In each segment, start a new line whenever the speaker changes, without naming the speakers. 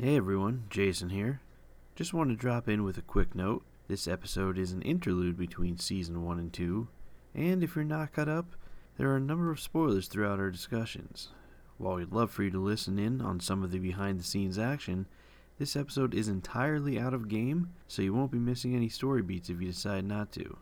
Hey everyone, Jason here. Just want to drop in with a quick note. This episode is an interlude between season 1 and 2, and if you're not caught up, there are a number of spoilers throughout our discussions. While we'd love for you to listen in on some of the behind the scenes action, this episode is entirely out of game, so you won't be missing any story beats if you decide not to.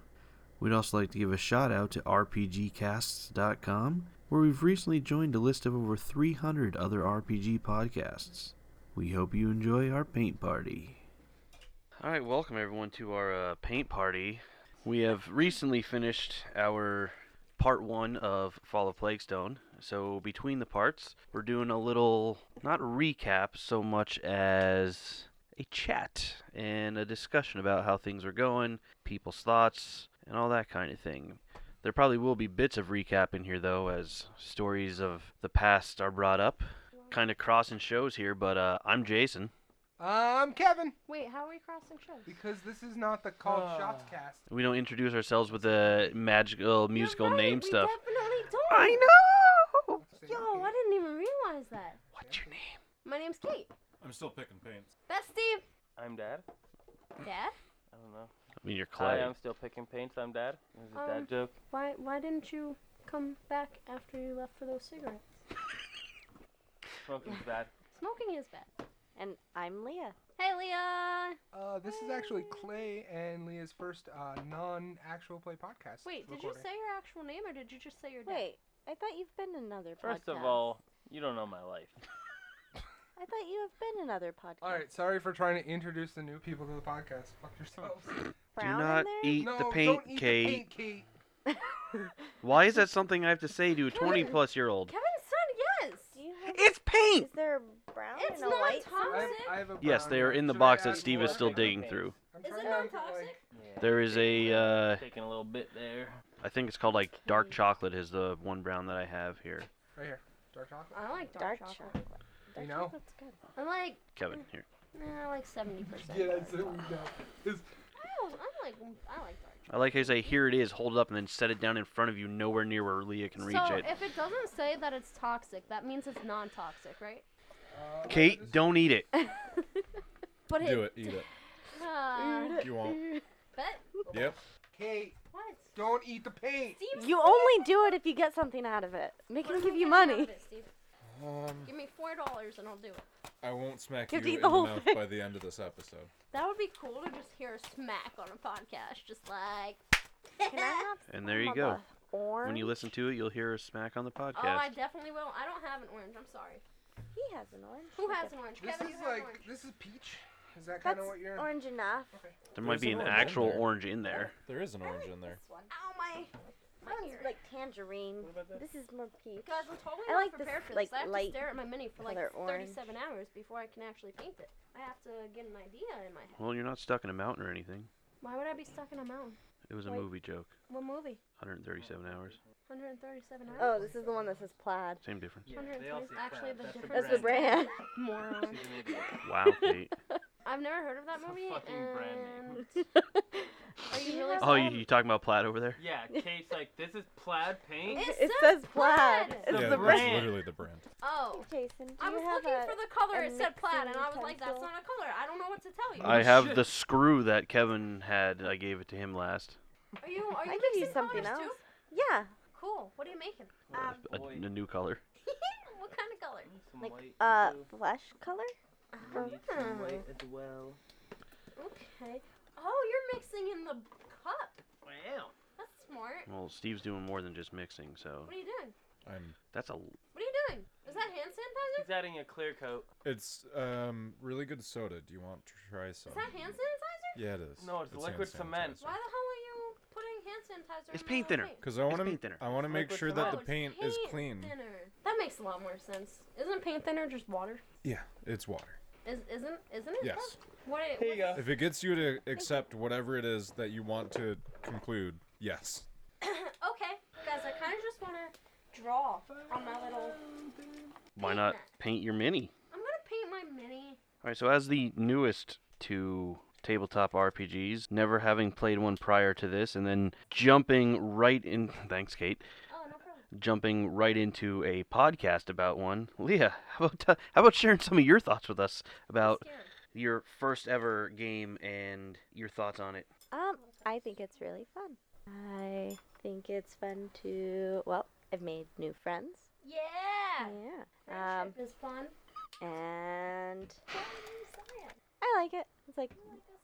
We'd also like to give a shout out to RPGcasts.com, where we've recently joined a list of over 300 other RPG podcasts. We hope you enjoy our paint party. All right, welcome everyone to our uh, paint party. We have recently finished our part one of Fall of Plaguestone. So between the parts, we're doing a little not recap so much as a chat and a discussion about how things are going, people's thoughts, and all that kind of thing. There probably will be bits of recap in here though, as stories of the past are brought up. Kind of crossing shows here, but uh, I'm Jason.
Uh, I'm Kevin
Wait, how are we crossing shows?
because this is not the called shots cast.
We don't introduce ourselves with the magical musical name stuff.
We definitely don't.
know.
Yo, I didn't even realize that.
What's your name?
My name's Kate.
I'm still picking paints.
That's Steve.
I'm Dad.
Dad?
I don't know.
I mean, you're
Hi,
Clay.
I'm still picking paints. I'm Dad. Is it
Um,
dad joke?
Why why didn't you come back after you left for those cigarettes?
Smoking's bad.
Smoking is bad.
And I'm Leah.
Hey Leah.
Uh, this is actually Clay and Leah's first uh, non-actual play podcast.
Wait, did you
recording.
say your actual name or did you just say your dad?
Wait, I thought you've been in another podcast.
First of all, you don't know my life.
I thought you have been in other podcasts.
All right, sorry for trying to introduce the new people to the podcast. Fuck yourselves.
Oh,
Do
Brown
not
in there?
eat
no,
the paint,
don't eat
Kate.
the paint, Kate.
Why is that something I have to say to a
Kevin.
20 plus year old?
Kevin said yes.
Do you have,
It's paint!
Is there a brown
It's
and a
not
white?
Tom.
I have,
somewhere?
I have a
Yes,
brown
they are
one.
in the
Should I
box that
add
Steve
more?
is still
Picking
digging
paints.
through.
I'm
Is
trying
it
to
non
get, like-
toxic?
Yeah.
There is a, uh,
taking a little bit there.
I think it's called like dark chocolate, is the one brown that I have here.
right here, dark chocolate.
I like dark,
Dark
chocolate.
chocolate.
You
Dark
know?
chocolate's good.
I like
Kevin, here.
nah, I like seventy percent.
Yeah, that's it. We know. It's-
I, don't- I like I like dark
I like how you say, here it is, hold it up, and then set it down in front of you, nowhere near where Leah can reach
so
it.
if it doesn't say that it's toxic, that means it's non-toxic, right?
uh,
Kate, don't eat it.
But
Do it. Eat it.
Mm,
Uh,
You won't.
but
Yep.
Kate,
what?
don't eat the paint.
Steve,
You only do it if you get something out of it. They
what
can
if
give
I
you
get out of
money.
it, Steve?
Um,
Give me four dollars and I'll do it.
I won't smack
You
you
have to eat
in
the
the
whole
mouth
thing.
by the end of this episode.
That would be cool to just hear a smack on a podcast, just like.
Can I have
And there you
some
go.
of the Orange.
When you listen to it, you'll hear a smack on the podcast.
Oh, I definitely will. I don't have an orange. I'm sorry.
he has an orange.
Who
He
has
does.
an orange?
This
Kevin,
is
you have Oh, an
like
orange.
this is peach. Is that kind
That's
of what you're?
orange enough.
there might
There's
be
an
an
orange in
actual
there.
orange in there.
There is an orange in there.
This one.
Ow, my.
That
my
one's
ear.
like tangerine.
What about that?
This is more peach.
Guys, I'm totally
I
not
like this,
prepared for
like,
this. I have to
light
stare at my mini for like
color
37 hours before I can actually paint it. I have to get an idea in my head.
Well, you're not stuck in a mountain or anything.
Why would I be stuck in a mountain?
It was a
Wait.
movie joke.
What movie?
137 hours.
137 hours.
Oh, this is the one that says plaid.
Same difference.
Yeah, they all say actually the difference.
That's the brand.
Moron.
She's an idiot.
Wow, Kate.
I've never heard of that
It's a
movie.
fucking brand name.
and
Are
you really
Oh, you, you talking about plaid over there?
Yeah, Kate's like, this is plaid paint.
It
It
says
says plaid.
plaid.
It's
yeah,
the
that's
brand.
literally the brand.
Oh.
Jason, do
I
you
was
have
looking
a-
for the color.
a
It said plaid, and I was
mixing
like, "That's
utensil?
not a color. I don't know what to tell you."
I
Oh,
have
shit.
the screw that Kevin had. I gave it to him last.
are you? Are you
I give you
mixing
something
colors
else.
Too?
Yeah,
Cool. What are you making?
Uh,
Um,
a,
boy.
a new color.
what kind of color?
Some
like
white,
uh,
too.
flesh color.
We need some white
Hmm.
as well.
Okay. Oh, you're mixing in the cup.
Wow.
That's smart.
Well, Steve's doing more than just mixing, so
What are you doing?
I'm.
that's a.
What are you doing? Is that hand sanitizer?
He's adding a clear coat.
It's um really good soda. Do you want to try some?
Is that hand sanitizer?
Yeah, it is.
No, it's liquid cement.
Why the hell are you putting hand sanitizer?
It's
in
paint
the
thinner.
paint?
Because I want
paint
to.
thinner.
I want to
It's
make
liquid
sure
Oh,
that the
it's
paint is
paint
clean.
Thinner. That makes a lot more sense. Isn't paint thinner just water?
Yeah, it's water.
Is isn't isn't it?
Yes.
though? What it,
Here you go.
If it gets you to accept whatever it is that you want to conclude, yes.
Okay, guys, I kind of just want to draw on my little.
Why
Paint
not
that.
paint your mini?
I'm gonna paint my mini.
All right. So as the newest to tabletop RPGs, never having played one prior to this, and then jumping right in. Thanks, Kate.
Oh no problem.
jumping right into a podcast about one. Leah, how about t- how about sharing some of your thoughts with us about your first ever game and your thoughts on it?
Um, I think it's really fun. I think it's fun to. Well, I've made new friends.
Yeah.
Yeah. Um,
Friendship is fun.
and
Why are you sad?
I like it. It's like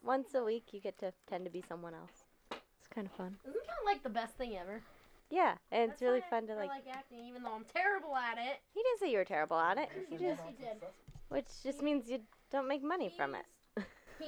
once a week you get to tend to be someone else. It's kind of fun.
Isn't that like the best thing ever?
Yeah, and it's
That's
really
why
fun to
I
like.
like acting, even though I'm terrible at it.
He didn't say you were terrible at it. He
Yes,
just,
he did.
which just means you don't make money from it.
He's.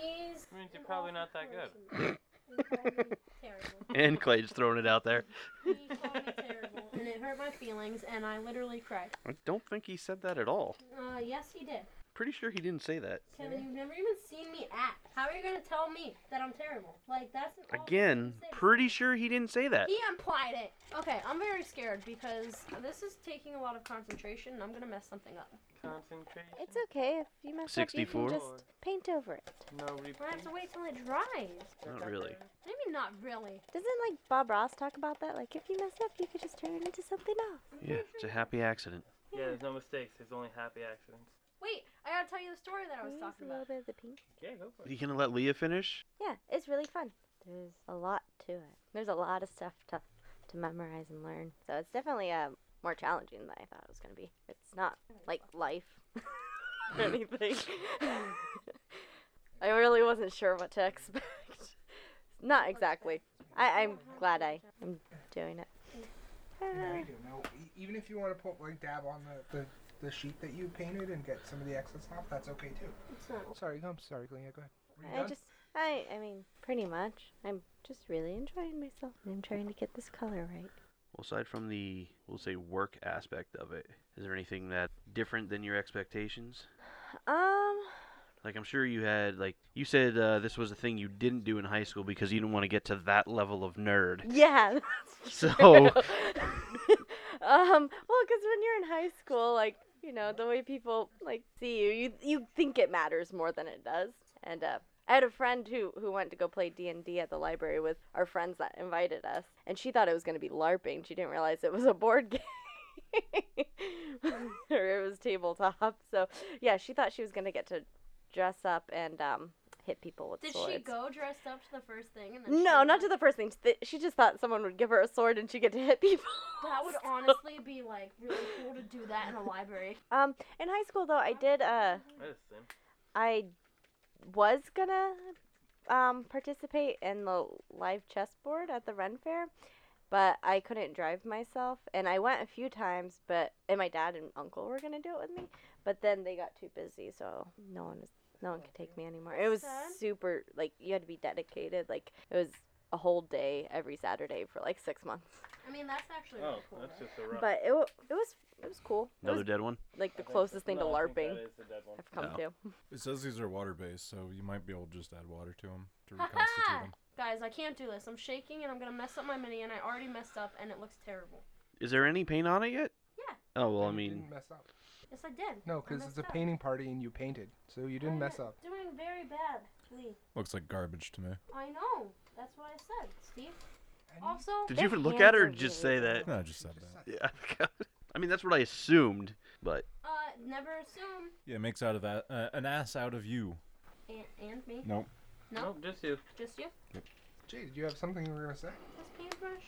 Means you're
an
probably not
awful
that good.
person. He's probably terrible.
And Clay just throwing it out there.
He called me terrible, and it hurt my feelings, and I literally cried.
I don't think he said that at all.
Uh, yes, he did.
Pretty sure he didn't say that.
Kevin, you've never even seen me act. How are you gonna tell me that I'm terrible? Like that's an awful
Again,
thing to say to
pretty sure he didn't say that.
He implied it. Okay, I'm very scared because this is taking a lot of concentration and I'm gonna mess something up.
Concentration.
It's okay if you mess up. You
64?
can just paint over it.
No repeat.
I have to wait till it dries.
Not really.
Maybe not really.
Doesn't like Bob Ross talk about that? Like if you mess up, you could just turn it into something else.
Yeah, it's a happy accident.
Yeah, there's no mistakes. There's only happy accidents.
Wait, I gotta tell you the story that I
Can
was
we use
talking
a little
about.
bit of the pink.
Yeah, go for
Are
it.
you gonna let Leah finish?
Yeah, it's really fun. There's a lot to it. There's a lot of stuff to to memorize and learn. So it's definitely uh, more challenging than I thought it was gonna be. It's not like life or anything. I really wasn't sure what to expect. Not exactly. I, I'm glad I am doing it.
No,
Uh,
you do. No, e- even if you want to put like dab on the, the, the sheet that you painted and get some of the excess off, that's okay too.
It's not.
Sorry, I'm sorry, Glenn. Yeah, go ahead. Were you
I
done?
just, I, I mean, pretty much. I'm just really enjoying myself. I'm trying to get this color right.
Well, aside from the, we'll say, work aspect of it, is there anything that different than your expectations?
Um,
Like, I'm sure you had, like, you said uh, this was a thing you didn't do in high school because you didn't want to get to that level of nerd.
yeah.
So-
um, well, because Um, when you're in high school, like you know, the way people like see you, you you think it matters more than it does. And uh, I had a friend who who went to go play D and D at the library with our friends that invited us, and she thought it was going to be LARPing. She didn't realize it was a board game. or it was tabletop. So yeah, she thought she was gonna get to dress up and um, hit people with
Did
swords.
she go dressed up to the first thing? And then
No,
she-
not to the first thing. Th- She just thought someone would give her a sword and she'd get to hit people.
That would honestly be like really cool to do that in a library.
Um, in high school though, I did. Uh,
That is sim.
I was gonna um participate in the live chessboard at the Ren Fair, but I couldn't drive myself, and I went a few times, but and my dad and uncle were gonna do it with me, but then they got too busy, so no one was. No one could take me anymore. It was
Sad.
super like you had to be dedicated. Like it was a whole day every Saturday for like six months.
I mean, that's actually
Oh,
really cool.
that's
right?
just a rough.
But it, wa- it was it was cool. It
Another
was,
dead one?
like the closest thing to LARPing
That is the dead one.
I've come
Oh.
to.
It says these are water based, so you might be able to just add water to them to
Ha
reconstitute
ha!
them.
Guys, I can't do this. I'm shaking and I'm gonna mess up my mini, and I already messed up, and it looks terrible.
Is there any paint on it yet?
Yeah.
Oh, well, I
You
mean,
didn't mess up.
Yes, I did.
No,
I
because it's
messed
a
up.
painting party and you painted, so you didn't
I'm
mess up.
Doing very badly.
Looks like garbage to me.
I know. That's what I said, Steve. Also,
did
Their
you even look at
hands
her
are
or just
really
say that?
No, I just said that.
Yeah. I mean, that's what I assumed, but
uh, never assume.
Yeah, it makes out of that uh, an ass out of you.
And, and me.
Nope.
No?
Nope, just you.
Just you.
Jay, did you have something you were gonna say?
This paintbrush.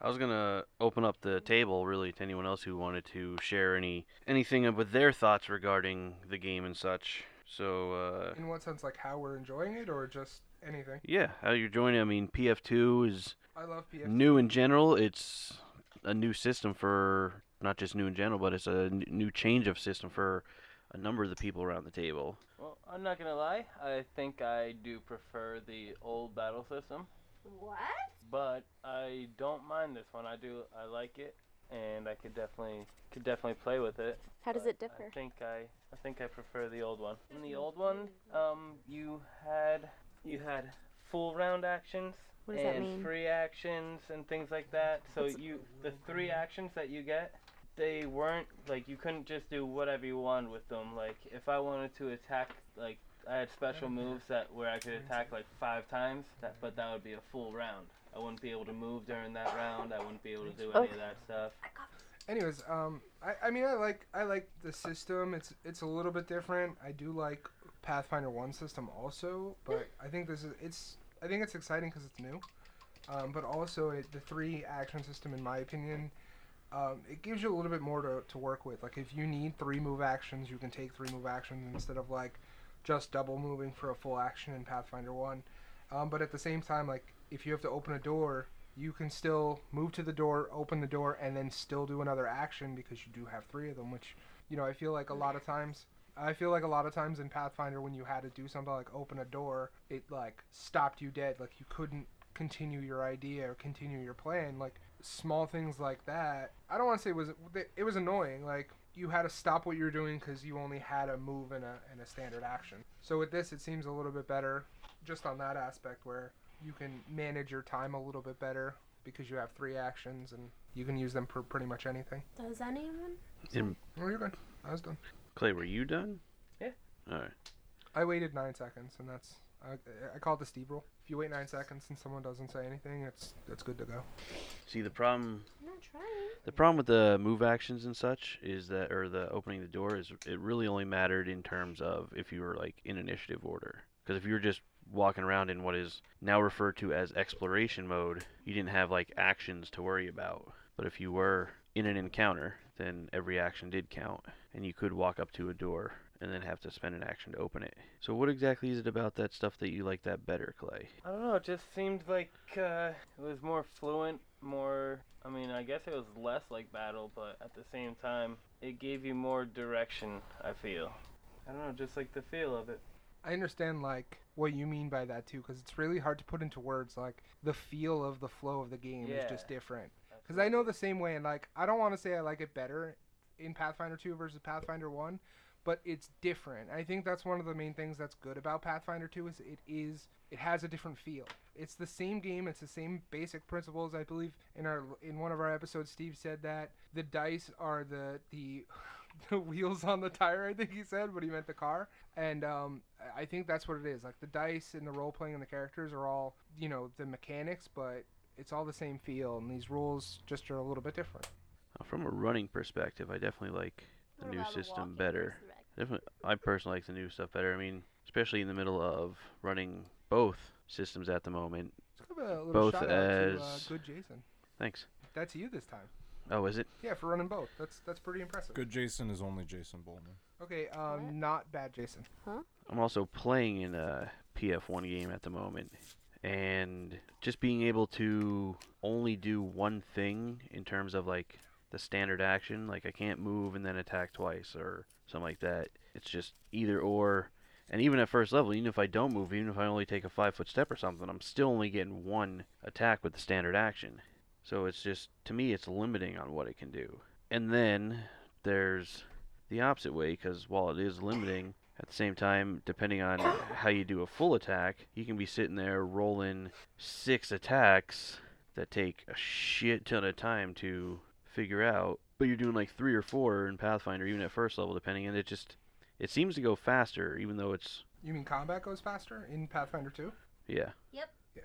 I was gonna open up the table really to anyone else who wanted to share any anything with their thoughts regarding the game and such. So uh,
In what sense, like how we're enjoying it, or just anything?
yeah, how you're joining? I mean, PF2 is
I love PF.
new in general. It's a new system for not just new in general, but it's a n- new change of system for a number of the people around the table.
Well, I'm not gonna lie. I think I do prefer the old battle system,
What?
but I don't mind this one. I do. I like it, and I could definitely could definitely play with it.
How does
but
it differ?
I think I I think I prefer the old one. In the old one, um, you had you had full round actions
What does that
and
mean?
free actions and things like that. So
What's-
you the three actions that you get, they weren't like you couldn't just do whatever you wanted with them. Like if I wanted to attack like I had special moves that where I could attack like five times, that, but that would be a full round. I wouldn't be able to move during that round. I wouldn't be able to do
Oh.
any of that stuff.
Anyways, um, I, I mean, I like I like the system. It's it's a little bit different. I do like Pathfinder One system also, but I think this is it's I think it's exciting because it's new. Um, but also it, the three action system, in my opinion, um, it gives you a little bit more to, to work with. Like if you need three move actions, you can take three move actions instead of like just double moving for a full action in Pathfinder One. Um, but at the same time, like if you have to open a door, you can still move to the door, open the door, and then still do another action because you do have three of them, which, you know, I feel like a lot of times. I feel like a lot of times in Pathfinder, when you had to do something like open a door, it like stopped you dead. Like you couldn't continue your idea or continue your plan. Like small things like that. I don't want to say it was it was annoying. Like you had to stop what you were doing because you only had a move and a and a standard action. So with this, it seems a little bit better, just on that aspect where you can manage your time a little bit better because you have three actions and you can use them for pretty much anything.
Does anyone?
And
Oh, you're good. I was done.
Clay, were you done?
Yeah.
All right.
I waited nine seconds, and that's I, I call it the Steve rule. If you wait nine seconds and someone doesn't say anything, it's it's good to go.
See the problem.
I'm not trying.
The problem with the move actions and such is that, or the opening the door is, it really only mattered in terms of if you were like in initiative order. Because if you were just walking around in what is now referred to as exploration mode, you didn't have like actions to worry about. But if you were in an encounter, then every action did count, and you could walk up to a door and then have to spend an action to open it. So what exactly is it about that stuff that you like that better, Clay?
I don't know. It just seemed like uh, it was more fluent, more. I mean, I guess it was less like battle, but at the same time, it gave you more direction. I feel. I don't know, just like the feel of it.
I understand like what you mean by that too, because it's really hard to put into words. Like the feel of the flow of the game
Yeah.
is just different. Because I know the same way, and like I don't want to say I like it better in Pathfinder 2 versus Pathfinder 1, but it's different. I think that's one of the main things that's good about Pathfinder 2 is it is it has a different feel. It's the same game, it's the same basic principles. I believe in our in one of our episodes Steve said that the dice are the the the wheels on the tire, I think he said, but he meant the car. And um, I- I think that's what it is. Like the dice and the role playing and the characters are all, you know, the mechanics, but it's all the same feel, and these rules just are a little bit different.
Uh, From a running perspective, I definitely like the
What
new
about a
system
walking
better.
versus a-
Definitely, I personally like the new stuff better. I mean, especially in the middle of running both systems at the moment.
Let's give a little
Both
shout out to uh,
as-
Good Jason.
Thanks.
That's you this time.
Oh, is it?
Yeah, for running both. That's that's pretty impressive.
Good Jason is only Jason Bowman.
Okay, um,
What?
not bad, Jason.
I'm also playing in a PF1 game at the moment, and just being able to only do one thing in terms of like the standard action, like I can't move and then attack twice or something like that. It's just either or. And even at first level, even if I don't move, even if I only take a five foot step or something, I'm still only getting one attack with the standard action. So it's just, to me, it's limiting on what it can do. And then there's the opposite way, because while it is limiting, at the same time, depending on how you do a full attack, you can be sitting there rolling six attacks that take a shit ton of time to figure out. But you're doing like three or four in Pathfinder, even at first level, depending, and it just it seems to go faster, even though it's
You mean combat goes faster in Pathfinder 2?
yeah,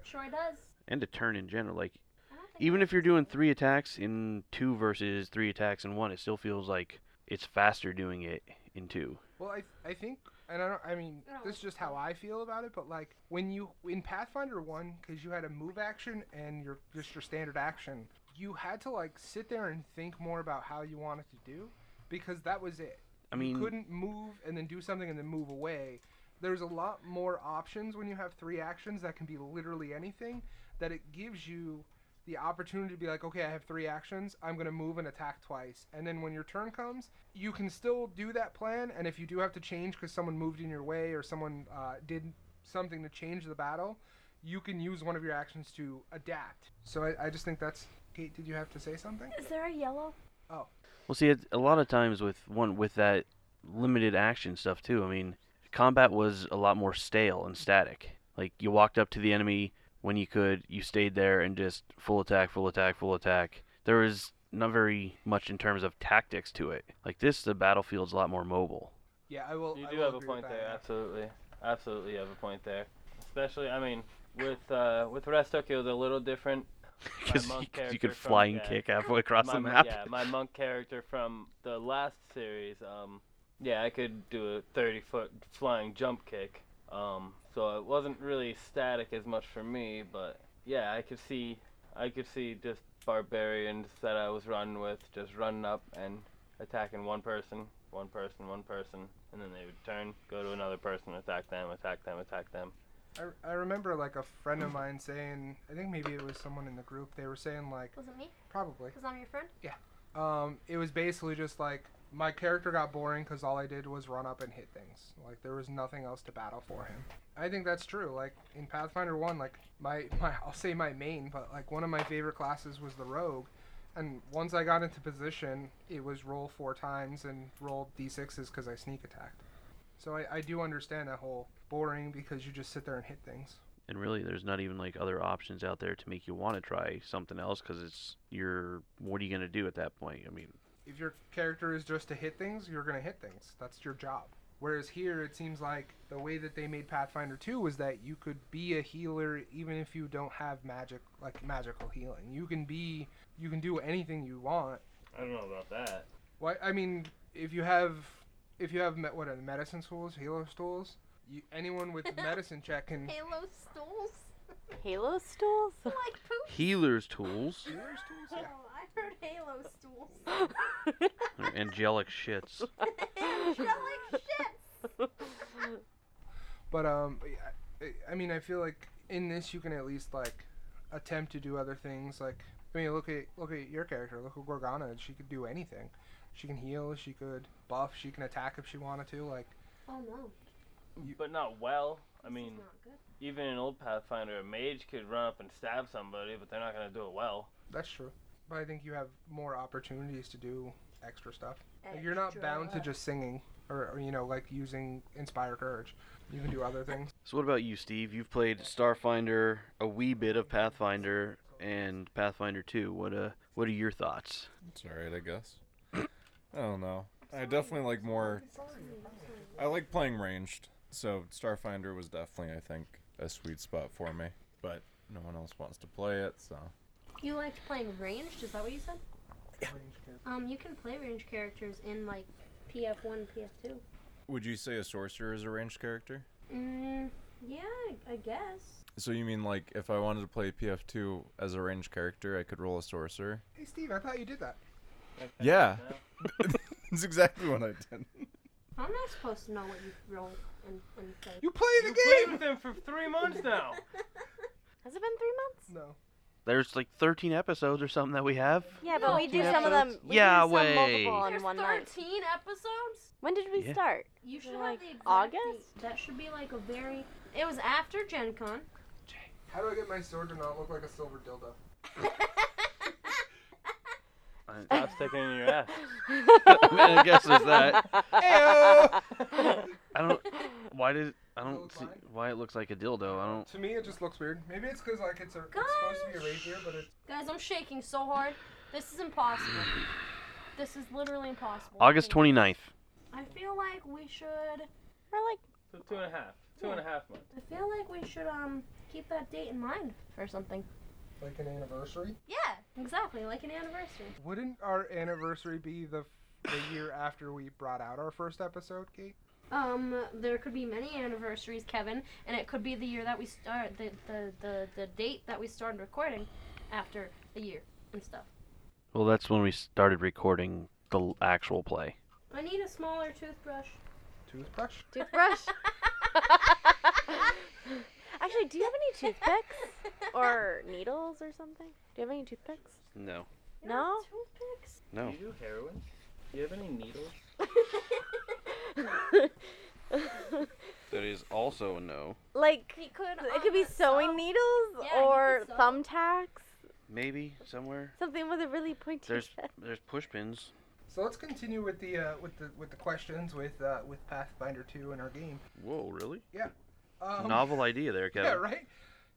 Sure does.
and a turn in general. Like
I don't think
even
I-
if you're doing three attacks in two versus three attacks in one, it still feels like it's faster doing it in two.
Well, I I think, and I don't. I mean,
No,
this is just how I feel about it. But like when you in Pathfinder one, because you had a move action and your just your standard action, you had to like sit there and think more about how you wanted to do, because that was it.
I mean,
you couldn't move and then do something and then move away. There's a lot more options when you have three actions that can be literally anything. That it gives you the opportunity to be like, okay, I have three actions. I'm gonna move and attack twice, and then when your turn comes, you can still do that plan. And if you do have to change because someone moved in your way or someone uh, did something to change the battle, you can use one of your actions to adapt. So I, I just think that's. Kate, did you have to say something?
Is there a yellow?
Well, see, it- a lot of times with one with that limited action stuff too. I mean, combat was a lot more stale and static. Like you walked up to the enemy when you could, you stayed there and just full attack, full attack, full attack. There was not very much in terms of tactics to it. Like this, the battlefield's a lot more mobile.
Yeah, I will.
You
I
do
will
have a
agree with
point
that,
there,
yeah.
absolutely. Absolutely, you have a point there. Especially, I mean, With uh, with Rest Tokyo, they're a little different. My
Because
monk
you, you
character
could
from-
flying
yeah.
kick halfway across
my,
the
mo-
map.
Yeah, my monk character from the last series. Um, yeah, I could do a 30 foot flying jump kick. Um, so it wasn't really static as much for me, but yeah, I could see, I could see just barbarians that I was running with just running up and attacking one person, one person, one person, and then they would turn, go to another person, attack them, attack them, attack them.
I, I remember like a friend of mine saying, I think maybe it was someone in the group. They were saying like,
Was it me?
probably.
Because I'm your friend?
Um, it was basically just like my character got boring because all I did was run up and hit things. Like there was nothing else to battle for him. I think that's true. Like in Pathfinder One, like my, my I'll say my main, but like one of my favorite classes was the rogue. And once I got into position, it was roll four times and roll d6s because I sneak attacked. So I, I do understand that whole boring because you just sit there and hit things.
And really, there's not even like other options out there to make you want to try something else because it's you're. What are you gonna do at that point? I mean,
if your character is just to hit things, you're going to hit things. That's your job. Whereas here, it seems like the way that they made Pathfinder 2 was that you could be a healer even if you don't have magic, like magical healing. You can be, you can do anything you want.
I don't know about that.
Why? I mean, if you have, if you have me- what are the medicine stools, healer stools, you, anyone with medicine check can.
Halo stools?
Halo stools?
like poop?
healers tools
Healer stools?
Oh,
Yeah.
I heard Halo stools.
are angelic shits.
Angelic shits!
But um, I- I mean, I feel like in this you can at least like attempt to do other things. Like I mean, look at look at your character. Look at Gorgana. She could do anything. She can heal. She could buff. She can attack if she wanted to. Like
Oh no.
But not well. I mean,
This is not good.
even in old Pathfinder, a mage could run up and stab somebody, but they're not gonna do it well.
that's true. But I think you have more opportunities to do extra stuff. Like, you're not
Extra.
bound to just singing or, or you know like using inspire courage. You can do other things.
So what about you, Steve? You've played Starfinder, a wee bit of Pathfinder, and Pathfinder 2. What uh, what are your thoughts?
It's alright, I guess. I don't know. I definitely like more. I like playing ranged, so Starfinder was definitely, I think, a sweet spot for me. But no one else wants to play it, so.
You liked playing ranged? Is that what you said? Um, you can play ranged characters in like PF1, PF2.
Would you say a sorcerer is a ranged character?
Mm, yeah, I guess.
So you mean like if I wanted to play PF2 as a ranged character, I could roll a sorcerer?
Hey Steve, I thought you did that.
Yeah. That's exactly what I did.
I'm not supposed to know what you roll and, and play.
You play the
You played
game.
with him for three months now.
Has it been three months?
No.
There's like 13 episodes or something that we have.
Yeah, but we do
Fourteen
some of them.
episodes?
We
Yeah,
do some
way.
multiple on
There's
one
13
night.
episodes?
When did we
Yeah.
start?
You should have
Like
the exact
August?
date. That should be like a very. It was after Gen Con.
How do I get my sword to not look like a silver dildo?
Stop sticking in your ass.
I, mean, I guess there's that. I don't. Why did I
Does it
don't
look
see
fine?
why it looks like a dildo? I don't.
To me, it just looks weird. Maybe it's because like it's, a, it's supposed to be a rapier, but it's
Guys, I'm shaking so hard. This is impossible. This is literally impossible.
August 29th.
I feel like we should.
We're like,
So two and a half. Two and a half months.
I feel like we should um keep that date in mind for something.
like an anniversary.
Yeah, exactly, like an anniversary.
Wouldn't our anniversary be the the year after we brought out our first episode, Kate?
Um, there could be many anniversaries, Kevin, and it could be the year that we start the the the, the date that we started recording after a year and stuff.
Well, that's when we started recording the l- actual play.
I need a smaller toothbrush.
Toothbrush.
toothbrush. Actually, do you have any toothpicks or needles or something? Do you have any toothpicks?
No.
No?
Toothpicks?
No.
Do you do heroin? Do you have any needles?
That is also a no.
like,
He could.
it could be
um,
sewing
sew-
needles
Yeah, you
or
could sew.
thumbtacks.
Maybe somewhere.
Something with a really pointy.
There's
tip.
there's push pins.
So let's continue with the uh, with the with the questions with uh, with Pathfinder Two in our game.
Whoa, really?
Um,
Novel idea there, Kevin.
Yeah, right.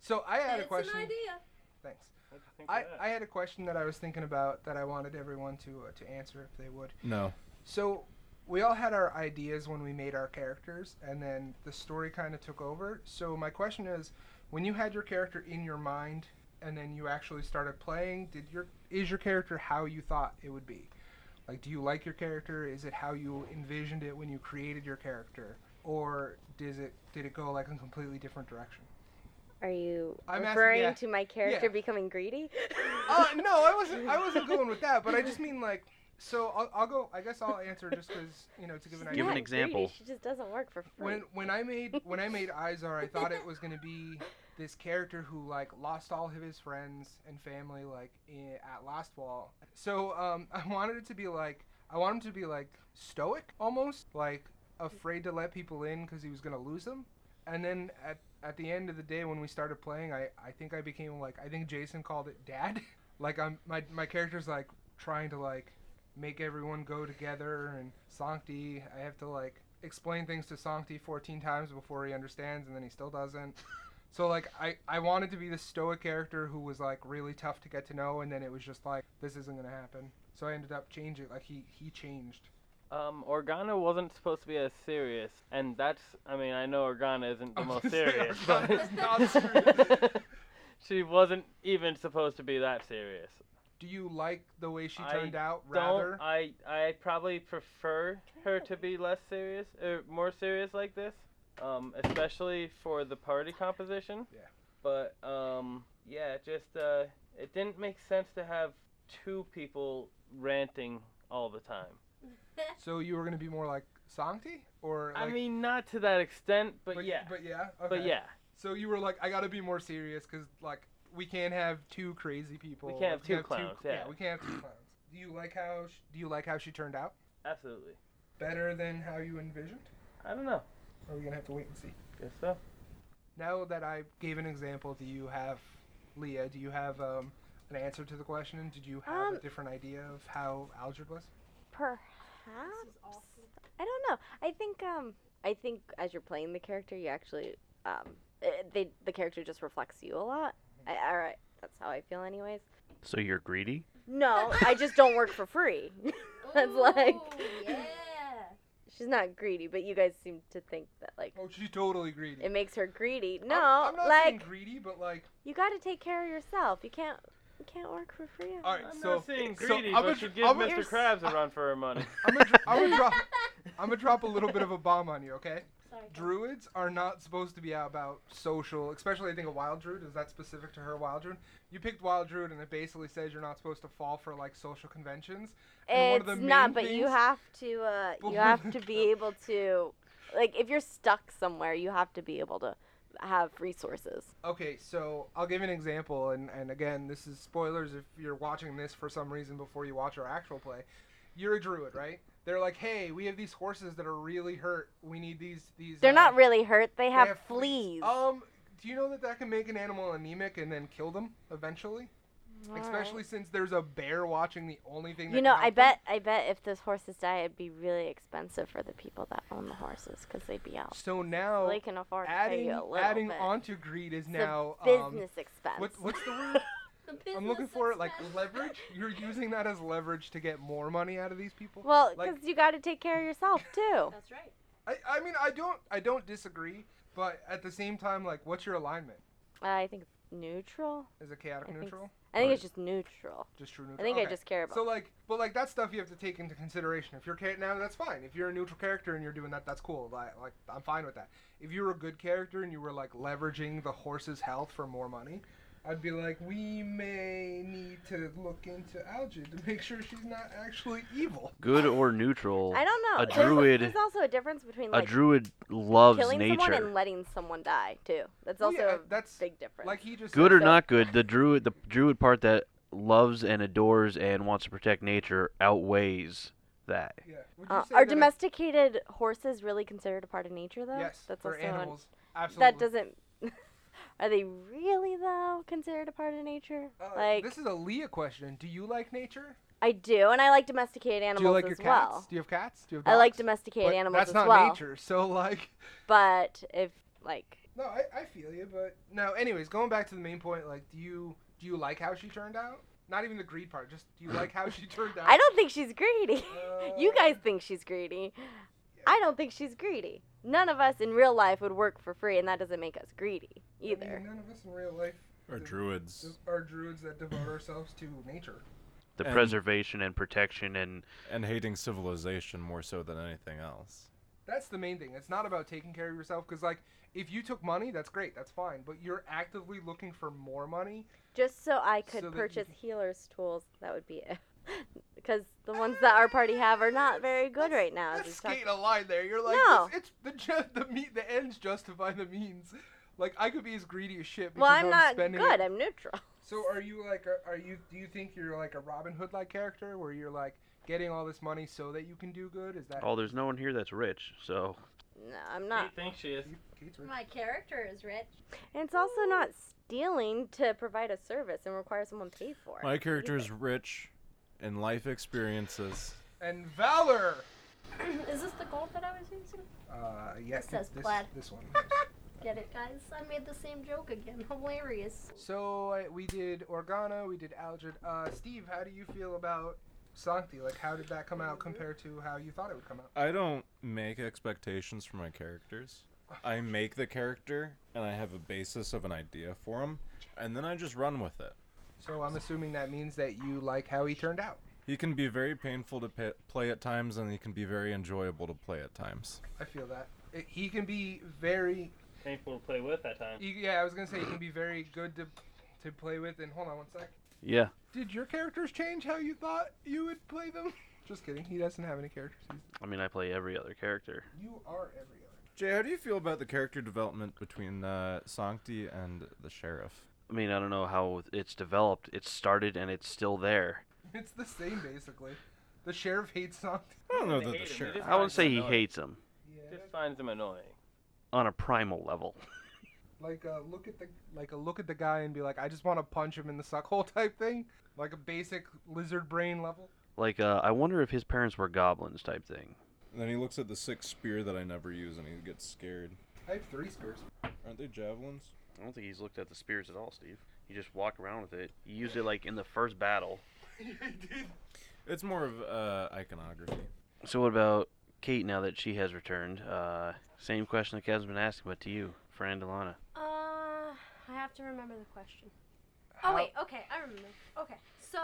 So I had a
It's
question.
an idea.
Thanks.
What do you think of
I,
that?
I had a question that I was thinking about that I wanted everyone to uh, to answer if they would.
No.
So we all had our ideas when we made our characters, and then the story kind of took over. So my question is, when you had your character in your mind and then you actually started playing, did your is your character how you thought it would be? Like, do you like your character? Is it how you envisioned it when you created your character, or does it did it go like a completely different direction?
Are you
I'm asking-
referring
yeah.
to my character
Yeah.
becoming greedy?
Uh, no, I wasn't. I wasn't going with that, but I just mean like. So I'll, I'll go. I guess I'll answer just because you know to give an
She's
idea.
Give an
not
example.
Greedy. She just doesn't work for free.
when when I made when I made Izar, I thought it was gonna be this character who like lost all of his friends and family like i at Last Wall. So um, I wanted it to be like I want him to be like stoic almost, like afraid to let people in because he was gonna lose them. And then at at the end of the day when we started playing, I I think I became like I think Jason called it dad. like I'm my my character's like trying to like make everyone go together and Sancti I have to like explain things to Sancti 14 times before he understands and then he still doesn't. So like I I wanted to be the stoic character who was like really tough to get to know and then it was just like this isn't going to happen. So I ended up changing like he he changed.
Um, Organa wasn't supposed to be as serious, and that's, I mean, I know Organa isn't the
I was
most
gonna say,
serious,
Organa's not
but. she wasn't even supposed to be that serious.
Do you like the way she
I
turned out
Don't uh
rather?
I? I probably prefer her to be less serious or more serious like this, um, especially for the party composition.
Yeah.
But um, yeah, it just uh, it didn't make sense to have two people ranting all the time.
So you were going to be more like Sancti or like
I mean, not to that extent, but,
but
yeah,
but yeah. Okay.
but yeah,
So you were like, I gotta be more serious because like we can't have two crazy people.
can't have two clowns,
yeah.
yeah.
we can't have two clowns. Do you like how? Sh- do you like how she turned out?
absolutely.
Better than how you envisioned?
I don't know.
Or are we gonna have to wait and see?
Guess so.
Now that I gave an example, do you have, Leah? Do you have um, an answer to the question? Did you have
Um,
a different idea of how algebra was?
Perhaps. I don't know. I think um I think as you're playing the character, you actually um eh, they the character just reflects you a lot. I, all right, that's how I feel, anyways.
So you're greedy?
No, I just don't work for free. That's like-
Ooh, yeah.
She's not greedy, but you guys seem to think that like
Oh, she's totally greedy.
it makes her greedy.
I'm-
No,
I'm, not saying
like
greedy, but like,
you got to take care of yourself. You can't you can't work for free.
all right,
I'm
so
not saying
so
greedy,
I'm
but
gonna-
she gives
I'm gonna-
Mr. Krabs a run for her money.
I'm gonna, dro- I'm gonna drop, I'm gonna drop a little bit of a bomb on you, okay?
Sorry.
druids are not supposed to be about social, especially I think a wild druid. Is that specific to her wild druid? You picked wild druid, and it basically says you're not supposed to fall for like social conventions. and one of
It's
the main
not, but you
things-
have to uh
But
you
one of
have
the-
to be able to like if you're stuck somewhere, you have to be able to have resources.
Okay, so I'll give an example, and and again, this is spoilers if you're watching this for some reason before you watch our actual play. You're a druid, right? They're like, hey, we have these horses that are really hurt. We need these these.
They're
uh,
not really hurt. They have, fleas.
Um, do you know that that can make an animal anemic and then kill them eventually? Especially since there's a bear watching the only thing. That
You
can
know,
help
I
them.
bet I bet if those horses die, it'd be really expensive for the people that own the horses because they'd be out.
So now
they can afford to pay
adding
you a little
adding
bit.
onto greed is
It's a
now um,
business expense.
what, what's the word?
The
I'm
business
looking for it like
expense.
leverage. You're using that as leverage to get more money out of these people.
well,
like-
because you got to take care of yourself too.
That's right.
I, I mean I don't I don't disagree, but at the same time like what's your alignment?
Uh, I think it's neutral.
Is it chaotic
I think
neutral?
I think
Right.
it's just neutral.
Just true
I
neutral.
think I
Okay.
just care about.
So like, but like that stuff you have to take into consideration. If you're cha- now, that's fine. If you're a neutral character and you're doing that, that's cool. Like, like I'm fine with that. If you were a good character and you were like leveraging the horse's health for more money, I'd be like, we may need to look into Algy to make sure she's not actually evil.
Good or neutral?
I don't know.
A
There's-
druid-
There's, also a difference between
A
like
druid loves
killing someone
nature.
and letting someone die too. That's
Well,
also
yeah, uh,
a
that's-
big difference.
Like he just
good or
said,
not good, the druid the druid part that loves and adores and wants to protect nature outweighs that.
Yeah. Would you
Uh,
say
are
that if-
domesticated horses really considered a part of nature though?
Yes.
That's
for
also an-
animals. Absolutely.
that doesn't. are they really though considered a part of nature?
Uh,
like
this is a Leah question. Do you like nature?
I do, and I like domesticated animals
Do you like your
as
cats?
well.
Do you have cats? Do you have
I like
dogs?
domesticated
But
animals
That's
as
not
well.
nature. So like.
But if like
No, I, I feel you, but no. Anyways, going back to the main point, like, do you do you like how she turned out? Not even the greed part. Just do you like how she turned out?
I don't think she's greedy. you
Uh,
guys think she's greedy. I don't think she's greedy. none of us in real life would work for free, and that doesn't make us greedy
I mean,
either.
none of us in real life
Or druids.
are druids that devote ourselves to nature.
The
And-
preservation and protection and
And hating civilization more so than anything else.
That's the main thing. It's not about taking care of yourself because, like, if you took money, that's great, that's fine. But you're actively looking for more money.
Just so I could
So that you
purchase
can-
healer's tools, that would be it. Because the ones that our party have are not very good
That's-
right now. As
That's
we've talked
skating a line there. You're like,
No.
it's, it's the ju- the me the ends justify the means. Like, I could be as greedy as shit.
Well,
because
I'm not
spending it-
good. I'm neutral.
So, are you like, are, are you? Do you think you're like a Robin Hood like character where you're like getting all this money so that you can do good? Is that?
oh, there's no one here that's rich. So
No, I'm not.
He thinks she is.
You- Kate's right.
My character is rich.
And it's also not stealing to provide a service and require someone paid for it.
My character is rich in life experiences.
And Valor.
is this the gold that I was using?
Uh, yes,
This says
this,
plaid.
this one.
Get it, guys? I made the same joke again. Hilarious.
so uh, we did Organa, we did Algid. Uh, Steve, how do you feel about Sancti? Like, how did that come out compared to how you thought it would come out?
I don't make expectations for my characters. I make the character and I have a basis of an idea for him, and then I just run with it.
So I'm assuming that means that you like how he turned out.
He can be very painful to pa play at times, and he can be very enjoyable to play at times.
I feel that It- he can be very.
Painful to play with that time.
he- yeah, I was gonna say he can be very good to to play with. And hold on one sec.
yeah,
Did your characters change how you thought you would play them? Just kidding. He doesn't have any characters. He's-
I mean, I play every other character.
You are every other.
Jay, how do you feel about the character development between uh, Sancti and the sheriff?
I mean, I don't know how it's developed. It started and it's still there.
It's the same basically. The sheriff hates Sancti.
I don't know
They
that
hate him.
the
They
sheriff.
just
I
Right,
wouldn't say
I
he
know it.
hates him
Yeah.
Just finds him annoying.
on a primal level.
like a look at the like a look at the guy and be like, I just want to punch him in the suck hole type thing, like a basic lizard brain level.
Like, uh, I wonder if his parents were goblins type thing.
And then he looks at the six spear that I never use, and he gets scared.
I have three spears.
Aren't they javelins?
I don't think he's looked at the spears at all, Steve. You just walk around with it. You used it like in the first battle.
It's more of uh, iconography.
So what about Kate now that she has returned? Uh, same question that Kevin's been asking, but to you, friend Alana.
Uh, I have to remember the question.
How-
Oh wait, okay, I remember. Okay, so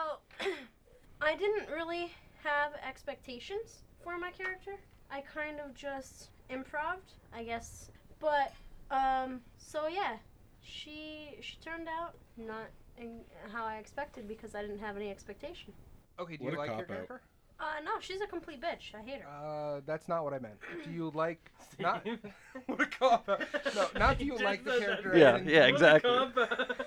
I didn't really have expectations for my character. I kind of just improved, I guess. But um, so yeah, she she turned out not in how I expected because I didn't have any expectation.
Okay, do
What
you
a
like your
cop-out.
character?
Uh, no, she's a complete bitch. I hate her.
Uh, that's not what I meant. Do you like not?
Steve.
what a cop out. No, not do you
Just
like the
said
character?
that.
Yeah,
as in,
yeah, exactly.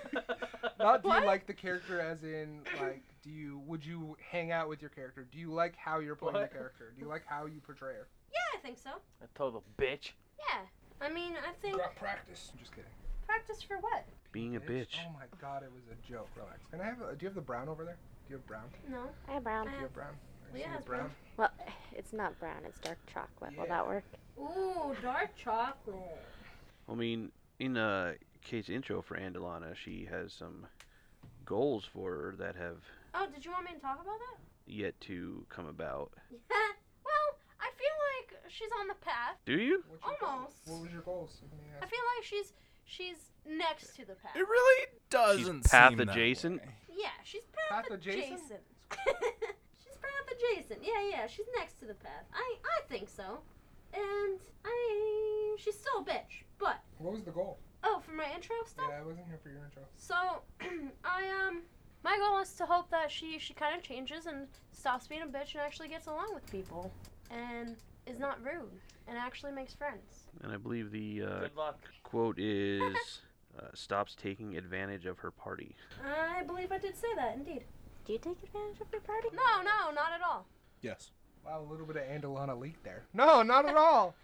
Not do
What?
you like the character as in like do you would you hang out with your character? Do you like how you're playing
What?
the character? Do you like how you portray her?
Yeah, I think so.
A total bitch.
Yeah. I mean, I think
practice. I'm just kidding.
practice for what?
Being a bitch.
Oh my god, it was a joke. Relax. Can I have? A, do you have the brown over there? Do you have brown?
No.
Hi, Brown.
I
Do you
have-
have brown? I
Leah
see the
has brown.
Well, it's not brown. It's dark chocolate. Will
Yeah.
that work?
Ooh, dark chocolate.
I mean, in uh, Kate's intro for Andalana, she has some goals for her that have
Oh, did you want me to talk about that?
yet to come about.
well, I feel like she's on the path.
Do you?
What's your goal?
Almost.
What was your goals? Let me
I
ask.
feel like she's she's next to the path.
really doesn't.
She's path adjacent.
Yeah, she's path,
Path
adjacent.
adjacent?
she's path adjacent. Yeah, yeah, she's next to the path. I I think so. And I she's still a bitch. But
What was the goal?
oh, for my intro stuff.
Yeah, I wasn't here for your intro.
So I um my goal is to hope that she she kind of changes and stops being a bitch and actually gets along with people and is not rude and actually makes friends.
And I believe the uh,
Good luck.
quote is uh, stops taking advantage of her party.
I believe I did say that indeed.
Do you take advantage of your party?
No, no, not at all.
Yes.
Wow, a little bit of Andalana leak there. No, not at all.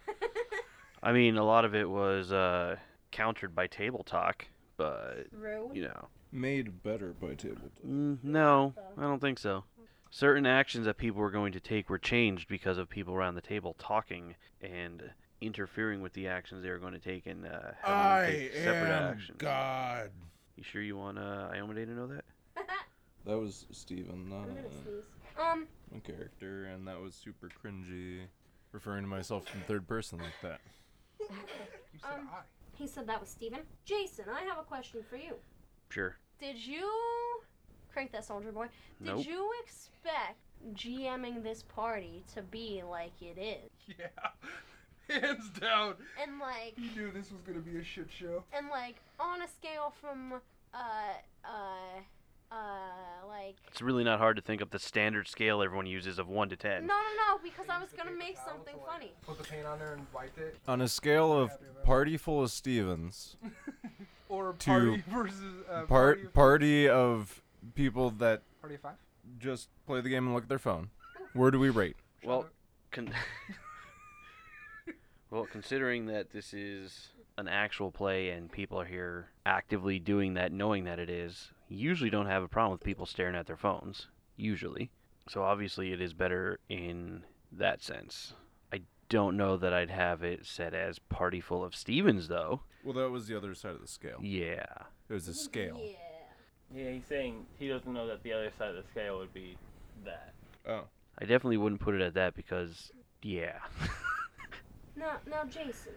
I mean, a lot of it was uh, countered by table talk, but
Rude.
you know,
Made better by table.
mm, no, I don't think so. Certain actions that people were going to take were changed because of people around the table talking and interfering with the actions they were going to take and uh, having them take separate actions.
God.
You sure you want uh, Iomedae to know that?
That was Steven, not
I'm gonna sneeze. Um,
my character, and that was super cringy. Referring to myself in third person like that.
You said
Um,
I.
He said that was Steven. Jason, I have a question for you.
Sure.
Did you crank that soldier boy? Did
Nope.
you expect GMing this party to be like it is?
Yeah. Hands down.
And like
You knew this was gonna be a shit show.
and like on a scale from uh uh uh like
It's really not hard to think up the standard scale everyone uses of 1 to 10.
no no no because I was
Used the
gonna
paper
make
towel
something
to, like,
funny.
Put the paint on there and wiped it.
On a scale of
Happy about it.
party full of Stevens,
Or
To
party versus uh, party,
part party of people that
party of five.
just play the game and look at their phone, where do we rate?
Well, con- well, considering that this is an actual play and people are here actively doing that, knowing that it is, you usually don't have a problem with people staring at their phones. Usually, so obviously it is better in that sense. I don't know that I'd have it set as party full of Stevens though.
Well, that was the other side of the scale.
Yeah,
It was a scale.
Yeah.
Yeah, he's saying he doesn't know that the other side of the scale would be that.
Oh,
I definitely wouldn't put it at that because yeah.
Now now Jason.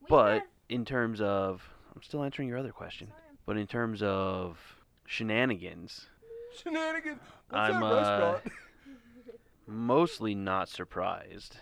we
but
had-
in terms of, I'm still answering your other question.
sorry,
But in terms of shenanigans,
Shenanigans. What's
I'm,
that
uh,
restaurant?
mostly not surprised.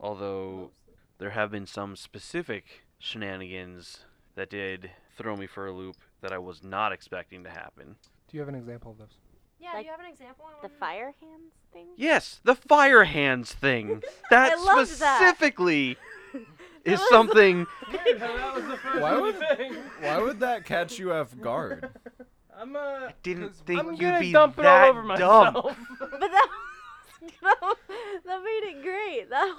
Although there have been some specific shenanigans that did throw me for a loop that I was not expecting to happen.
Do you have an example of those?
Yeah,
Like
do you have an example? I
The
wanna-
fire hands thing?
Yes, the fire hands thing. That
loved that.
specifically
That
is
was-
something.
Weird how that was the first
Why would-
thing.
why would that catch you off guard?
I'm uh,
Didn't
'Cause
think
I'm
you'd
gonna
be
dump it
that
all over
dumb.
myself.
But that was, that made it great. That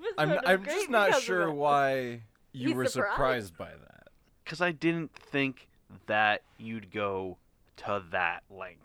was
I'm, I'm just not sure
That.
why you
He's
were
surprised.
surprised by that.
because I didn't think that you'd go to that length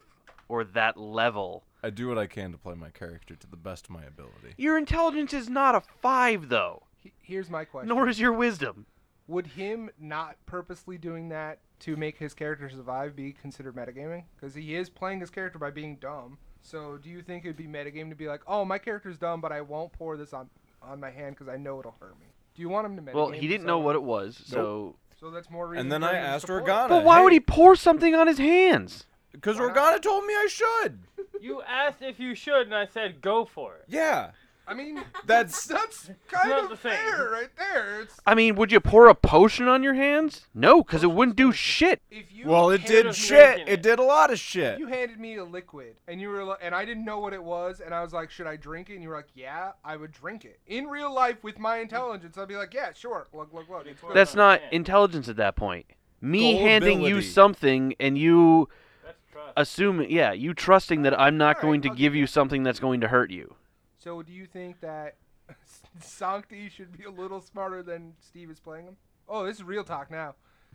or that level.
I do what I can to play my character to the best of my ability.
Your intelligence is not a five, though,
He- Here's my question.
nor is your wisdom.
Would him not purposely doing that to make his character survive be considered metagaming? Because he is playing his character by being dumb. So do you think it'd be metagaming to be like, oh, my character's dumb, but I won't pour this on, on my hand because I know it'll hurt me? Do you want him to metagame?
Well, he didn't know what it was, so.
So that's more reason.
And then
for
I
him to
asked
support.
Organa.
But why would he pour something on his hands?
Because
Why not?
Organa told me I should.
you asked if you should, and I said go for it.
Yeah,
I mean,
that's
that's kind
not
of
the same.
fair right there. It's,
I mean, would you pour a potion on your hands? No, because it wouldn't do shit.
if you
well. It
can't
did
have
shit.
drinking
It
it.
did a lot of shit.
You handed me a liquid, and you were li- and I didn't know what it was, and I was like, "Should I drink it?" And you were like, "Yeah, I would drink it." In real life, with my intelligence, I'd be like, "Yeah, sure." Look, look, look. It's good."
That's not
Yeah.
intelligence at that point. Me handing you
Gullibility.
something and you
That's trust.
assuming, yeah, you trusting that I'm not
Alright,
going to
I'll
give
do
you
that.
something that's going to hurt you.
So, do you think that Sancti should be a little smarter than Steve is playing him? Oh, this is real talk now.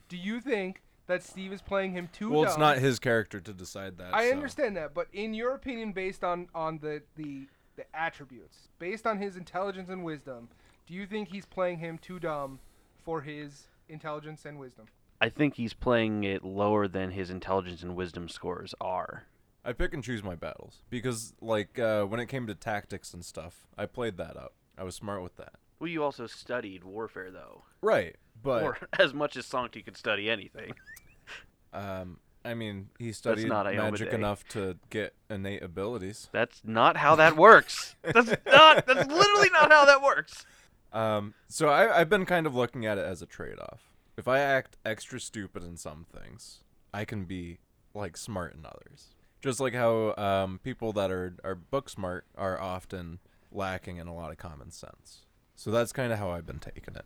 Do you think that Steve is playing him too?
Well, it's
dumb?
not his character to decide that.
I
uh,
so.
understand that, but in your opinion, based on on the the the attributes, based on his intelligence and wisdom, do you think he's playing him too dumb for his intelligence and wisdom?
I think he's playing it lower than his intelligence and wisdom scores are.
I pick and choose my battles because, like, uh, when it came to tactics and stuff, I played that up. I was smart with that.
Well, you also studied warfare, though.
Right, but
or as much as Sancti could study anything.
um, I mean, he studied
not Ioma
magic
Day.
enough to get innate abilities.
That's not how that works. That's not. That's literally not how that works.
Um, so I, I've been kind of looking at it as a trade-off. If I act extra stupid in some things, I can be like smart in others. Just like how um, people that are are book smart are often lacking in a lot of common sense. So that's kind of how I've been taking it.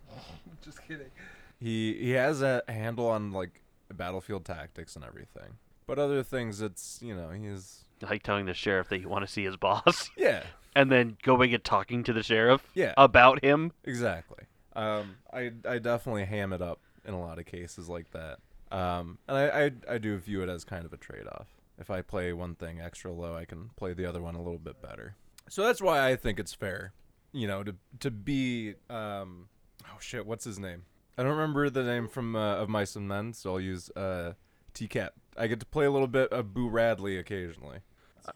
Just kidding.
He he has a handle on like battlefield tactics and everything, but other things it's you know he's
Like telling the sheriff that you want to see his boss,
yeah
and then going and talking to the sheriff
yeah
about him.
Exactly. Um, I I definitely ham it up in a lot of cases like that. Um, and I, I I do view it as kind of a trade off. If I play one thing extra low, I can play the other one a little bit better. So that's why I think it's fair, you know, to to be um oh shit, what's his name? I don't remember the name from uh, of Mice and Men, so I'll use uh T Cat. I get to play a little bit of Boo Radley occasionally.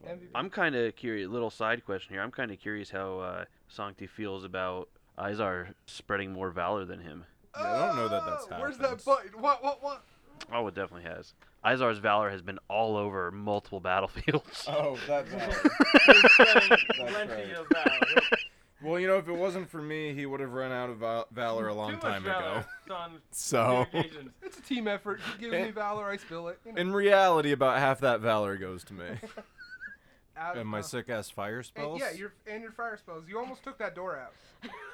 MVP.
I'm kind of curious. Little side question here. I'm kind of curious how uh, Sancti feels about Izar spreading more valor than him.
Yeah, I don't know that that's
Ah, Where's
happened.
that button? What? What? What?
Oh, it definitely has. Izar's valor has been all over multiple battlefields.
Oh, that's
Plenty
right.
of valor.
well. You know, if it wasn't for me, he would have run out of val- valor a long
Too
time
much valor
ago. Oh.
on
So,
two occasions.
It's a team effort. You give me valor, I spill it. You know.
in reality, about half that valor goes to me.
Out-
And my
uh,
sick ass fire
and,
spells.
yeah, your and your fire spells. You almost took that door out.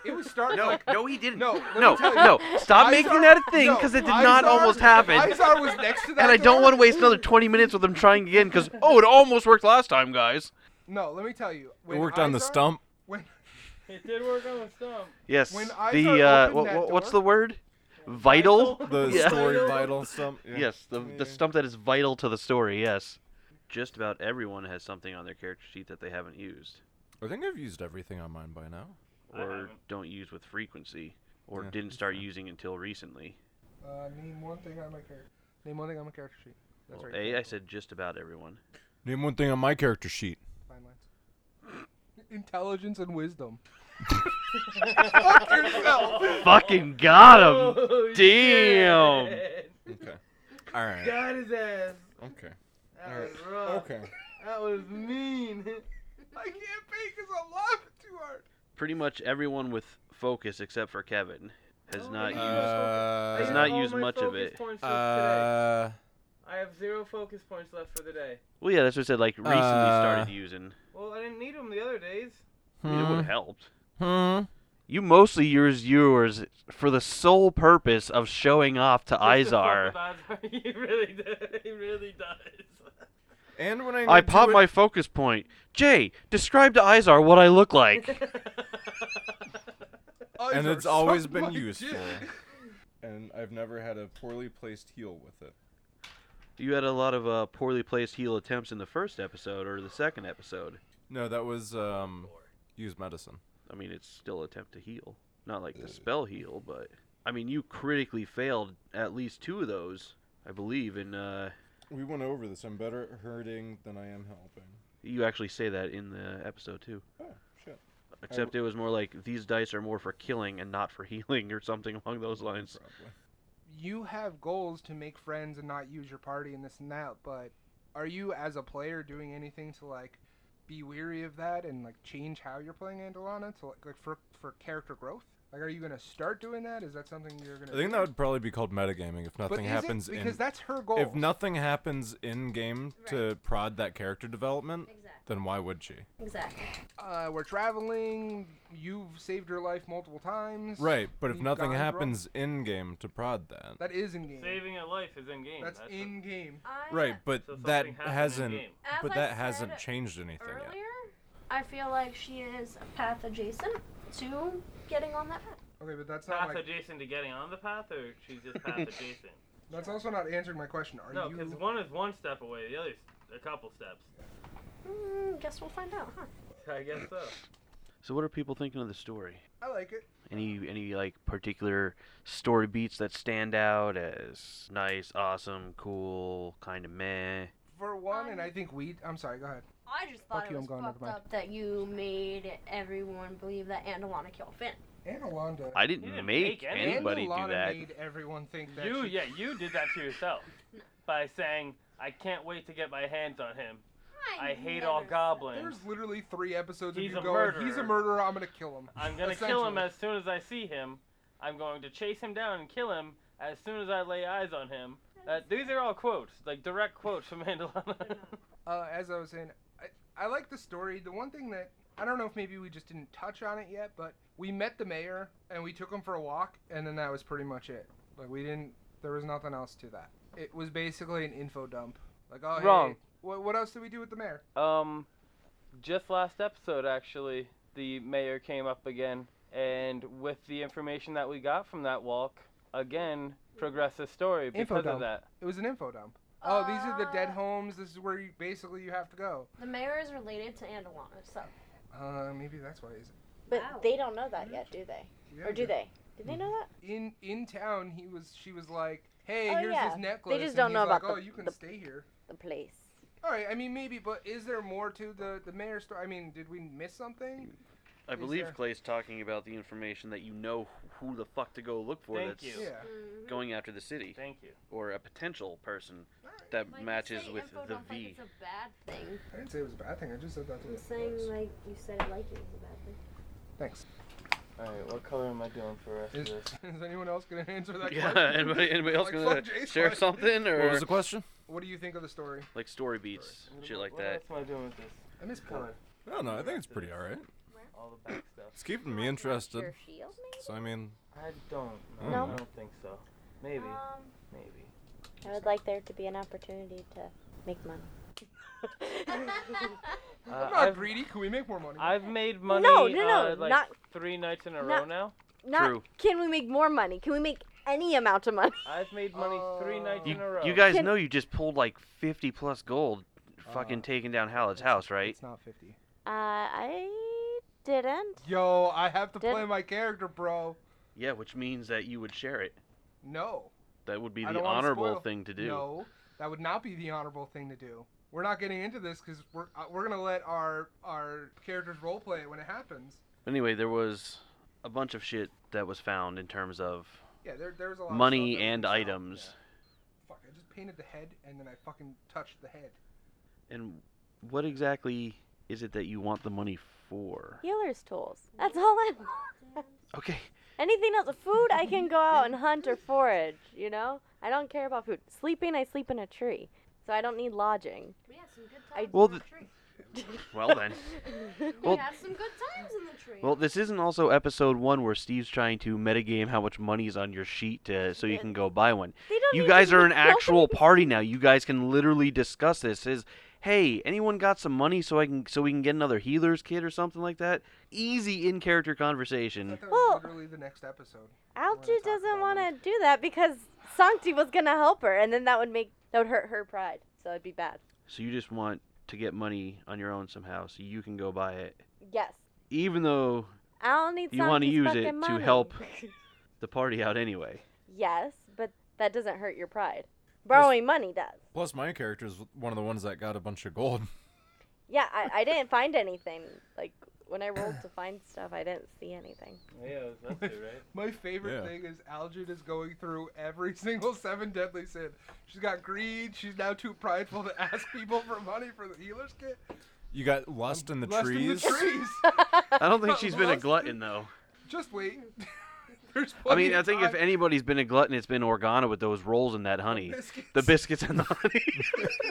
It was starting
No,
like
no, he didn't.
No, let me
no,
tell you.
no. Stop
Izar-
making that a thing
no,
because it did not
Izar-
almost happen.
Izar was next to that.
and I don't
door.
want to waste another 20 minutes with him trying again because, oh, it almost worked last time, guys.
No, let me tell you.
it
When
worked on the
Izar-
stump.
When
It did work on the stump.
Yes.
When Izar
the, uh,
opened
wha-
that
wha- what's
door-
the word? Vital?
The
Yeah.
story vital stump. Yeah.
Yes, the,
Yeah.
the stump that is vital to the story, yes. Just about everyone has something on their character sheet that they haven't used
I think I've used everything on mine by now.
I
or
haven't.
don't use with frequency or
Yeah,
didn't
that's
start
fine.
using until recently.
uh, name one thing on my character. Name one thing on my character sheet. That's
Well,
right.
A, I said just about everyone.
Name one thing on my character sheet.
Fine lines. Intelligence and wisdom. Fuck yourself.
Fucking got him!
Oh,
damn.
shit.
Okay. All right.
Got his ass.
Okay.
That
Alright.
was rough.
Okay.
That was mean.
I can't pay because I laugh too hard.
Pretty much everyone with focus except for Kevin has
Oh,
not
yeah.
used.
I
Has
used
not
Uh,
all
used
my
much of
focus
it.
points just today.
uh,
I have zero focus points left for the day.
Well, yeah, that's what I said. Like recently
Uh,
started using.
Well, I didn't need them the other days.
I mean, It would have helped.
hmm.
You mostly use yours for the sole purpose of showing off to
Just to
Izar.
fuck with Izar. He really does. He really does.
And when I
I
need to
pop
it-
my focus point. Jay, describe to Izar what I look like.
and
Eyes
it's
are
always
sucked
been
by
useful.
dick.
and I've never had a poorly placed heel with it.
you had a lot of uh, poorly placed heal attempts in the first episode or the second episode.
No, that was um use medicine.
I mean, it's still attempt to heal. Not like the spell heal, but I mean, you critically failed at least two of those, I believe, and uh,
We went over this. I'm better at hurting than I am helping.
you actually say that in the episode too.
Oh shit.
Except it was more like these dice are more for killing and not for healing or something along those lines.
Probably.
You have goals to make friends and not use your party and this and that, but are you as a player doing anything to like be weary of that and like change how you're playing Andalana to like, like for for character growth? Like, are you gonna start doing that? Is that something you're gonna?
I think
do?
that would probably be called metagaming if
But
nothing
is it?
happens in
because that's her goal.
if nothing happens in game to prod that character development,
Exactly.
then why would she?
Exactly.
uh, we're traveling. You've saved her life multiple times.
Right, but if
You've
nothing
gone through all-
happens in game to prod that.
That is in game.
Saving a life is in game.
That's,
what-
in game.
I,
Right, but
So something
that
happened in
hasn't
game.
As
but
I
that
said
hasn't changed anything
Earlier,
yet.
I feel like she is path adjacent to getting on that path.
Okay, but that's not
path
like
adjacent to getting on the path, or she's just path adjacent.
that's also not answering my question. Are
no,
you?
because one is one step away, the other's a couple steps.
Mm, guess we'll find out, huh?
I guess so.
So what are people thinking of the story?
I like it.
Any any like particular story beats that stand out as nice, awesome, cool, kind of meh?
For one, and
Um,
I think we. I'm sorry. Go ahead.
I just thought
Fuck
it
you, I'm
was
gone,
fucked
never mind.
up that you made everyone believe that Andalana killed Finn.
Annalanda.
I didn't,
You didn't
make
make any-
anybody
Annalana
do that.
made everyone think that.
You,
she-
yeah, you did that to yourself by saying, "I can't wait to get my hands on him. I hate all goblins.
There's literally three episodes
He's
of you
a
going. He's a
murderer."
murderer. I'm gonna kill him.
I'm gonna kill him
Essentially.
as soon as I see him. I'm going to chase him down and kill him as soon as I lay eyes on him." Uh, these are all quotes, like direct quotes from Mandalana.
uh, as I was saying, I, I like the story. The one thing that I don't know if maybe we just didn't touch on it yet, but we met the mayor and we took him for a walk, and then that was pretty much it. Like we didn't, there was nothing else to that. It was basically an info dump. Like oh, hey,
Wrong.
what, what else did we do with the mayor?
Um, just last episode, actually, the mayor came up again, and with the information that we got from that walk, again, progressed the story
Info
because
dump.
of that.
It was an info dump. Oh, these are the dead
Ah.
Uh.
homes. This is where you basically you have to go.
The mayor is related to Andalana, so.
Uh, maybe that's why. Is
But
Wow.
they don't know that yet, do they?
it? Yeah,
or do they? Do they know that?
In in town, he was. She was like, "Hey,
Oh,
here's
yeah.
this
They
necklace."
just
and
don't
he's
know
like,
about
Oh,
the-
you can
the-
stay here.
The place.
All right, I mean maybe, but is there more to the the mayor's story? I mean, did we miss something?
I
Is
believe
there-
Clay's talking about the information that you know who the fuck to go look for
Thank
that's
you.
Yeah.
Mhm.
going after the city
Thank you.
or a potential person
Alright.
that
Like, you
matches
say
with
info
the
don't think
V.
it's a bad thing.
I didn't say it was a bad thing. I just said that to
I'm
the
saying like you said it like it was a bad thing.
Thanks.
Alright, what color am I doing for the rest
Is,
of this?
is anyone else gonna answer that
Yeah,
question?
anybody, anybody else
Like,
gonna
fuck Jason.
share something or
What was the question?
What do you think of the story?
like story beats, shit like
what
that?
What else am I doing with this?
I miss
Color.
I don't know. I think it's pretty alright.
All the back stuff.
It's keeping me interested.
Your shield, maybe?
So I mean,
I don't know.
No?
I don't think so. Maybe.
Um,
Maybe.
I would like there to be an opportunity to make money.
Uh,
I'm not
I've,
greedy. Can we make more money?
I've made money
no, no,
uh, like
not-
three nights in a
not-
row now.
Not
True.
can we make more money? Can we make any amount of money?
I've made money three nights
You,
in a row.
you guys
Can-
know you just pulled like 50 plus gold fucking
Uh,
taking down Hallett's house, right?
It's not 50.
Uh, I didn't.
Yo, I have to
Did-
play my character, bro.
Yeah, which means that you would share it.
No.
That would be
I
the
don't wanna
honorable
spoil-
thing to do.
No, that would not be the honorable thing to do. We're not getting into this because we're uh, we're gonna let our our characters roleplay it when it happens.
Anyway, there was a bunch of shit that was found in terms of
Yeah, there there was a lot. of
money
stuff that
and
was found.
items.
Yeah. Fuck! I just painted the head and then I fucking touched the head.
And what exactly is it that you want the money for?
Healer's tools. That's all I want.
Okay.
Anything else? Food, I can go out and hunt or forage, you know? I don't care about food. Sleeping, I sleep in a tree. So I don't need lodging.
We had some good
I-
times
Well,
in the
the-
tree.
Well then.
We
Well-
had some good times in the tree.
Well, this isn't also episode 1 where Steve's trying to metagame how much money's on your sheet to, so you can go buy one.
They don't
You
even
guys are an
need-
actual
nobody-
party now. You guys can literally discuss this. Is hey, anyone got some money so I can so we can get another healer's kit or something like that? Easy in character
I
conversation.
thought that
Well-
was literally the next episode. We're
Alja
gonna talk
doesn't
about
want
it.
to do that because Sancti was going to help her, and then that would make. That would hurt her pride. So it'd be bad.
So you just want to get money on your own somehow so you can go buy it.
Yes.
Even though
I don't need
You wanna
Sancti's
use
fucking
it to
money.
help. the party out anyway.
yes, but that doesn't hurt your pride. Borrowing money does.
plus my character is one of the ones that got a bunch of gold.
Yeah, I, I didn't find anything. Like when I rolled to find stuff, I didn't see anything.
Yeah, it was that too, right?
My favorite
Yeah.
thing is Algid is going through every single seven deadly sin. She's got greed. She's now too prideful to ask people for money for the healer's kit.
You got lust in the
Lust in the
trees.
trees.
I don't think she's been a
Lost.
glutton though.
Just wait. There's
I mean,
plenty
I
of
think if
time.
anybody's been a glutton, it's been Organa with those rolls and that honey, the biscuits and the honey.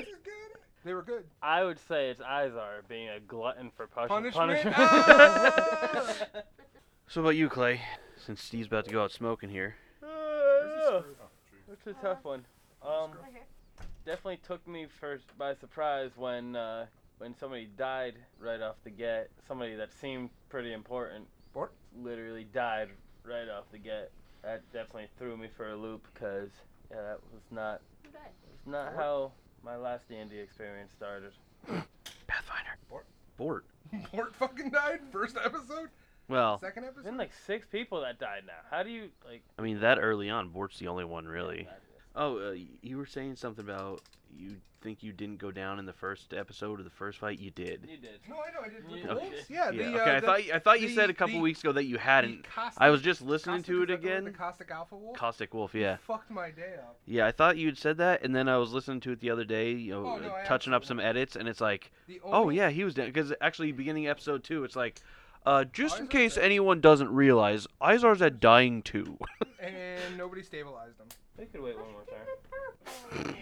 They were good.
I would say it's Izar being a glutton for push-
Punishment?
punishment.
Ah!
so what about you, Clay? Since Steve's about to go out smoking here,
Ugh, That's a tough one. Um,
Right here.
definitely took me first by surprise when uh, when somebody died right off the get. Somebody that seemed pretty important
Bort?
literally died right off the get. That definitely threw me for a loop because yeah, that was not
Who died?
was not how my last D&D experience started.
Pathfinder.
Bort.
Bort.
Bort fucking died. First episode.
Well,
Second
There's
episode.
been like six people that died now. How do you like?
I mean that early on, Bort's the only one really. Oh, uh, y- you were saying something about you think you didn't go down in the first episode of the first fight. You did.
You did.
No, I know. I did. With
Yeah.
the wolves. Yeah.
Yeah.
The,
okay,
uh,
I
the-
thought you, I thought you
the-
said a couple
the-
weeks ago that you
the
hadn't.
caustic-
I was just listening
caustic-
to
is
it
that the one,
again.
The caustic alpha wolf.
Caustic Wolf, yeah.
Fucked my day up.
Yeah, I thought you'd said that, and then I was listening to it the other day, you know, uh,
Oh, no, I
touching up
absolutely
some edits, and it's like,
The
oh
only-
yeah, he was down. Because actually, beginning episode two, it's like, uh, just in
Izar's
case
dead.
anyone doesn't realize, Izar's at dying too.
And nobody stabilized them.
We could
Oh,
wait one more time.
I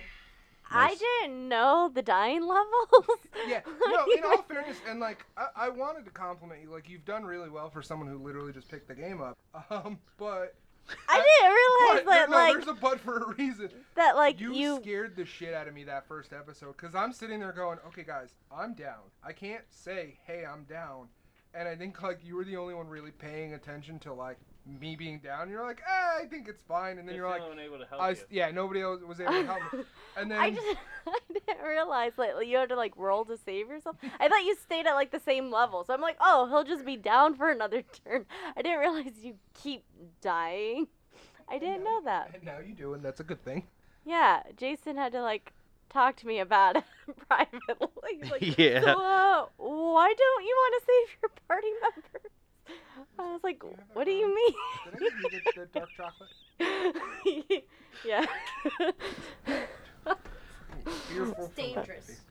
Nice.
didn't know the dying levels.
Yeah. No. In all fairness, and like I, I wanted to compliment you. Like you've done really well for someone who literally just picked the game up. Um, but
I
but
didn't realize that
no,
like
there's a but for a reason.
that like
you,
you.
scared the shit out of me that first episode because I'm sitting there going, okay, guys, I'm down. I can't say, hey, I'm down. And I think like you were the only one really paying attention to like me being down. You're like, eh, I think it's fine. And then
If
you're like,
someone able to help
I,
you.
s- yeah, nobody else was able to help me. And then
I just I didn't realize like you had to like roll to save yourself. I thought you stayed at like the same level, so I'm like, oh, he'll just be down for another turn. I didn't realize you keep dying. I didn't know that.
and now you do, and that's a good thing.
Yeah, Jason had to like talk to me about it privately. He's like,
Yeah.
"So, uh, why don't you want to save your party members? I was like,
Do you have that
what do you
one?
mean?
Did I give you the, the dark chocolate?
yeah.
Beautiful.
It's dangerous.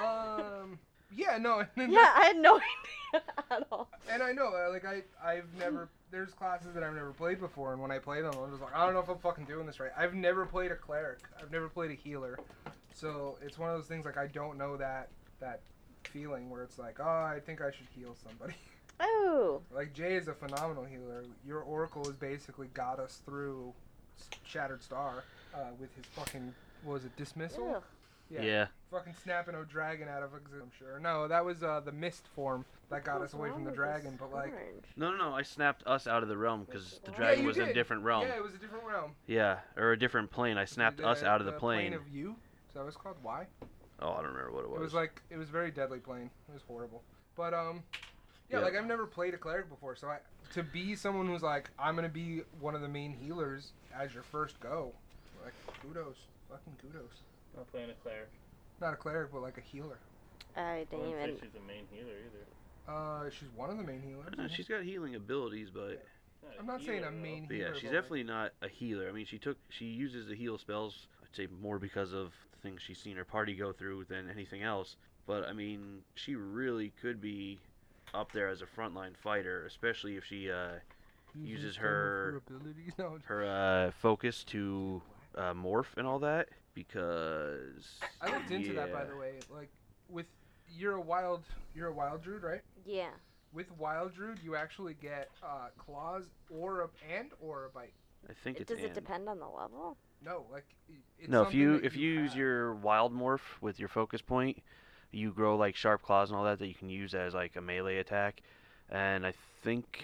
Um. Yeah. No. And then
yeah, I had no idea at all.
And I know, uh, like I, I've never. There's classes that I've never played before, and when I play them, I'm just like, I don't know if I'm fucking doing this right. I've never played a cleric. I've never played a healer, so it's one of those things like I don't know that that feeling where it's like, oh, I think I should heal somebody.
Oh,
like Jay is a phenomenal healer. Your oracle has basically got us through S- Shattered Star uh, with his fucking what was it dismissal?
ugh.
Yeah.
fucking snapping a dragon out of exi- I'm sure. No, that was uh, the mist form that got
What's
us away
wrong
from the
with
dragon.
this
But like,
orange?
No, no, no. I snapped us out of the realm because the
Yeah,
dragon
Oh, you
was in a
did.
different realm.
yeah, it was a different realm.
Yeah, or a different plane. I snapped
The-
us out of the,
the
plane.
of you. Is that what it's called? Why?
Oh, I don't remember what it
It
was.
was like it was very deadly plane. It was horrible. But um, yeah,
Yeah.
like I've never played a cleric before, so I to be someone who's like I'm gonna be one of the main healers as your first go, like kudos, fucking kudos.
Not playing a cleric. not
Not a cleric, but like a healer.
I
I
didn't
wouldn't say
even.
she's a main healer either.
Uh, she's one of the main
I
healers.
don't know, she's got healing abilities, but,
Not a
I'm not saying
healer,
a
though.
main
but
healer.
yeah, she's
but, like,
definitely not a healer. I mean, she took she uses the heal spells. I'd say more because of the things she's seen her party go through than anything else. But I mean, she really could be up there as a frontline fighter, especially if she uh, uses
some of
her-
abilities. No,
her uh, focus to uh, morph and all that. Because
I looked into that by
yeah.
the way. Like with you're a wild, you're a wild druid, right?
Yeah.
With Wild Druid, you actually get uh, claws or a, and or a bite.
I think it's
Does
and.
it depend on the level?
No, like i- it's
no, if
something
you
that
if you use
have.
your wild morph with your focus point, you grow like sharp claws and all that that you can use as like a melee attack, and I think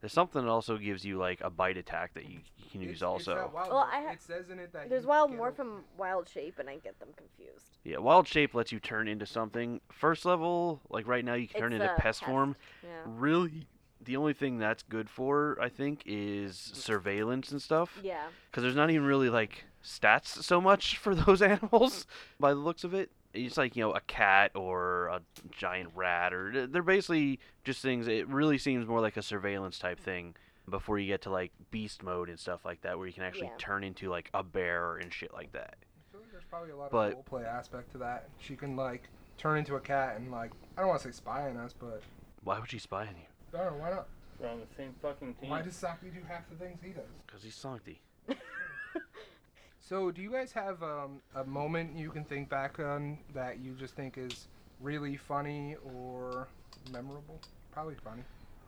there's something that also gives you like a bite attack that you, you can
It's-
use
it's that
also.
wild
Well,
morph.
I ha-
it says in it that
There's
you
wild
get
morph
a-
and wild shape, and I get them confused.
yeah, wild shape lets you turn into something. First level, like right now, you can turn
It's
into
a
pest form.
Yeah.
Really, the only thing that's good for I think is surveillance and stuff.
Yeah.
because there's not even really like stats so much for those animals by the looks of it. It's like you know a cat or a giant rat or they're basically just things. It really seems more like a surveillance type thing before you get to like beast mode and stuff like that, where you can actually
Yeah.
turn into like a bear and shit like that.
I feel like there's probably a lot
but-
of roleplay aspect to that. She can like turn into a cat and like I don't want to say spy on us, but
Why would she spy on you?
I don't know why not.
We're on the same fucking team.
Why does Saki do half the things he does?
Because he's Sancti.
So, do you guys have um, a moment you can think back on that you just think is really funny or memorable? Probably funny,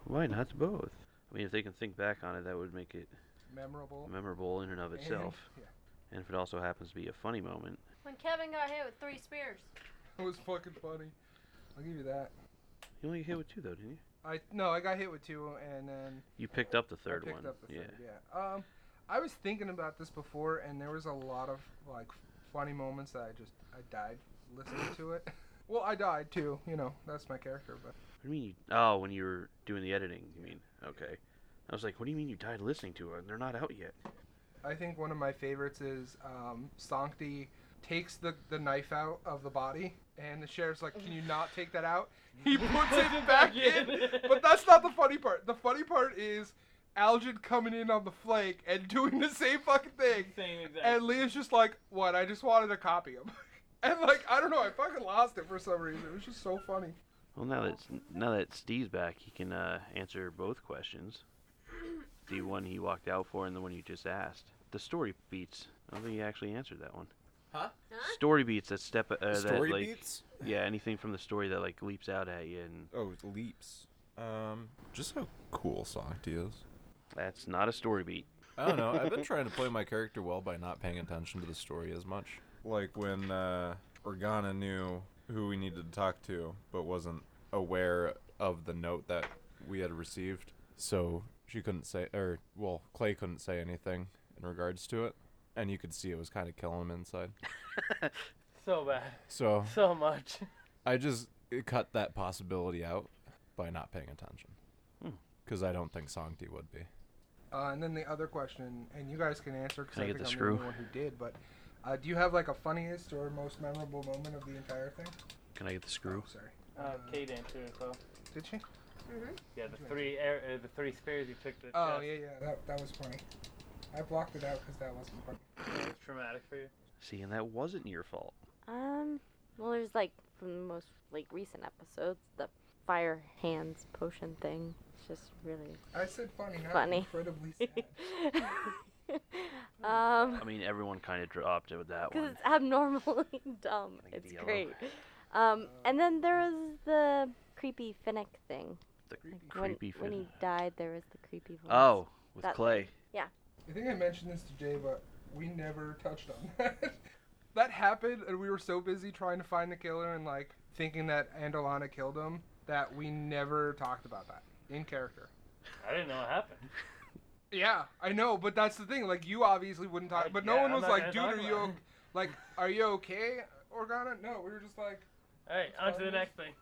Why not both? I mean, if they can think back on it, that would make it
memorable.
memorable in and of
and-
itself.
yeah.
And if it also happens to be a funny moment,
When Kevin got hit with three spears.
It was fucking funny. I'll give you that.
you only get hit with two though, didn't you?
I no, I got hit with two, and then
You picked up the
I
third
picked
one.
up the
yeah.
third. Yeah. Um, I was thinking about this before, and there was a lot of like funny moments that I just I died listening to it. Well, I died too. You know, that's my character. But
What do you mean? You, oh, when you were doing the editing, you mean? Okay. I was like, what do you mean you died listening to it? They're not out yet.
I think one of my favorites is um, Sancti takes the, the knife out of the body, and the sheriff's like, "Can you not take that out?" He puts it back in. But that's not the funny part. The funny part is Algin coming in on the flank and doing the same fucking thing.
Same exact.
And Leah's just like, what? I just wanted to copy him. And like, I don't know, I fucking lost it for some reason. It was just so funny.
Well, now that it's- now that Steve's back, he can uh, answer both questions. The one he walked out for, and the one you just asked. The story beats. I don't think he actually answered that one.
Huh?
Story beats that step. Uh,
Story
that, like,
beats?
Yeah, anything from the story that like leaps out at you, and
Oh, it leaps. Um, just how cool Songti is.
that's not a story beat.
I don't know. I've been trying to play my character well by not paying attention to the story as much. Like when uh, Organa knew who we needed to talk to, but wasn't aware of the note that we had received. So she couldn't say, or, well, Clay couldn't say anything in regards to it. And you could see it was kind of killing him inside.
So bad.
So
So much.
I just cut that possibility out by not paying attention.
Hmm.
Because I don't think Songti would be.
Uh, and then the other question, and you guys can answer because
Can
I,
I get
think
the
I'm
screw?
the only one who did. But uh, do you have like a funniest or most memorable moment of the entire thing?
Can I get the
Oh,
screw?
sorry.
Uh, Kate answered it though.
Did she?
Yeah, the three air, uh, the three spears you took. To the
Oh
chest.
yeah, yeah, that, that was funny. I blocked it out because that wasn't funny.
It was traumatic for you.
See, and that wasn't your fault.
Um, well, there's like from the most like recent episodes, the fire hands potion thing. It's just really
I said funny, not
Funny.
incredibly sad.
um,
I mean, everyone kind of dropped it with that
because
one.
it's abnormally dumb.
I think
It's
the uh, yellow-
great. Um, and then there was the creepy Finnick thing.
The
Creepy.
When,
creepy
when he
fin-
died, there was the creepy voice.
Oh, with
That-
Clay.
I think I mentioned this to Jay, but we never touched on that. that happened, and we were so busy trying to find the killer and like thinking that Andalana killed him that we never talked about that in character.
I didn't know what happened.
Yeah, I know, but that's the thing. Like, you obviously wouldn't talk,
Like,
but
yeah,
no one
I'm
was
not
like,
gonna
"Dude,
talk
are you
about
o- like, are you okay, Organa?" No, we were just like,
All right, on to the next thing.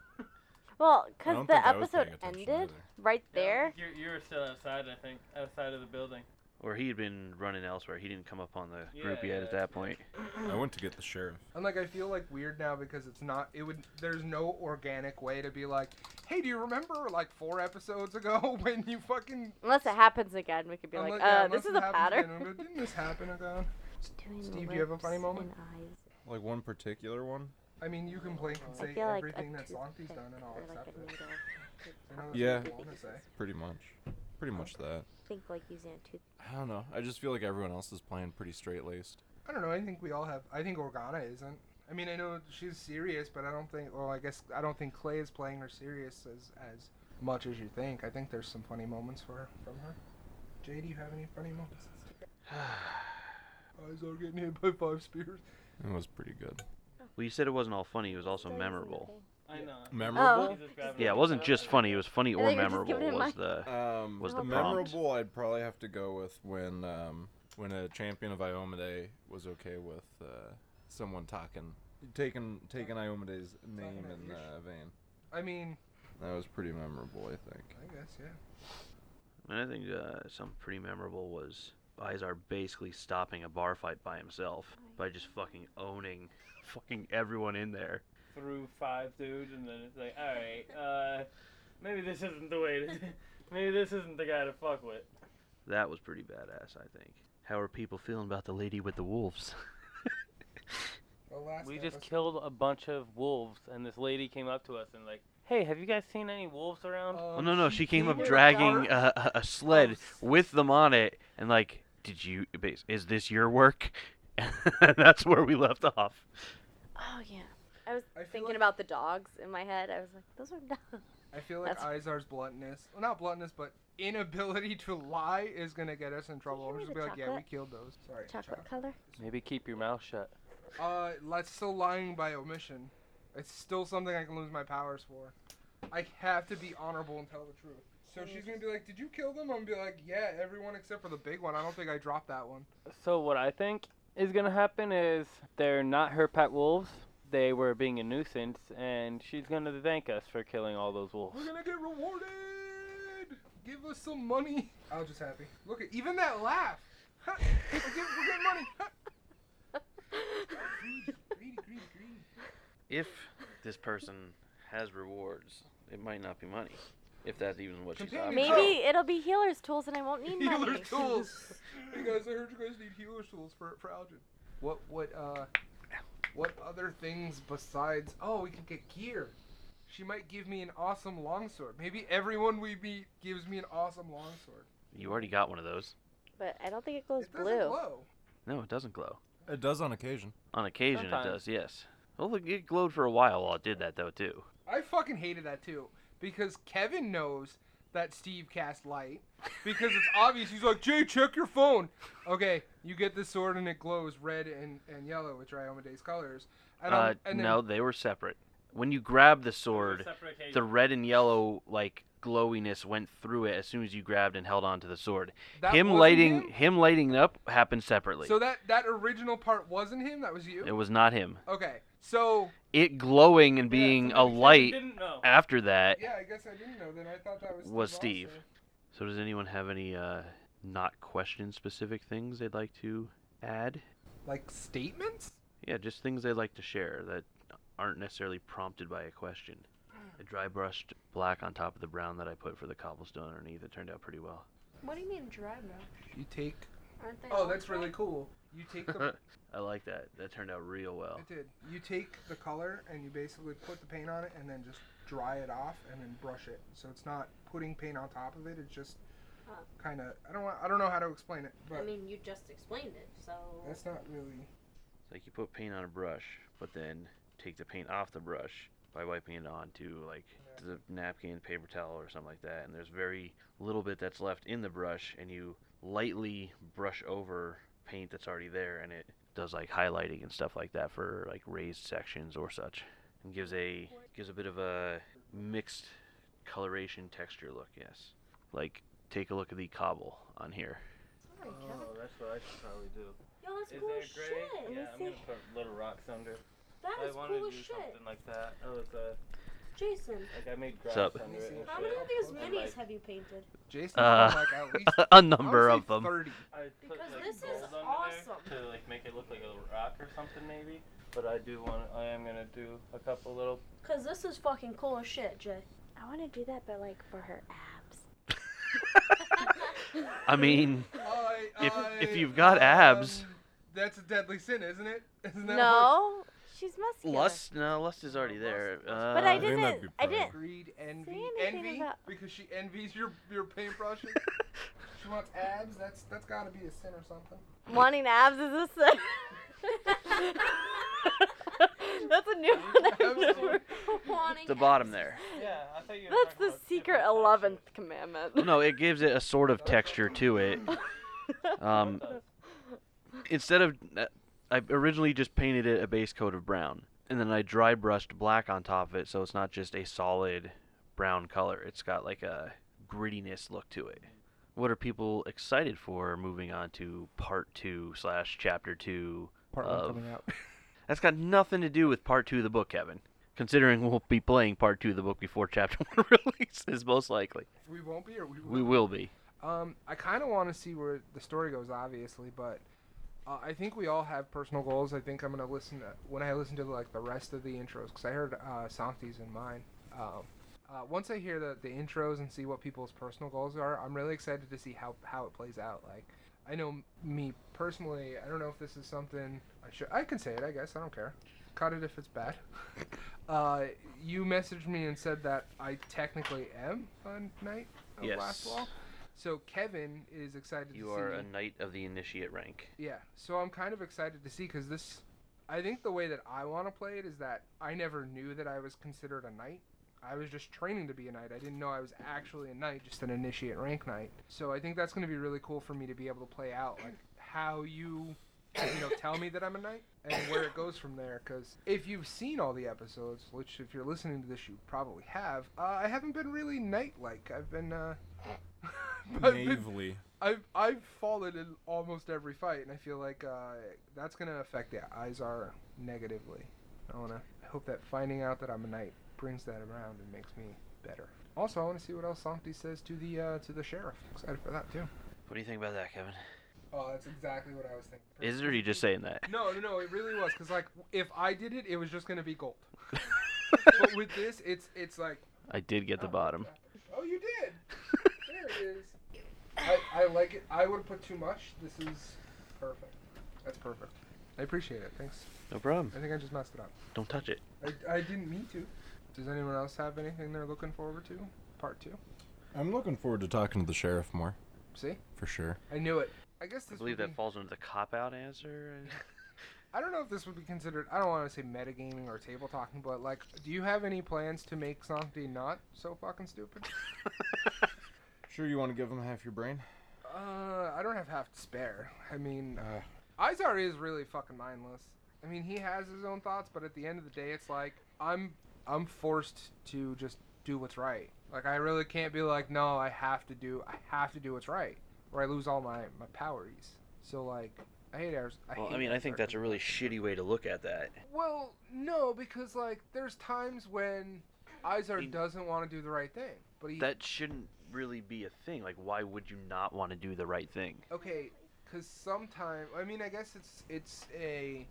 Well,
I don't
because
think
the
I was paying
episode
attention
ended
either.
right
Yeah,
there.
You, you were still outside, I think, outside of the building.
Or he had been running elsewhere. He didn't come up on the
Yeah,
group yet
yeah.
at that point.
I went to get the sheriff.
"I'm like, I feel like weird now because it's not. It would. There's no organic way to be like, hey, do you remember like four episodes ago when you fucking
Unless it happens again, we could be
I'm
like,
yeah,
uh,
unless
this is
it
a
happens
pattern.
again, I'm like, Didn't this happen again?
Doing the
Steve, do you have a
lips
funny moment?
and eyes.
Like one particular one.
I mean, you can blink and
I
say
feel like
everything
a
that Santi's
toothpick
done, and I'll
or like
accept
a
it.
needle. could
I know that's
probably
Yeah.
what you
be
want to
used.
say.
Pretty much. Pretty much that.
Think like using a toothpick.
I don't know. I just feel like everyone else is playing pretty straight laced.
I don't know. I think we all have. I think Organa isn't. I mean, I know she's serious, but I don't think. Well, I guess I don't think Clay is playing her serious as as much as you think. I think there's some funny moments for from her. Jay, do you have any funny moments? Eyes are getting hit by five spears.
It was pretty good.
Well, you said it wasn't all funny. It was also
Sorry, it's
memorable.
okay.
I know.
Memorable?
He's just grabbing
Yeah, it
onto
wasn't
the
just
building.
funny. It was funny
I
or
think I just
memorable.
give it
Was
my-
the
Um,
Was the prompt.
memorable? I'd probably have to go with when um, when a champion of Iomade was okay with uh, someone talking, taking taking Iomade's name in uh, vain.
I mean,
That was pretty memorable, I think.
I guess yeah.
And I think uh, something pretty memorable was Izar basically stopping a bar fight by himself by just fucking owning fucking everyone in there.
Through five dudes, and then it's like, all right, uh, maybe this isn't the way. To, maybe this isn't the guy to fuck with.
That was pretty badass, I think. How are people feeling about the lady with the wolves?
The last
We just
episode-
killed a bunch of wolves, and this lady came up to us and like, hey, have you guys seen any wolves around?
oh
Um,
no, no, she came up
with a
dragging
cart.
a, a, a sled with them on it, and like, did you? bas- Is this your work? And that's where we left off.
Oh yeah. I was
I feel
thinking
like-
about the dogs in my head. I was like, those are dogs.
I feel like
That's-
Izar's bluntness, well, not bluntness, but inability to lie is gonna get us in trouble.
hear
We're just
the
gonna be like, yeah, we
chocolate?
killed those. Sorry.
Chocolate
chocolate.
color.
Maybe keep your mouth shut.
Uh, that's still lying by omission. It's still something I can lose my powers for. I have to be honorable and tell the truth. So she's gonna be like, "Did you kill them?" I'm gonna be like, "Yeah, everyone except for the big one. I don't think I dropped that one."
So what I think is gonna happen is they're not her pet wolves. They were being a nuisance, and she's gonna thank us for killing all those wolves.
We're gonna get rewarded. Give us some money. I was just happy. Look at even that laugh. Ha, we're, getting, we're getting money. Ha. Greedy, greedy, greedy, greedy.
If this person has rewards, it might not be money. If that's even what she's
Companion
offering.
Maybe it'll be healer's tools and I won't need money.
Healer tools. hey guys, I heard you guys need healer tools for for Algin. What what uh what other things besides oh we can get gear. She might give me an awesome longsword. Maybe everyone we meet gives me an awesome longsword.
You already got one of those.
But I don't think it glows
It doesn't
blue.
glow.
No, it doesn't glow.
It does on occasion.
On occasion, it
Sometimes.
does. Yes. Well, look, it glowed for a while while it did that though too.
I fucking hated that too because Kevin knows that Steve cast light because it's obvious. He's like, Jay, check your phone. Okay, you get this sword and it glows red and, and yellow, which are Iomade's colors. And,
uh,
I'm- and then-
no, they were separate. When you grabbed the sword, the red and yellow like glowiness went through it as soon as you grabbed and held onto the sword.
That
him
wasn't
lighting
him?
lighting up happened separately.
So that that original part wasn't him. That was you.
it was not him.
Okay, so
It glowing and being a light
Didn't know.
after that.
yeah, I guess I didn't know. Then I thought that was
Eh. Was
Steve.
Steve. So does anyone have any uh, not question specific things they'd like to add?
also. Like statements?
Yeah, just things they'd like to share that aren't necessarily prompted by a question. I dry brushed black on top of the brown that I put for the cobblestone underneath. It turned out pretty well.
What do you mean dry brush?
You take.
Aren't they?
Oh,
all
that's
dry?
really cool. You take the.
I like that. That turned out real well.
it did.
Oh.
You take the color and you basically put the paint on it and then just dry it off and then brush it. So it's not putting paint on top of it. It's just
Oh.
kind of. I don't want. I don't know how to explain it,
I
but
mean, you just explained it, so.
that's not really.
It's like you put paint on a brush, but then take the paint off the brush by wiping it onto like
Yeah.
the napkin, paper towel, or something like that. And there's very little bit that's left in the brush, and you lightly brush over paint that's already there, and it does like highlighting and stuff like that for like raised sections or such, and gives a gives a bit of a mixed coloration texture look. Yes, like take a look at the cobble on here.
Sorry, Kevin.
Oh, that's what I should probably do.
Yo, that's
Is
cool
there
as
gray?
shit.
Yeah,
Let
I'm
me
gonna put little rocks under.
That
I
is
wanted
cool
to
as
do
shit.
something like that. I was uh,
Jason,
like I made grass
What's up?
under it. and
how
shit.
many of these
And,
minis
like,
have you painted?
Jason's
Uh,
got, like at least.
a
I would
number
say
of them.
Thirty.
I put,
Because
like,
this is
gold under
awesome.
There to like make it look like a rock or something maybe. But I do want. I am gonna do a couple little.
Cause this is fucking cool as shit, Jay.
I want to do that, but like for her abs.
I mean,
I,
If-
I,
if you've got abs-
um, that's a deadly sin, isn't it? Isn't that what-
No, she's muscular.
lust? No, lust is already there. Uh,
But I
I think
didn't.
that'd be
I
fine.
didn't.
Greed, envy,
anything
envy,
about-
because she envies your your paintbrushes. she wants abs. That's that's got to be a sin or something.
Wanting abs is a sin. That's a new one. I've never-
Wanting
the bottom there.
Yeah, I thought you. Were
That's
talking
the
about
secret
different
eleventh
sections.
commandment.
Well, no, it gives it a sort of texture to it. Um,
Does.
instead of, uh, I originally just painted it a base coat of brown, and then I dry brushed black on top of it, so it's not just a solid brown color. It's got like a grittiness look to it. What are people excited for? Moving on to part two slash chapter two.
Part
one Of- coming
out.
That's got nothing to do with part two of the book, Kevin. Considering we'll be playing part two of the book before chapter one releases, most likely.
We won't be, or we will.
We will be.
Um, I kind of want to see where the story goes, obviously, but uh, I think we all have personal goals. I think I'm gonna listen to when I listen to like the rest of the intros because I heard uh, Santi's in mine. Um, uh, once I hear the, the intros and see what people's personal goals are, I'm really excited to see how how it plays out. Like, I know m- me personally, I don't know if this is something I should. I can say it, I guess. I don't care. Cut it if it's bad. uh, you messaged me and said that I technically am on night of
Yes.
last wall. So Kevin is excited to
You
see
are
me.
a knight of the initiate rank.
Yeah, so I'm kind of excited to see because this, I think the way that I want to play it is that I never knew that I was considered a knight. I was just training to be a knight. I didn't know I was actually a knight, just an initiate rank knight. So I think that's going to be really cool for me to be able to play out like how you, you know, tell me that I'm a knight and where it goes from there. Because if you've seen all the episodes, which if you're listening to this, you probably have, uh, I haven't been really knight-like. I've been, uh, I've been
Naively.
I've I've fallen in almost every fight, and I feel like uh, that's gonna affect the Izar negatively. I wanna I hope that finding out that I'm a knight brings that around and makes me better. Also, I want to see what else Sancti says to the uh, to the sheriff. Excited for that too.
What do you think about that, Kevin?
Oh, that's exactly what I was thinking.
Is it or are you just saying that?
No, no, no. It really was because like if I did it, it was just gonna be gold. but with this, it's it's like
I did get the bottom.
oh, you did. There it is. I, I like it. I would have put too much. This is perfect. That's perfect. I appreciate it. Thanks.
No problem.
I think I just messed it up.
Don't touch it.
I, I didn't mean to. Does anyone else have anything they're looking forward to? Part two.
I'm looking forward to talking to the sheriff more,
See,
for sure.
I knew it. I guess
I
this.
believe
would
that
be-
falls under the cop out answer.
I don't know if this would be considered. I don't want to say metagaming or table talking, but like, do you have any plans to make something not so fucking stupid?
Sure, you want to give him half your brain?
Uh, I don't have half to spare. I mean,
Uh,
Izar is really fucking mindless. I mean, he has his own thoughts, but at the end of the day, it's like I'm I'm forced to just do what's right. Like I really can't be like, no, I have to do I have to do what's right, or I lose all my my powers. So like, I hate ours. I
well,
hate
I mean, I
Izar.
think that's a really shitty way to look at that.
Well, no, because like there's times when Izar
He-
doesn't want to do the right thing, but he
That shouldn't really be a thing. Like, why would you not want to do the right thing?
Okay, because sometimes I mean I guess it's it's a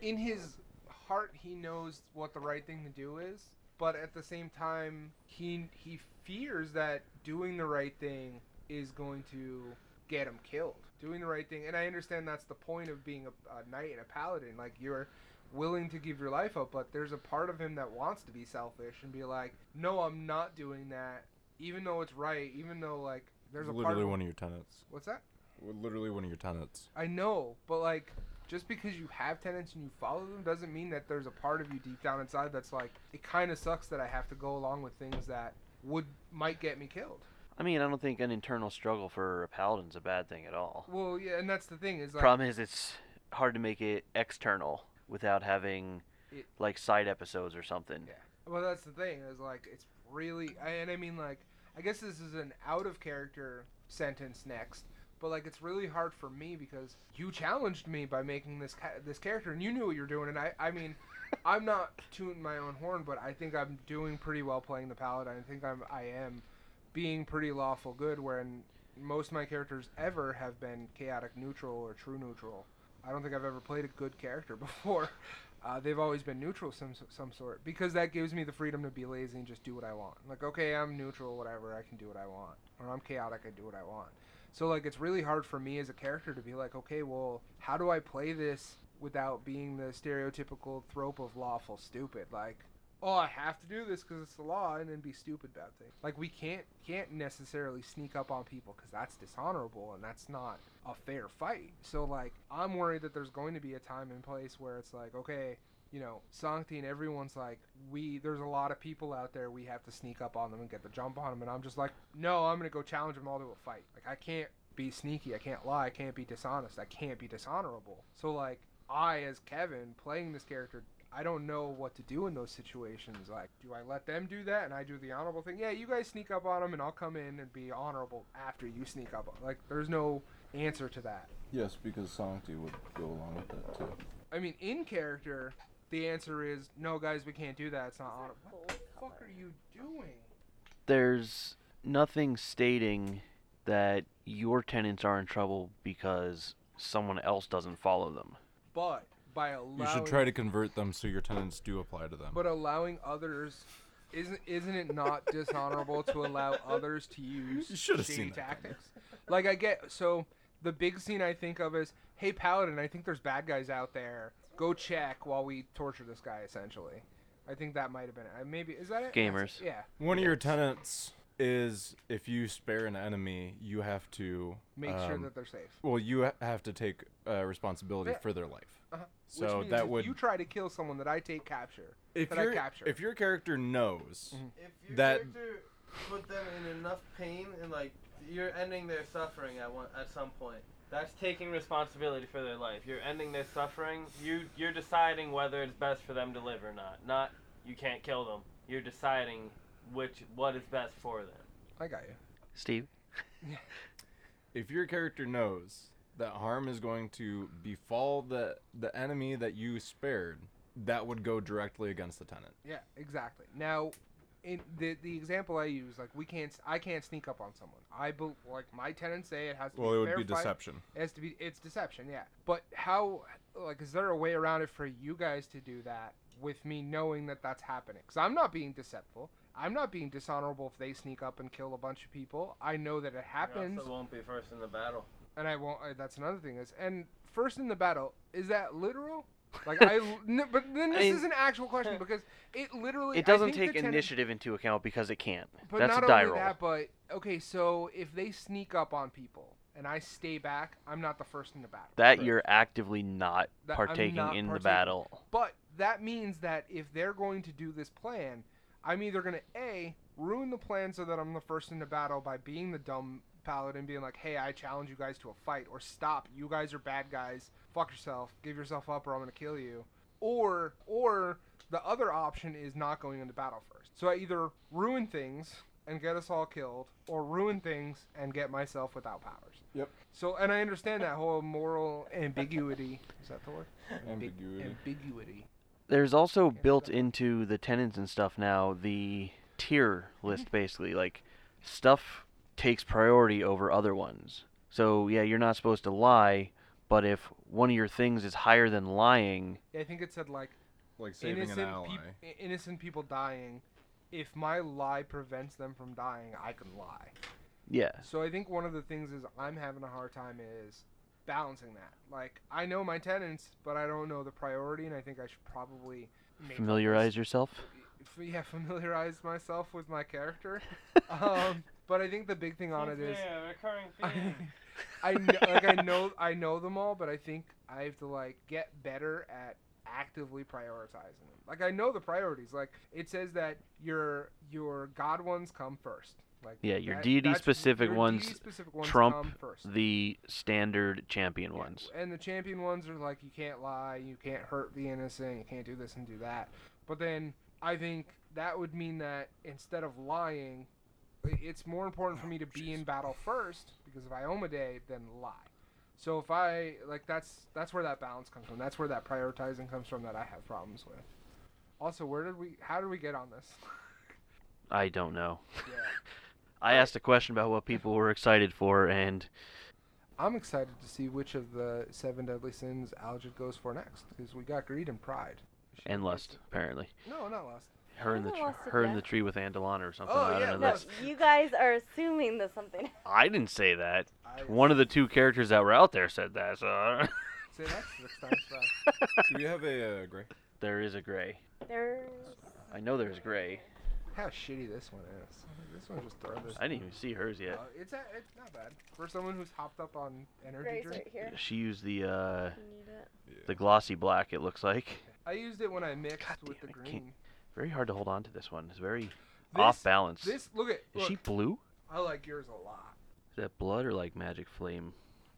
in his heart he knows what the right thing to do is, but at the same time, he he fears that doing the right thing is going to get him killed. Doing the right thing, and I understand that's the point of being a, a knight and a paladin. Like you're willing to give your life up, but there's a part of him that wants to be selfish and be like, "No, I'm not doing that," even though it's right, even though like there's a part
literally
of
one of your tenants.
what's that?
Literally one of your tenants.
I know, but like just because you have tenants and you follow them doesn't mean that there's a part of you deep down inside that's like it kind of sucks that I have to go along with things that would might get me killed.
I mean, I don't think an internal struggle for a paladin's a bad thing at all.
Well, yeah, and that's the thing is like
Problem is, it's hard to make it external without having
It-
like side episodes or something.
Yeah. well, that's the thing is like it's really I- and I mean like I guess this is an out of character sentence next, but like it's really hard for me because you challenged me by making this ca- this character and you knew what you're doing and I I mean I'm not tooting my own horn, but I think I'm doing pretty well playing the paladin. I think I'm I am being pretty lawful good when most of my characters ever have been chaotic neutral or true neutral. I don't think I've ever played a good character before. Uh, they've always been neutral some some sort because that gives me the freedom to be lazy and just do what I want. Like okay, I'm neutral, whatever, I can do what I want, or I'm chaotic, I do what I want. So like it's really hard for me as a character to be like, okay, well, how do I play this without being the stereotypical trope of lawful stupid? Like, oh, I have to do this because it's the law, and then be stupid about things. Like we can't can't necessarily sneak up on people because that's dishonorable and that's not a fair fight. So like I'm worried that there's going to be a time and place where it's like, okay, you know, Sancti and everyone's like, we there's a lot of people out there. We have to sneak up on them and get the jump on them. And I'm just like, no, I'm gonna go challenge them all to a fight. Like I can't be sneaky. I can't lie. I can't be dishonest. I can't be dishonorable. So like I as Kevin playing this character. I don't know what to do in those situations. Like, do I let them do that and I do the honorable thing? Yeah, you guys sneak up on them and I'll come in and be honorable after you sneak up. on- Like, there's no answer to that.
Yes, because Sancti would go along with that too.
I mean, in character, the answer is no, guys, we can't do that. It's not honorable. What the fuck are you doing?
There's nothing stating that your tenants are in trouble because someone else doesn't follow them.
But by
You
allowing,
should try to convert them so your tenants do apply to them.
but allowing others, isn't isn't it not dishonorable to allow others to use
You should've
shady
seen that coming.
tactics? Like I get so the big scene I think of is, hey Paladin, I think there's bad guys out there. Go check while we torture this guy. Essentially, I think that might have been it. I- Maybe is that it? That's-
Gamers.
Yeah.
One of your tenants is if you spare an enemy, you have to
Make sure
um,
that they're safe.
Well, you ha- have to take uh, responsibility
Yeah.
for their life.
Uh-huh. Which
So
means
that
if
would
you try to kill someone that I take capture.
if
that I
your
capture. Mm-hmm.
if your character knows
If your
That-
character put them in enough pain and like you're ending their suffering at one at some point. That's taking responsibility for their life. You're ending their suffering. You you're deciding whether it's best for them to live or not. Not you can't kill them. You're deciding which what is best for them.
I got you.
Steve?
if your character knows that harm is going to befall the the enemy that you spared, that would go directly against the tenant.
Yeah, exactly. Now, in the the example I use, like we can't, I can't sneak up on someone. I bel like my tenants say it has to
Well,
be
it
a
would
fair
be
fight.
deception.
It has to be, it's deception, yeah. But how, like, is there a way around it for you guys to do that with me knowing that that's happening? Because I'm not being deceptive. I'm not being dishonorable if they sneak up and kill a bunch of people. I know that it happens.
You also won't be first in the battle.
and I won't. I, that's another thing is, and first in the battle is that literal? Like I, n- but then this
I mean-
is an actual question because it literally
It
I
doesn't
think the
take
tenant-
initiative into account because it can't.
But
That's
not
a die
only
roll.
that, but okay, so if they sneak up on people and I stay back, I'm not the first in the battle.
that you're actively not
That I'm
partaking
not
in the
partaking.
battle.
But that means that if they're going to do this plan, I'm either going to A, ruin the plan so that I'm the first in the battle by being the dumb paladin, being like, hey, I challenge you guys to a fight, or stop, you guys are bad guys, fuck yourself, give yourself up, or I'm going to kill you. Or, or the other option is not going into battle first. So I either ruin things and get us all killed, or ruin things and get myself without powers.
Yep.
So, and I understand that whole moral ambiguity. Is that the word?
Ambiguity.
Ambiguity.
There's also built into the tenants and stuff now the tier list basically. Like stuff takes priority over other ones. So yeah, you're not supposed to lie, but if one of your things is higher than lying,
Yeah, I think it said like
like saving an ally.
peop- i- innocent people dying. If my lie prevents them from dying, I can lie.
Yeah.
So I think one of the things is I'm having a hard time is balancing that. Like I know my tenants, but I don't know the priority, and I think I should probably make a
Familiarize yourself.
f- yeah, familiarize myself with my character. Um, but I think the big thing on it is
Yeah, recurring
I,
theme.
I know, like I know I know them all, but I think I have to like get better at actively prioritizing them. Like I know the priorities. Like it says that your your god ones come first. Like
Yeah, your
that-
deity
that's-
specific
your
ones
deity specific ones
trump
come first.
The standard champion
Yeah,
ones.
And the champion ones are like you can't lie, you can't hurt the innocent, you can't do this and do that. But then I think that would mean that instead of lying, i- it's more important for me to be in battle first because if I own a day, then lie. So if I like that's that's where that balance comes from. That's where that prioritizing comes from that I have problems with. Also, where did we how did we get on this?
I don't know.
yeah.
I asked a question about what people were excited for, and
I'm excited to see which of the seven deadly sins Algid goes for next because we got greed and pride. She
and
replaced
lust apparently.
it. No, not lust.
Her in the
Kinda
tr-
lost it
her in
back.
the tree with Andalana or something.
Oh,
I don't
yeah,
know.
no,
No,
That's,
you guys are assuming that something.
I didn't say that.
I
One of the two characters that were out there said that. So
say that's six times fast.
Do we have a uh, gray?
there is a gray.
There's.
I know there's gray.
How shitty this one is. This one just throw this.
I didn't even see hers yet.
Uh, it's a, it's not bad for someone who's hopped up on energy
Grace
drink.
right here.
She used the uh,
You need it.
the glossy black. It looks like
I used it when I mixed
God
with the
damn, I can't-
green.
very hard to hold on to this one. It's very off
This-
balance.
This look at
is
look,
she blue?
I like yours a lot.
Is that blood or like magic flame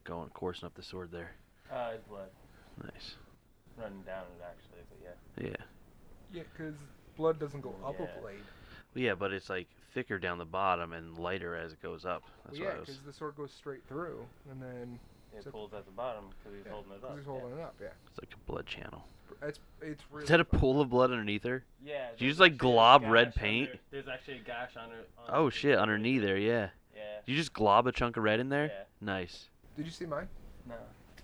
going coursing up the sword there?
Uh, it's blood.
Nice.
Running down it, actually, but yeah.
Yeah.
Yeah, because blood doesn't go up
Yeah.
a blade.
Well, yeah, but it's like thicker down the bottom and lighter as it goes up.
Well,
That's
yeah,
what I was.
because the sword goes straight through, and then
It
So-
pulls at the bottom because he's
yeah,
holding it
'cause
up.
he's
yeah.
holding it up. Yeah,
It's like a blood channel.
it's it's really.
Is that a
fun.
pool of blood underneath her?
Yeah.
Did
there's
you just, like,
actually a
glob red
gash under-
paint?
there's actually a gash on her. on
Oh
her
shit,
face.
on her knee there. Yeah.
Yeah.
Did you just glob a chunk of red in there?
Yeah.
Nice.
Did you see mine?
No,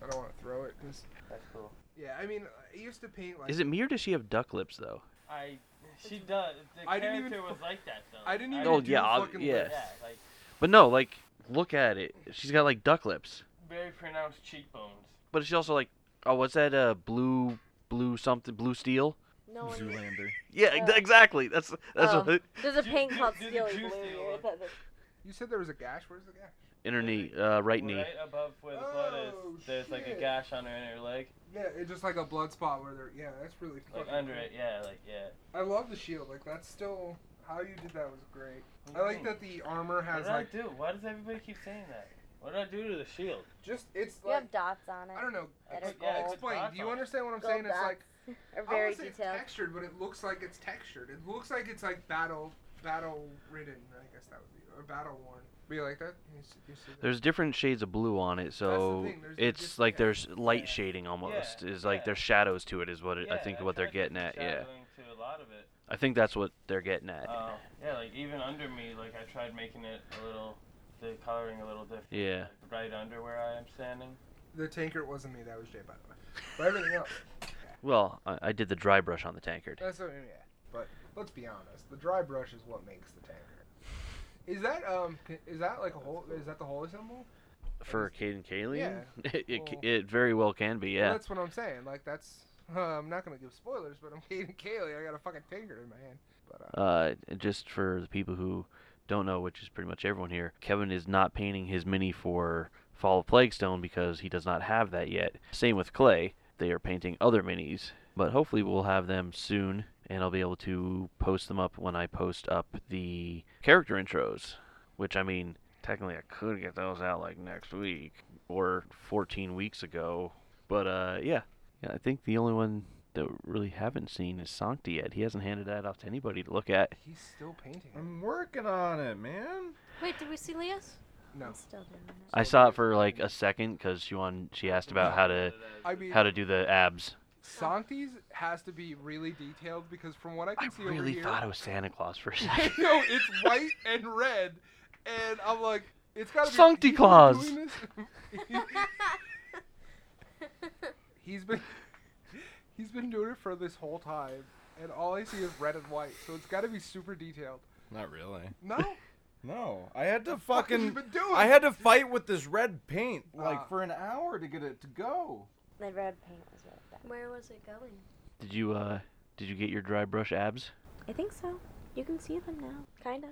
I don't want to throw it. 'cause-
that's cool.
yeah, I mean, I used to paint like.
Is it me or does she have duck lips though?
I. She does. The
I
character
didn't even
was
fu-
like that though.
I didn't even.
Oh,
do
yeah,
the
I'll-
fucking
yeah.
Yeah.
lips.
Like
But no, like look at it. She's got like duck lips.
very pronounced cheekbones.
But she also like oh what's that uh blue blue something blue steel?
No one.
Zoolander.
Yeah, ex-
Oh.
exactly. That's that's
Oh.
what it-
There's a
Ju-
paint
ju-
called
do the
Steely
juice
Blue.
deal.
It says it.
You said there was a gash. Where's the gash?
in her knee, uh right knee.
Right above where the blood is,
Oh,
there's like a
shit.
gash on her inner leg,
Yeah, it's just like a blood spot where they're. Yeah, that's really.
like
fucking
under
cool.
it. Yeah, like yeah.
I love the shield. Like that's still how you did that was great.
What
I
do you
like
mean?
that the armor
What
has
did
like
I do? Why does everybody keep saying that? What did I do to the shield?
just it's
You
like
have dots on it.
I don't know.
Better
ex-
gold.
explain. Do you
Gold
understand what I'm
Gold
saying? It's
dots
like
are
I
very
would say it's
detailed.
textured, but it looks like it's textured. It looks like it's like battle battle ridden. I guess that would be or battle worn. Be like that? You see, you see that?
There's different shades of blue on it, so
thing, there's
it's
just-
like
yeah.
there's light
Yeah.
shading almost. Is
yeah.
like there's shadows to it is what it, I
Yeah,
think what they're
tried to
getting at. Yeah.
shadowing To a lot of it.
I think that's what they're getting at.
Uh, yeah, like even under me, like I tried making it a little, the coloring a little different.
Yeah.
Like, right under where I am standing.
The tankard wasn't me. That was Jay, by the way. But everything else.
Well, I, I did the dry brush on the tankard.
That's what, yeah. But let's be honest, the dry brush is what makes the tankard. Is that um? c- Is that like a whole? Is that the holy symbol?
For Caden Kaling?
Yeah,
it, it, c
well-
it very well can be, yeah.
that's what I'm saying. Like that's. Uh, I'm not gonna give spoilers, but I'm Caden Kaylee. I got a fucking tankard in my hand. But uh,
Uh, just for the people who don't know, which is pretty much everyone here, Kevin is not painting his mini for Fall of Plaguestone because he does not have that yet. Same with Clay. They are painting other minis, but hopefully we'll have them soon, and I'll be able to post them up when I post up the character intros, which I mean, technically I could get those out like next week or 14 weeks ago, but uh, yeah. yeah, I think the only one that we really haven't seen is Sancti yet. He hasn't handed that off to anybody to look at.
he's still painting. it.
I'm working on it, man.
Wait, did we see Leah's?
No,
Still doing it.
I saw it for like a second because she wanted, she asked about how to
I mean
how to do the abs.
Sancti's has to be really detailed because from what I
I
can see over
really
here,
thought it was Santa Claus for a second.
no, it's white and red, and I'm like, it's gotta be
Sancti
he's been
Claus.
doing this- he's been He's been doing it for this whole time, and all I see is red and white, so it's got to be super detailed.
Not really.
No,
No, I had to
fuck has he
fucking.
been doing?
I had to fight with this red paint like
Ah.
for an hour to get it to go.
The red paint was really bad.
Where was it going?
Did you uh did you get your dry brush abs?
I think so. You can see them now, kind of.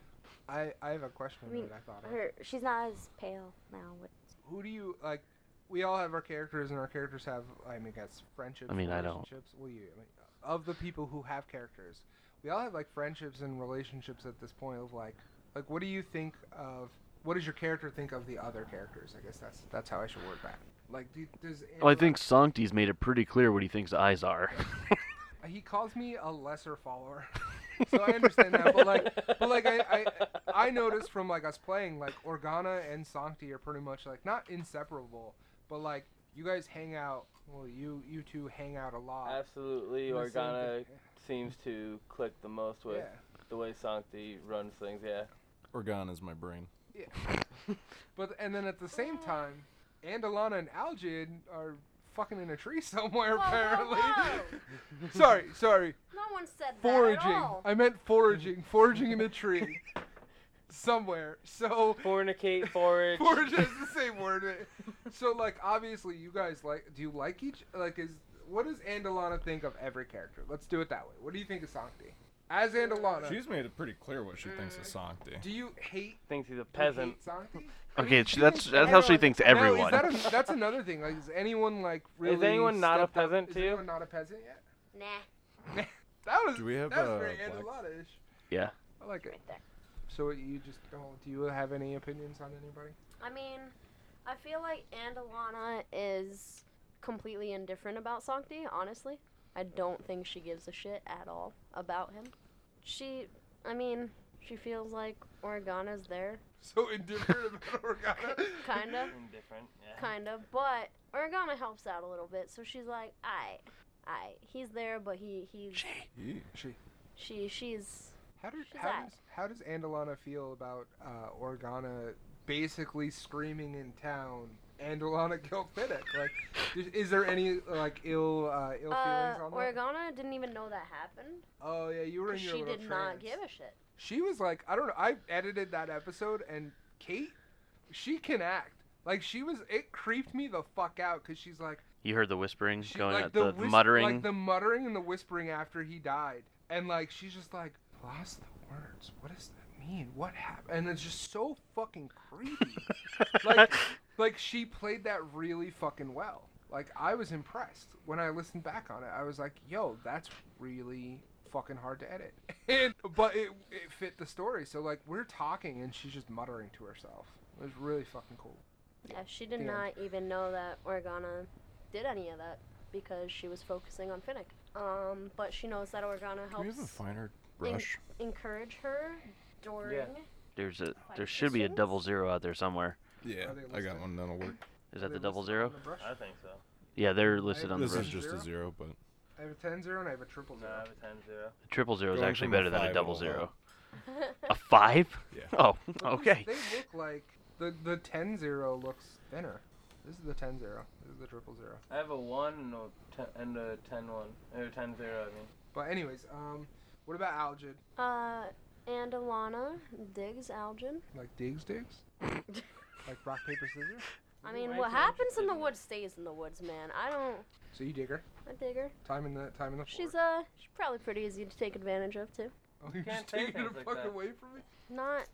I I have a question
I mean,
that I thought of.
Her, she's not as pale now. With,
Who do you like? We all have our characters, and our characters have. I mean, that's friendships.
I mean, I don't.
relationships. Well, you. I mean, of the people who have characters, we all have like friendships and relationships at this point. Of like, like, what do you think of? What does your character think of the other characters? I guess that's that's how I should word that. Like, do, does
Well, I
Angela-
think Sancti's made it pretty clear what he thinks eyes are.
he calls me a lesser follower. so I understand that, but like, but like I, I, I noticed from like us playing, like Organa and Sancti are pretty much like not inseparable, but like you guys hang out. Well, you you two hang out a lot.
Absolutely,
In the same
Organa
thing.
seems to click the most with
Yeah.
the way Sancti runs things. Yeah.
Organa's is my brain.
But and then at the same
Oh.
time, Andalana and Algid are fucking in a tree somewhere
Whoa, whoa,
apparently.
whoa.
sorry, sorry.
Oh, No one said that at
Foraging.
all.
I meant foraging. Foraging in a tree. somewhere. So
Fornicate, forage.
Forge is the same word. So like obviously you guys like do you like each like is what does Andalana think of every character? Let's do it that way. What do you think of Sancti? As Andalana,
She's made it pretty clear what she thinks of Sancti.
do you hate
Thinks he's
do
a
you hate
peasant.
Sancti?
okay, she, that's that's how she
everyone-
thinks
Now,
everyone.
is that a, that's another thing. Like is anyone like really
anyone not a
stepped up-
peasant
is
to you?
anyone not a peasant yet?
Nah.
That was
Do we have,
that was
uh,
very
black-
Andalana-ish.
Yeah.
I like it.
there.
So you just don't do you have any opinions on anybody?
I mean, I feel like Andalana is completely indifferent about Sancti, honestly. I don't think she gives a shit at all about him. She, I mean, she feels like Organa's there,
So indifferent about Organa.
kinda,
Indifferent. Yeah.
kinda, but Organa helps out a little bit, so she's like, I, I, he's there, but he, he's,
Eee.
She
she, she's,
How does
She's
how
at.
does, how does Andalana feel about uh, Organa basically screaming in town? Andalana killed Finnick. Like, is, is there any like ill uh, ill feelings
uh,
on that?
Organa didn't even know that happened.
oh yeah, you were in
'cause
your
She
little
did not
trance.
give a shit.
She was like, I don't know. I edited that episode, and Kate, she can act. Like she was, it creeped me the fuck out because she's like,
You heard the whispering
she,
going
like
at the,
whis-
muttering.
like the muttering and the whispering after he died, and like she's just like lost the words. What does that mean? What happened? And it's just so fucking creepy. like, like she played that really fucking well. Like I was impressed when I listened back on it. I was like, yo, that's really fucking hard to edit. And but it it fit the story. So like we're talking and she's just muttering to herself. It was really fucking cool.
Yeah, she did
Yeah.
not even know that Organa did any of that because she was focusing on Finnick. Um, but she knows that Organa
Do we have a
helps
finer
en-
brush?
encourage her during.
There's a there should be a double zero out there somewhere.
Yeah,
Are they
I got
listed?
one that'll work.
Is
They
that the
list
double
on
zero?
the brush.
I think so.
Yeah, they're listed on the
This is
brush.
just a
Zero?
zero, but
I have a 10 0 and I have a triple
No,
zero.
I have a ten zero.
Triple zero is
Going
actually
from a
better than a
five
double
all the way
zero.
up.
A five?
Yeah.
Oh,
But these-
okay.
They look like the the 10 0 looks thinner. This is the 10 0. This is the triple zero.
I have a one and a ten, and a ten one or ten zero. I mean.
But anyways, um, what about Algid?
Uh, and Alana digs Algin.
Like digs digs? like rock paper scissors?
I
Ooh,
mean,
I
what
think
happens in the
didn't-
woods stays in the woods, man. I don't.
So you dig her?
I dig her.
Time in the time in the.
She's
floor.
uh, she's probably pretty easy to take advantage of too.
Oh, you're
can't
just
say
taking her
things like
fuck
that.
away from me?
Not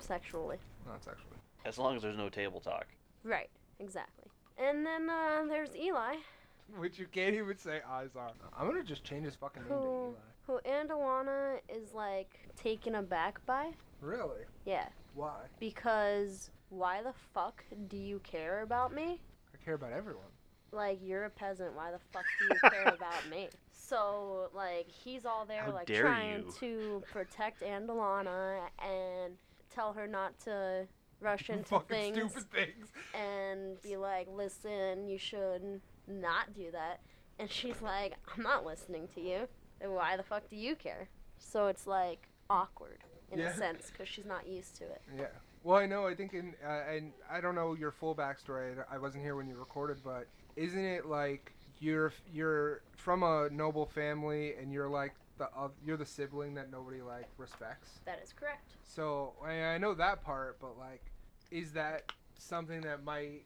sexually.
No, it's actually.
As long as there's no table talk.
Right. Exactly. And then uh, there's Eli.
Which you can't even say eyes on. I'm gonna just change his fucking name to Eli.
Who, who Andalana is like taken aback by.
Really?
Yeah,
Why?
because why the fuck do you care about me?
I care about everyone.
Like, you're a peasant. Why the fuck do you care about me? So, like, he's all there,
How
like,
dare
trying
you.
to protect Andalana and tell her not to rush into
Fucking
things
stupid things.
and be like, listen, you should not do that. And she's like, I'm not listening to you. And why the fuck do you care? So it's like awkward in
Yeah.
a sense because she's not used to it.
Yeah. Well, I know. I think in uh, and I don't know your full backstory. I I wasn't here when you recorded, but isn't it like you're you're from a noble family and you're like the oth- you're the sibling that nobody like respects.
That is correct.
So I, I know that part, but like, is that something that might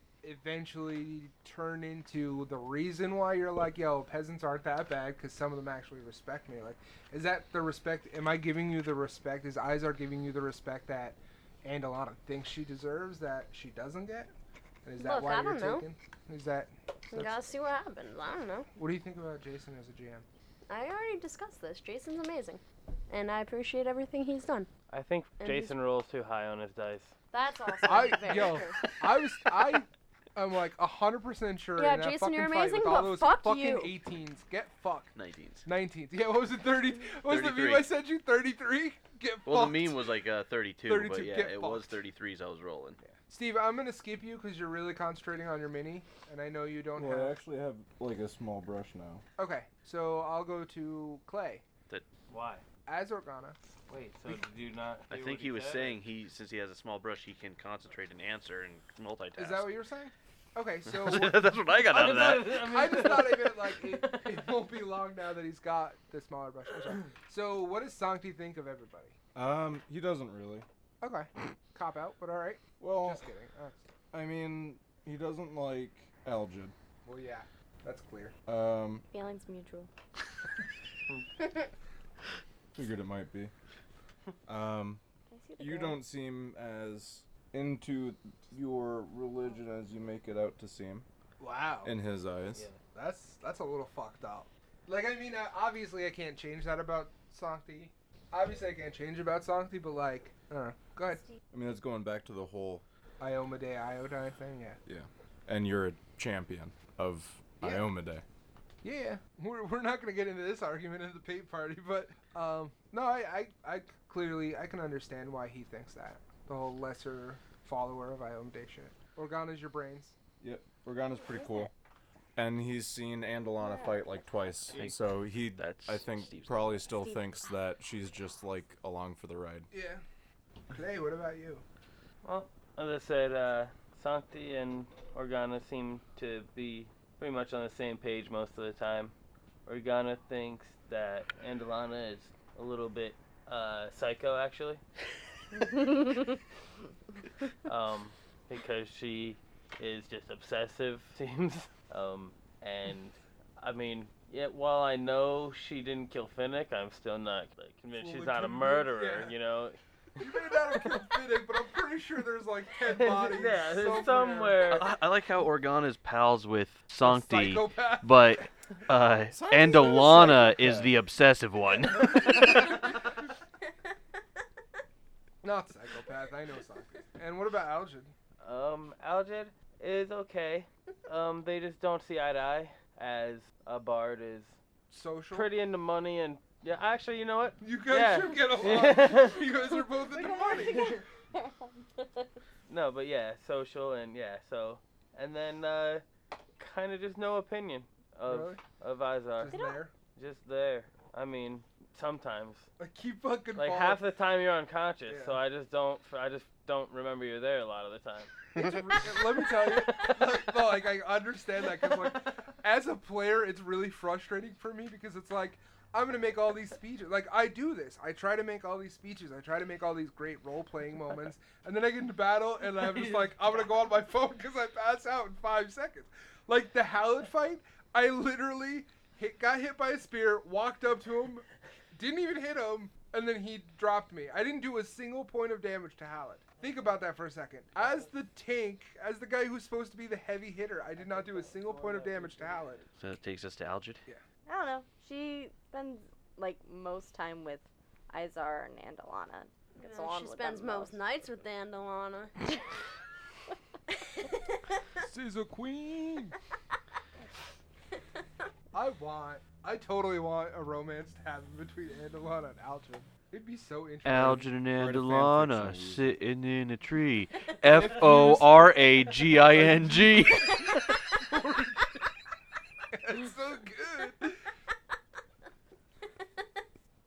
eventually turn into the reason why you're like, yo, peasants aren't that bad because some of them actually respect me? Like, is that the respect? Am I giving you the respect? Is Izar giving you the respect that Andalana thinks she deserves that she doesn't get? And is that
Look,
why
I
you're
don't know.
taken? Is that?
We
that's-
gotta see what happens. I don't know.
what do you think about Jason as a GM?
I already discussed this. Jason's amazing. And I appreciate everything he's done.
I think
And he's-
Jason rolls too high on his dice.
That's awesome.
I-
Very
yo,
true.
I was I I'm like hundred percent sure.
Yeah,
in that
Jason, you're
fucking fight
amazing,
with all
but
those
fuck
fucking
you.
18s. Get fucked.
19s.
19s. Yeah, what was it? 30. What was the meme
33.
I sent you? 33. Get
Well,
fucked.
the meme was like uh, 32,
32,
but yeah,
get
it was
fucked.
33s I was rolling.
Steve, I'm gonna skip you because you're really concentrating on your mini, and I know you don't have.
actually have like a small brush now.
Okay, so I'll go to Clay
Why?
as Organa.
Wait, so did you not?
I
hear
think
what
he was
said?
saying he, since he has a small brush, he can concentrate and answer and multitask.
Is that what you were saying? Okay, so
That's what I got out of that.
I just thought of it like it, it won't be long now that he's got the smaller brush. I'm sorry. So what does Sancti think of everybody?
Um, he doesn't really.
Okay, cop out, but all right.
Well,
Just kidding. Uh,
I mean, he doesn't like Elgin.
well, yeah, that's clear.
Um,
Feelings mutual.
figured it might be. Um,
Can I see the
you
girl?
don't seem as into your religion as you make it out to seem
Wow,
in his eyes.
that's that's a little fucked up. Like, I mean, uh, obviously I can't change that about Sancti. Obviously I can't change about Sancti, but like, uh, go ahead.
I mean, that's going back to the whole
Ioma Day Iodine thing, yeah.
and you're a champion of
Yeah.
Iomade.
Yeah, we're, we're not gonna get into this argument at the paint party, but um, no, I, I I clearly I can understand why he thinks that the whole lesser follower of Iom Day shit. Organa's your brains.
Yep. Organa's pretty cool. And he's seen Andalana fight like twice,
Thank-
so he,
That's
I think,
Steve's-
probably still
Steve.
thinks that she's just like along for the ride.
Yeah. Clay, what about you?
As I said, uh, Sancti and Organa seem to be pretty much on the same page most of the time. Organa thinks that Andalana is a little bit uh, psycho, actually. um, because she is just obsessive, seems. Um, and I mean, yeah, while I know she didn't kill Finnick, I'm still not like, convinced
Fully
she's not a
convinced,
murderer.
yeah.
You know,
You may not have killed Finnick, but I'm pretty sure there's like ten bodies
yeah,
somewhere.
there's somewhere.
I, I like how Organa's pals with Sancti,
Psychopath.
but uh,
not a
Andalana is
psychopath.
the obsessive one.
Not psychopath. I know something. And what about Algin?
Um, Algid is okay. Um, they just don't see eye to eye as a bard is
Social.
pretty into money and yeah. Actually, you know what?
You guys
Yeah.
should get along.
Yeah.
you guys are both in the money.
No, but yeah, social and yeah. So and then uh, kind of just no opinion of
Really?
of Izar.
Just there.
Just there. I mean, sometimes
Like keep fucking.
like
falling.
half the time you're unconscious, so
Yeah.
I just don't I just don't remember you're there a lot of the time.
It's re- let me tell you, like, no, like I understand that because like as a player, it's really frustrating for me because it's like I'm gonna make all these speeches. Like I do this, I try to make all these speeches, I try to make all these great role playing moments, and then I get into battle and I'm just like I'm gonna go on my phone because I pass out in five seconds. Like the Hallett fight, I literally hit, got hit by a spear, walked up to him, didn't even hit him, and then he dropped me. I didn't do a single point of damage to Hallett. Think about that for a second. As the tank, as the guy who's supposed to be the heavy hitter, I did not do a single point of damage to Hallett.
so that takes us to Algid.
I don't know. She spends like most time with Izar and Andalana. Gets
Yeah,
along
she
with
spends
them
most nights with Andalana.
She's a queen.
I want, I totally want a romance to happen between Andalana and Algin. It'd be so interesting.
Algin and
Write a fan
Andalana
fiction,
sitting in a tree. F O R A G I N G.
That's so good.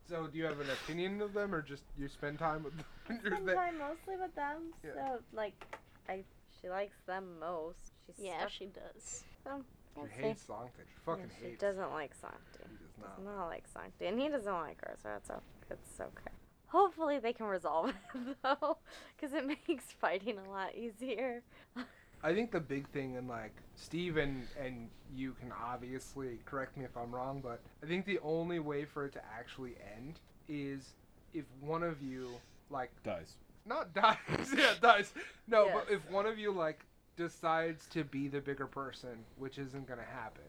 So, do you have an opinion of them, or just you spend time with them? You're
Spend
there?
time mostly with them.
Yeah.
So like, I she likes them most. She's
yeah,
stuck-
she does.
so,
Who
Let's see.
hates Songthin. She fucking
she
hates.
doesn't like Sancti.
He does
Does
not.
not like Sancti, and he doesn't like her, so that's okay. It's okay. Hopefully they can resolve it though, because it makes fighting a lot easier.
I think the big thing, and like Steve and and you can obviously correct me if I'm wrong, but I think the only way for it to actually end is if one of you like
Dies.
not dies, yeah, dies. No, but
Yes.
if one of you like decides to be the bigger person, which isn't gonna happen.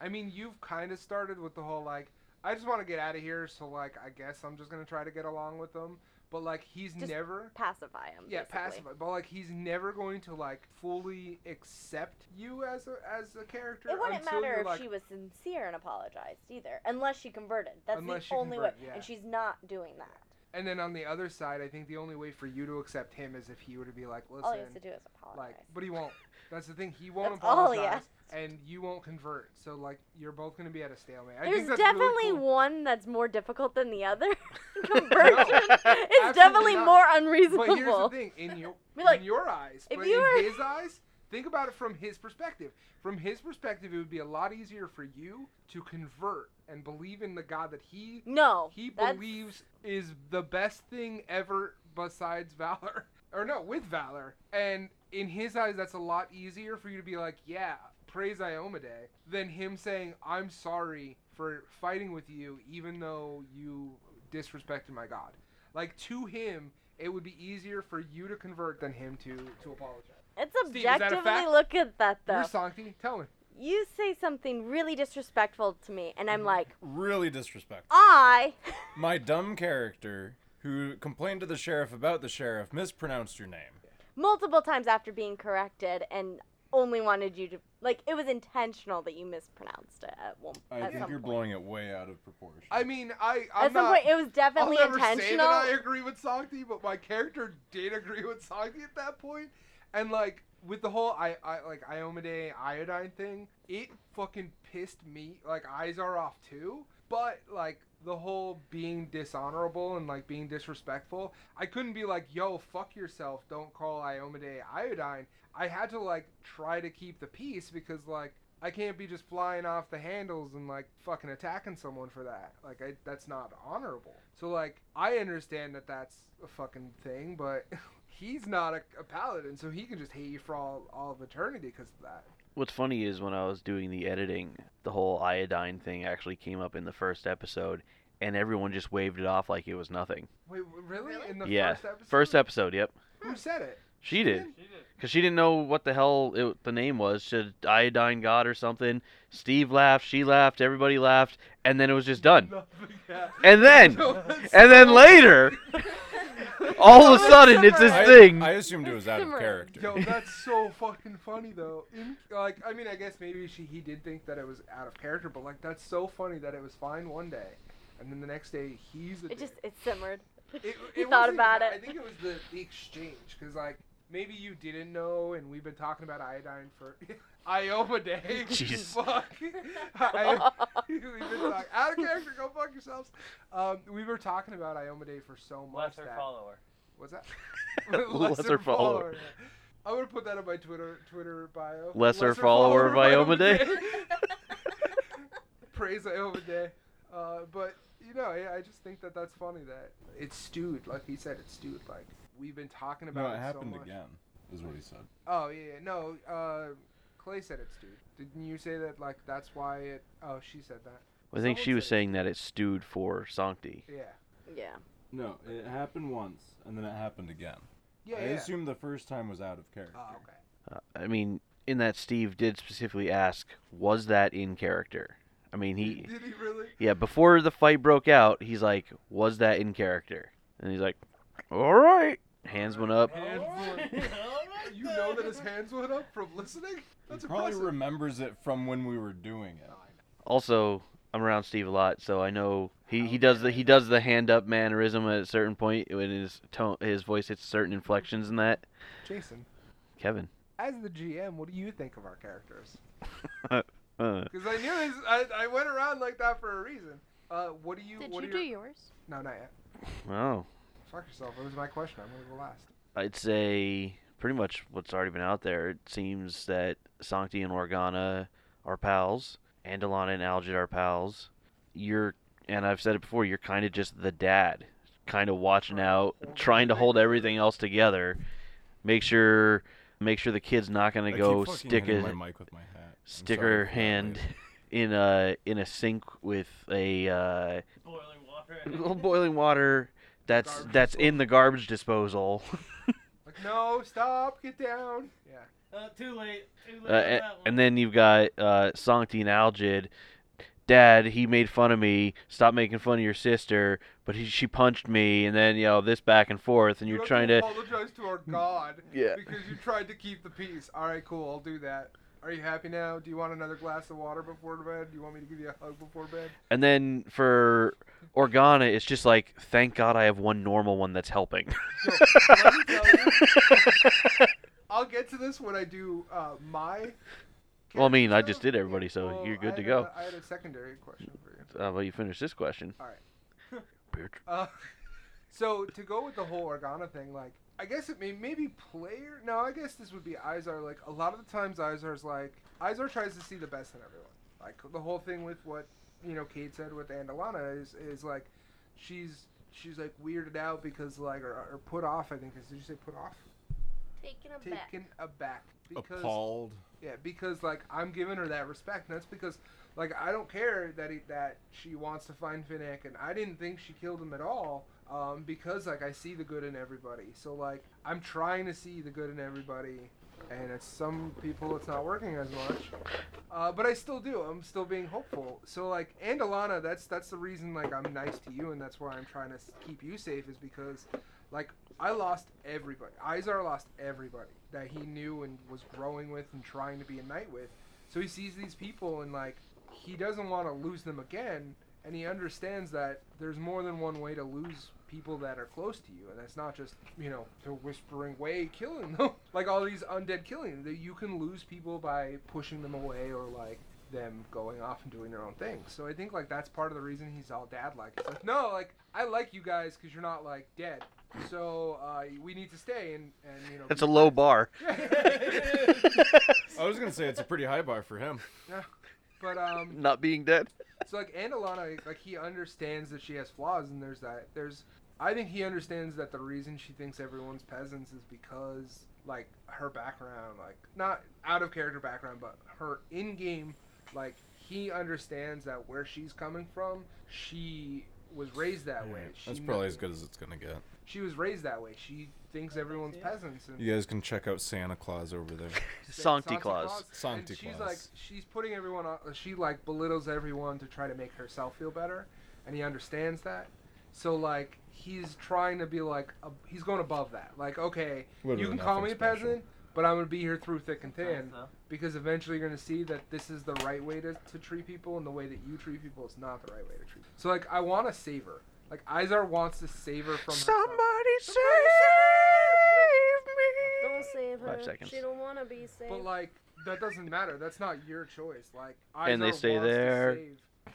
I mean, you've kind of started with the whole like, I just want to get out of here, so like, I guess I'm just gonna try to get along with them. But like, he's
Just
never
Pacify him.
yeah,
basically.
passive. But like, he's never going to like fully accept you as a as a character.
It wouldn't
until
matter
you're,
if
like,
she was sincere and apologized either, unless she converted. That's
Unless she
the only
converted,
way,
yeah.
and she's not doing that.
And then on the other side, I think the only way for you to accept him is if he were to be like, listen,
All Oh, he has to do is apologize.
like, but he won't. That's the thing. He won't
That's all he
apologize, and you won't convert. So like, you're both gonna be at a stalemate. I
There's
think that's
definitely
really cool.
one that's more difficult than the other. Conversion
absolutely
is definitely
not.
more
But here's the
unreasonable.
thing: in your
Be like,
in your eyes,
if
but
you
in
were-
his eyes, think about it from his perspective. From his perspective, it would be a lot easier for you to convert and believe in the God that he
No,
he
that's-
believes is the best thing ever besides valor or no with valor and in his eyes that's a lot easier for you to be like yeah praise iomade than him saying i'm sorry for fighting with you even though you disrespected my god like to him it would be easier for you to convert than him to to apologize
It's
Steve, is that a
objectively
fact?
look at that
you're
though.
sankti tell me
You say something really disrespectful to me, and
Mm-hmm.
I'm like,
Really disrespectful.
I.
My dumb character who complained to the sheriff about the sheriff mispronounced your name.
multiple times after being corrected and only wanted you to like it was intentional that you mispronounced it at one
I
at
think
some
you're
point.
blowing it way out of proportion.
i mean i i'm
at some
not
point it was definitely
I'll never say
intentional
that I agree with Songti, but my character did agree with Songti at that point. And like with the whole I, I like Iomade iodine thing, it fucking pissed me. Like eyes are off too. But like the whole being dishonorable and like being disrespectful, I couldn't be like, yo, fuck yourself, don't call Iomade iodine. I had to like try to keep the peace because like I can't be just flying off the handles and like fucking attacking someone for that. Like I, that's not honorable. So like I understand that that's a fucking thing, but he's not a, a paladin, so he can just hate you for all, all of eternity because of that.
What's funny is when I was doing the editing, the whole iodine thing actually came up in the first episode, and everyone just waved it off like it was nothing.
Wait, w- really?
Really?
In the
yeah,
first episode?
first episode. Yep,
Who said it?
she did
didn't.
She did.
because she didn't know what the hell it, the name was. Should iodine god or something? Steve laughed, she laughed, everybody laughed, and then it was just done.
Nothing. Yeah.
And then,
So it's-
and then later, all of a
Someone
sudden, it's this
I,
thing.
I assumed it was out of
Simran.
character.
Yo, that's so fucking funny though. In, like, I mean, I guess maybe she he did think that it was out of character, but like, that's so funny that it was fine one day, and then the next day he's a
it just
dick.
it simmered
it,
You
it
thought
wasn't even
about
that.
it.
I think it was the, the exchange because like maybe you didn't know, and we've been talking about iodine for Ioma Day.
Jeez.
Fuck. I, we've been talk- out of character. Go fuck yourselves. Um, we were talking about Ioma Day for so much
Lesser
that
follower.
what's that
Lesser follower.
I would put that on my Twitter Twitter bio.
Lesser follower of Ioma Day.
Praise Ioma Day. Uh, but you know, yeah, I just think that that's funny that it's stewed, like he said, it's stewed. Like we've been talking
No,
about
it
it
happened
so much.
again, is what he said.
Oh yeah, yeah, no. Uh, Clay said it's stewed. Didn't you say that? Like that's why it. Oh, she said that.
I think she
Someone
was
said-
saying that it stewed for Sancti.
Yeah.
yeah
No, it happened once, and then it happened again.
Yeah.
I
yeah.
assumed the first time was out of character.
oh, okay.
Uh, I mean, in that Steve did specifically ask, was that in character? I mean, he
Did he really?
yeah, before the fight broke out, he's like, was that in character? And he's like, all right. Hands went up.
Hands went- you know that his hands went up from listening? That's
he probably
impressive.
remembers it from when we were doing it.
Also, I'm around Steve a lot, so I know he, he does the he does the hand up mannerism at a certain point when his tone his voice hits certain inflections in that.
Jason,
Kevin.
as the GM, what do you think of our characters?
Uh,
Because I knew this, I, I went around like that for a reason. Uh, what do you?
Did
what
you
are
do
your-
yours?
No, not yet.
oh,
Fuck yourself. It was my question. I'm gonna go last.
I'd say pretty much what's already been out there. It seems that Sancti and Organa are pals. Andalana and Algid are pals. You're, and I've said it before, you're kind of just the dad, kind of watching out, trying to hold everything else together. Make sure, make sure the kid's not
I
gonna
keep
go
fucking
stick
hitting
a
my mic with my hat. I'm
stick
sorry for
her
that,
hand
ladies.
in a in a sink with a uh,
Boiling
little
water.
boiling water that's
Garbage
that's in the garbage disposal.
Like, no, stop, get down. Yeah.
uh, too late. Too late
Uh,
on
a-
that one.
and then you've got uh, Songti and Algid. Dad, he made fun of me. Stop making fun of your sister. But he, she punched me, and then you know this back and forth, and
You
you're
have
trying to.
apologize to our God.
Yeah.
Because you tried to keep the peace. All right, cool. I'll do that. Are you happy now? Do you want another glass of water before bed? Do you want me to give you a hug before bed?
And then for Organa, it's just like, thank God I have one normal one that's helping.
Yo, let me tell you, I'll get to this when I do uh, my.
Well, I mean, I
character
just
stuff.
did everybody, so
Well,
you're
I
good to
had
go.
a- I had a secondary question for you.
Uh, well, you finish this question.
All right.
Bitch.
Uh, so to go with the whole Organa thing, like I guess it may maybe player. No, I guess this would be Izar. Like a lot of the times, Izar's like Izar tries to see the best in everyone. Like the whole thing with what you know Kate said with Andalana is is like she's she's like weirded out because like or, or put off. I think is did you say put off?
Taken aback.
Taken aback because
Appalled.
yeah, because like I'm giving her that respect, and that's because like I don't care that he, that she wants to find Finnick, and I didn't think she killed him at all, um, because like I see the good in everybody. So like I'm trying to see the good in everybody, and it's some people it's not working as much, uh, but I still do. I'm still being hopeful. So like and Alana, that's that's the reason like I'm nice to you, and that's why I'm trying to s- keep you safe is because like I lost everybody. Izar lost everybody that he knew and was growing with and trying to be a knight with. So he sees these people and like he doesn't want to lose them again and he understands that there's more than one way to lose people that are close to you and that's not just, you know, the whispering way killing them. like all these undead killing that you can lose people by pushing them away or like them going off and doing their own thing. So I think like that's part of the reason he's all dad like. It's like, no, like I like you guys because you're not like dead. So uh, we need to stay and, and you know.
That's a low bar.
I was gonna say it's a pretty high bar for him.
but um,
Not being dead.
so like Andalana, like he understands that she has flaws, and there's that. There's, I think he understands that the reason she thinks everyone's peasants is because like her background, like not out of character background, but her in game, like he understands that where she's coming from, she was raised that way. She
That's probably
kn-
as good as it's gonna get.
She was raised that way. She thinks everyone's peasants. And
You guys can check out Santa Claus over there.
Sancti Claus.
And
Sancti
she's
Claus.
like she's putting everyone on. She like belittles everyone to try to make herself feel better, and he understands that. So like he's trying to be like a, he's going above that. Like okay, you
Literally
can call
nothing
me a
special.
peasant, but I'm gonna be here through thick and thin
Sometimes, though.
because eventually you're gonna see that this is the right way to, to treat people, and the way that you treat people is not the right way to treat. So like I want to save her. Like Izar wants to save her from herself.
save me!
Don't save her.
Five seconds.
She don't want to be saved.
But like that doesn't matter. That's not your choice. Like
And they
Izar
stay
wants to
there.
save.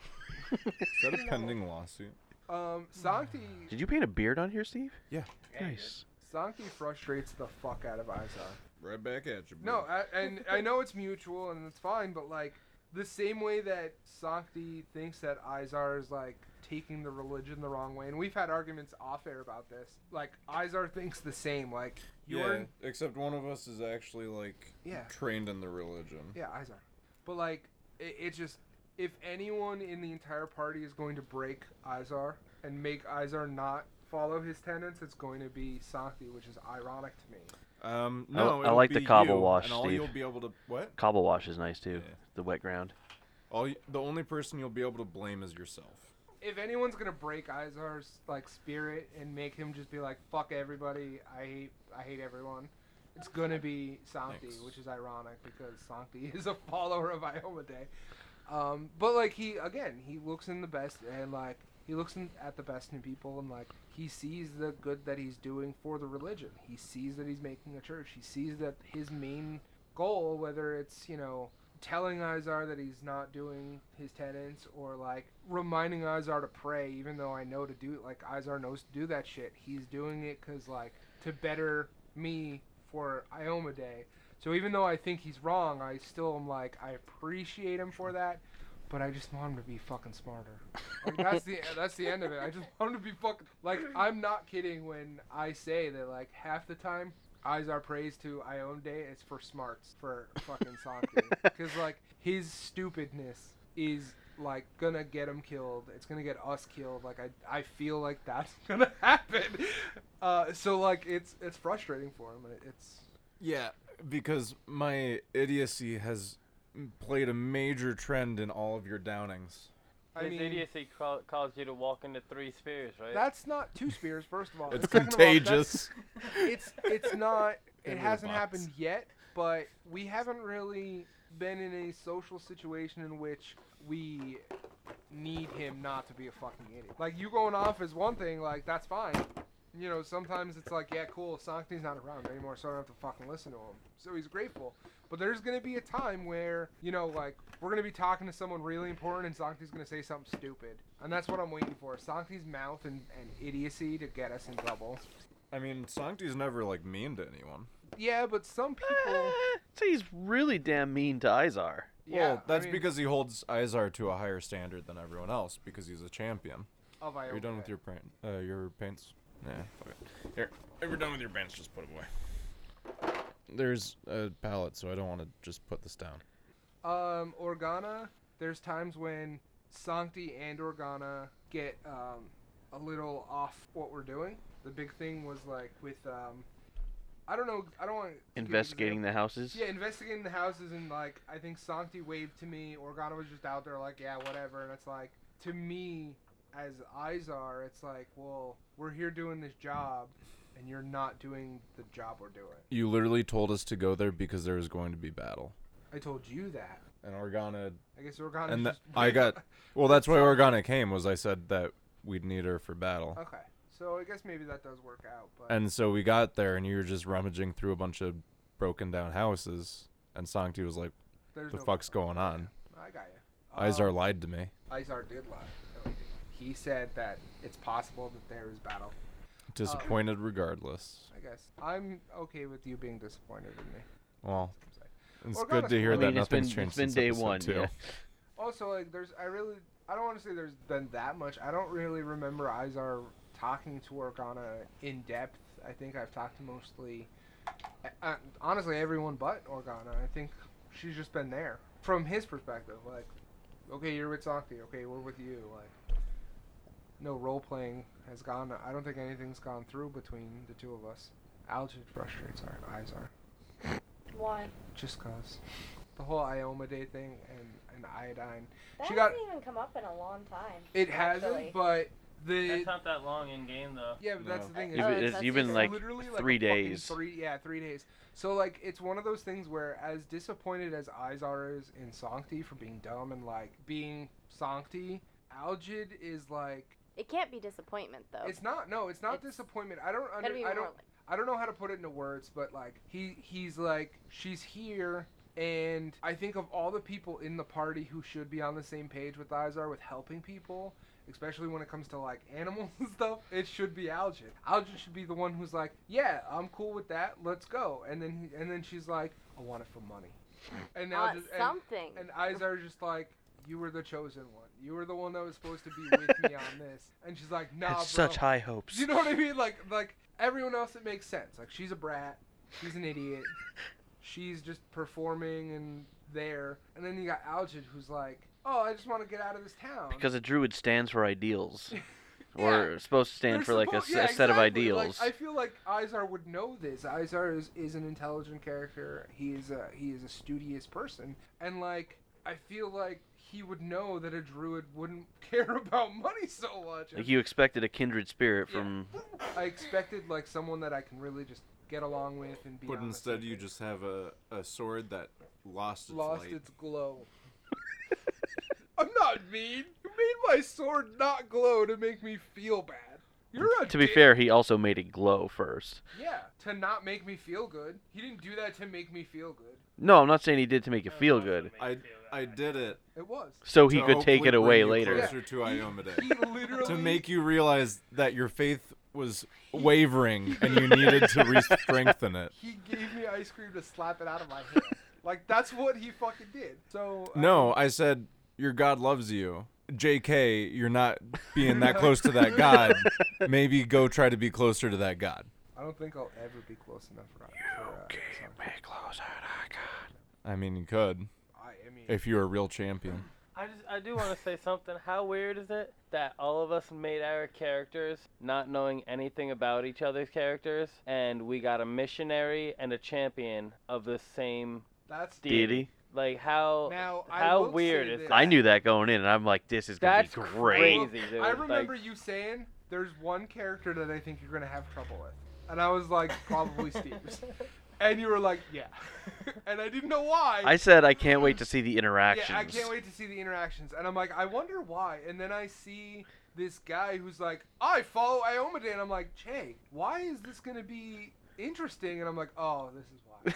Is that a pending lawsuit?
Um, Sancti
Did you paint a beard on here, Steve?
Yeah.
Nice.
Sanki frustrates the fuck out of Izar.
Right back at you.
No, I, and I know it's mutual and it's fine, but like the same way that Sankti thinks that Izar is like taking the religion the wrong way, and we've had arguments off air about this. Like Izar thinks the same. Like you're
Yeah, except one of us is actually like
Yeah.
trained in the religion.
Yeah, Izar. But like, it, it just if anyone in the entire party is going to break Izar and make Izar not follow his tenets, it's going to be Sankti, which is ironic to me.
Um,
I-
no,
I
it'll
like the
be
cobble
you,
wash,
and all
Steve.
you'll be able to what?
Cobble wash is nice too.
Yeah.
The wet ground.
All you, the only person you'll be able to blame is yourself.
if anyone's gonna break Izar's like spirit and make him just be like fuck everybody, I hate I hate everyone, it's gonna be Sankti,
Thanks.
which is ironic because Sankti is a follower of Iomade. Um, but like he again, he looks in the best and like he looks in, at the best in people and like he sees the good that he's doing for the religion. He sees that he's making a church. He sees that his main goal, whether it's you know telling Izar that he's not doing his tenants or like reminding Izar to pray, even though I know to do it. Like Izar knows to do that shit. He's doing it because like to better me for Ioma Day. So even though I think he's wrong, I still am like I appreciate him for that, but I just want him to be fucking smarter. Like, that's the that's the end of it. I just want him to be fucking like I'm not kidding when I say that like half the time eyes are praised to Ione Day is for smarts for fucking Santi because like his stupidness is like gonna get him killed. It's gonna get us killed. Like I I feel like that's gonna happen. Uh, so like it's it's frustrating for him. and it- It's
Yeah, because my idiocy has played a major trend in all of your downings.
I
His
mean,
idiocy ca- caused you to walk into three spears, right?
That's not two spears, first of all.
It's
And second of all, that's-
contagious.
it's it's not.
Into
it
the
hasn't
box.
happened yet, but we haven't really been in a social situation in which we need him not to be a fucking idiot. Like you going off is one thing, like that's fine. You know, sometimes it's like, yeah, cool, Sancti's not around anymore, so I don't have to fucking listen to him. So he's grateful. But there's gonna be a time where, you know, like we're gonna be talking to someone really important and Sancti's gonna say something stupid. And that's what I'm waiting for. Sancti's mouth and, and idiocy to get us in trouble.
I mean, Sancti's never like mean to anyone.
Yeah, but some people.
So he's really damn mean to Izar.
yeah,
well, that's
I mean,
because he holds Izar to a higher standard than everyone else because he's a champion.
of
Are you done with your paint? Uh, your paints? Yeah. Okay. Here, if you're done with your paints, just put it away. There's a palette, so I don't want to just put this down.
Um, Organa. There's times when Sancti and Organa get um, a little off what we're doing. The big thing was like with um, I don't know. I don't want
Investigating the houses.
Yeah, investigating the houses and like I think Sancti waved to me. Organa was just out there like, yeah, whatever. And it's like to me, as eyes are, it's like, well, we're here doing this job, and you're not doing the job we're doing.
You literally told us to go there because there was going to be battle.
I told you that.
And Organa
I guess Organa.
and th-
just
I got well. That's why Organa came was I said that we'd need her for battle,
Okay, so I guess maybe that does work out, but
and so we got there and you were just rummaging through a bunch of broken down houses, and Sancti was like,
there's
"The
no
fuck's going on?"
I got Um, you.
Izar lied to me.
Izar did lie. No, he didn't. He said that it's possible that there is battle.
Disappointed regardless.
I guess I'm okay with you being disappointed in me.
Well, it's
Organa's
good to hear
cool.
I
I
that
mean, it's been,
nothing's
it's
changed
been
since
day
episode
one.
two.
Yeah.
Also, like, there's I really I don't want to say there's been that much. I don't really remember Izar talking to Organa in depth. I think I've talked to mostly, uh, honestly, everyone but Organa. I think she's just been there from his perspective. Like, okay, you're with Sakti. Okay, we're with you. Like, no role playing has gone. I don't think anything's gone through between the two of us. Algid frustrates our Izar
Why?
just cause the whole Ioma Day thing and, and iodine.
That
She got-
hasn't even come up in a long time.
It hasn't,
Actually.
but the
That's not that long in game though.
yeah, but that's the
No.
thing.
You've,
Oh,
it's-
that's
you've been
even-
like
literally
three
a fucking
days.
Three, yeah, three days. So like, it's one of those things where, as disappointed as Izar is in Sancti for being dumb and like being Sancti, Algid is like,
It can't be disappointment though.
it's not. No, it's not
Oh. It's-
disappointment. I don't. Under,
gotta be
I
more
don't.
like-
I don't know how to put it into words, but like he he's like she's here and I think of all the people in the party who should be on the same page with Izar with helping people, especially when it comes to like animals and stuff, it should be Algin. Algin should be the one who's like, "Yeah, I'm cool with that. Let's go." And then he, and then she's like, "I want it for money." And
I
now
want
just, and,
"Ah, something.
and Izar's just like, "You were the chosen one. You were the one that was supposed to be with me on this." And she's like, "Nah,
Had
bro."
such high hopes.
You know what I mean? Like like everyone else, it makes sense. Like she's a brat, she's an idiot, she's just performing and there. And then you got Algid, who's like, oh, I just want to get out of this town.
because a druid stands for ideals,
Yeah.
or supposed to stand
They're
for like a,
suppo-
s-
yeah,
a set of
exactly. Like,
ideals.
I feel like Izar would know this. Izar is, is an intelligent character. He is a he is a studious person, and like I feel like he would know that a druid wouldn't care about money so much.
Like you expected a kindred spirit
Yeah.
from.
I expected like someone that I can really just get along with and be.
But
honest
instead,
with
you
it.
just have a, a sword that lost its
lost
light.
its glow. I'm not mean. You made my sword not glow to make me feel bad. You're a
To be
dick.
fair, he also made it glow first.
Yeah, to not make me feel good. He didn't do that to make me feel good.
No, I'm not saying he did to make you
That
feel
also
good,
made me
I
feel that
I
way.
did it.
It was.
so he
to
could take
hopefully
it
bring
away
you
later.
Closer to Iomade.
He literally
to make you realize that your faith was wavering and you needed to re-strengthen it.
He gave me ice cream to slap it out of my hand. Like that's what he fucking did. So I
No, I said your God loves you. JK, you're not being that close to that God. Maybe go try to be closer to that God.
I don't think I'll ever be close enough for that. for, uh, something.
I mean, you could
I, I mean,
if you're a real champion.
I just I do want to say something. How weird is it that all of us made our characters not knowing anything about each other's characters, and we got a missionary and a champion of the same
that's
Did
deity?
he?
Like how
Now, I
how
will
weird
say
is
this.
that?
I knew that going in, and I'm like, this is gonna
That's
be
crazy.
great.
dude.
I
Like-
remember you saying there's one character that I think you're gonna have trouble with, and I was like, probably Steve's, and you were like, yeah, and I didn't know why.
I said I can't wait to see the
yeah,
interactions.
I can't wait to see the interactions, and I'm like, I wonder why, and then I see this guy who's like, I follow Iomade, and I'm like, Jay, why is this gonna be interesting? And I'm like, oh, this is why.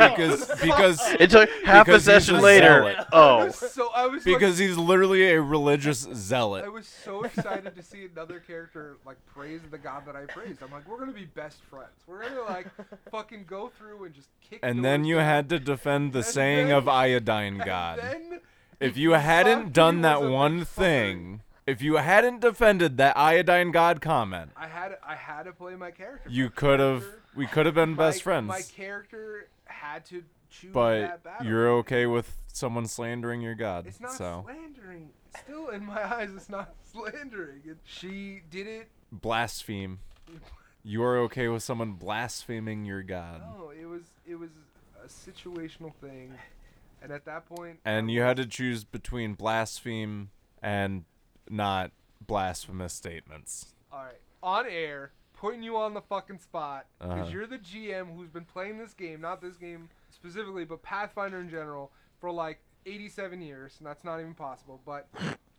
Oh,
Because because
It took half
Because he's
a session
a
later.
zealot.
I
Oh,
was so I was like,
because he's literally a religious zealot.
I was so excited to see another character like praise the god that I praised. I'm like, we're gonna be best friends. We're gonna like fucking go through and just kick.
And then
doors
you
down.
had to defend the
And
saying
then-
of iodine
And
god.
then-
If you
Rocky
hadn't done that
was a
one
motherfucker.
thing, if you hadn't defended that iodine god comment,
I had I had to play my character.
you
My
could have
character-
we could have been best
my-
friends.
My character had to choose
but
that battle.
you're okay with someone slandering your god.
It's not
so
slandering. Still, in my eyes, it's not slandering. It, she did it.
blaspheme. You're okay with someone blaspheming your god.
No, Oh, it was it was a situational thing, and at that point,
And you had to choose between blaspheme and not blasphemous statements.
All right, on air, putting you on the fucking spot because
Uh-huh.
you're the GM who's been playing this game, not this game specifically, but Pathfinder in general for like 87 years, and that's not even possible. But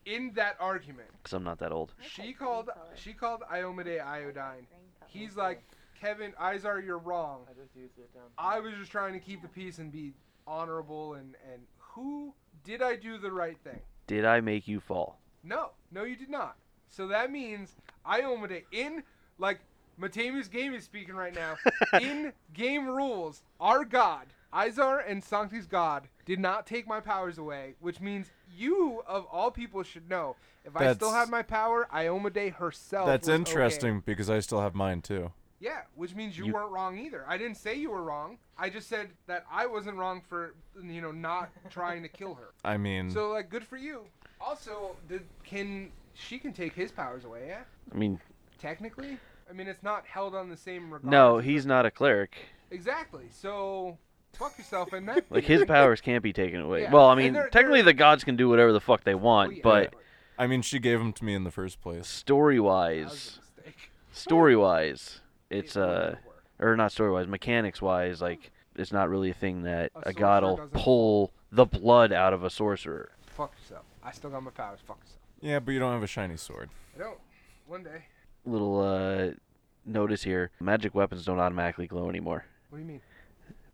in that argument,
because I'm not that old.
she called she called Iomade iodine. He's like, Kevin, Izar, you're wrong.
I just used it, um,
I was just trying to keep the peace and be honorable, and and who did I do the right thing?
Did I make you fall?
No, no, you did not. So that means I own it in like Matami's game is speaking right now. in game rules, our god, Izar and Sancti's god, did not take my powers away, which means you of all people should know. If I still
That's-
had my power, Iomade herself.
That's
was Oh, okay.
interesting because I still have mine too.
Yeah, which means you,
You-
weren't wrong either. I didn't say you were wrong. I just said that I wasn't wrong for you know not trying to kill her.
I
Mm.
mean,
So like, good for you. Also, did, can she can take his powers away? Yeah,
I mean,
technically. I mean, it's not held on the same regard.
no, he's not a cleric.
exactly. So fuck yourself in that.
Like his powers can't be taken away.
Yeah,
Well, I
and
mean,
they're- they're-
technically the gods can do whatever the fuck they want,
Well, yeah,
but
I mean, she gave them to me in the first place.
that was
story-wise,
a mistake.
story-wise, it's
It
uh,
wouldn't work.
or not story-wise, mechanics-wise, like it's not really a thing that
A
a god'll
sorcerer doesn't-
pull the blood out of a sorcerer.
fuck yourself. I still got my powers. Fuck yourself.
Yeah, but you don't have a shiny sword.
I don't. One day.
Little uh, notice here: magic weapons don't automatically glow anymore.
What do you mean?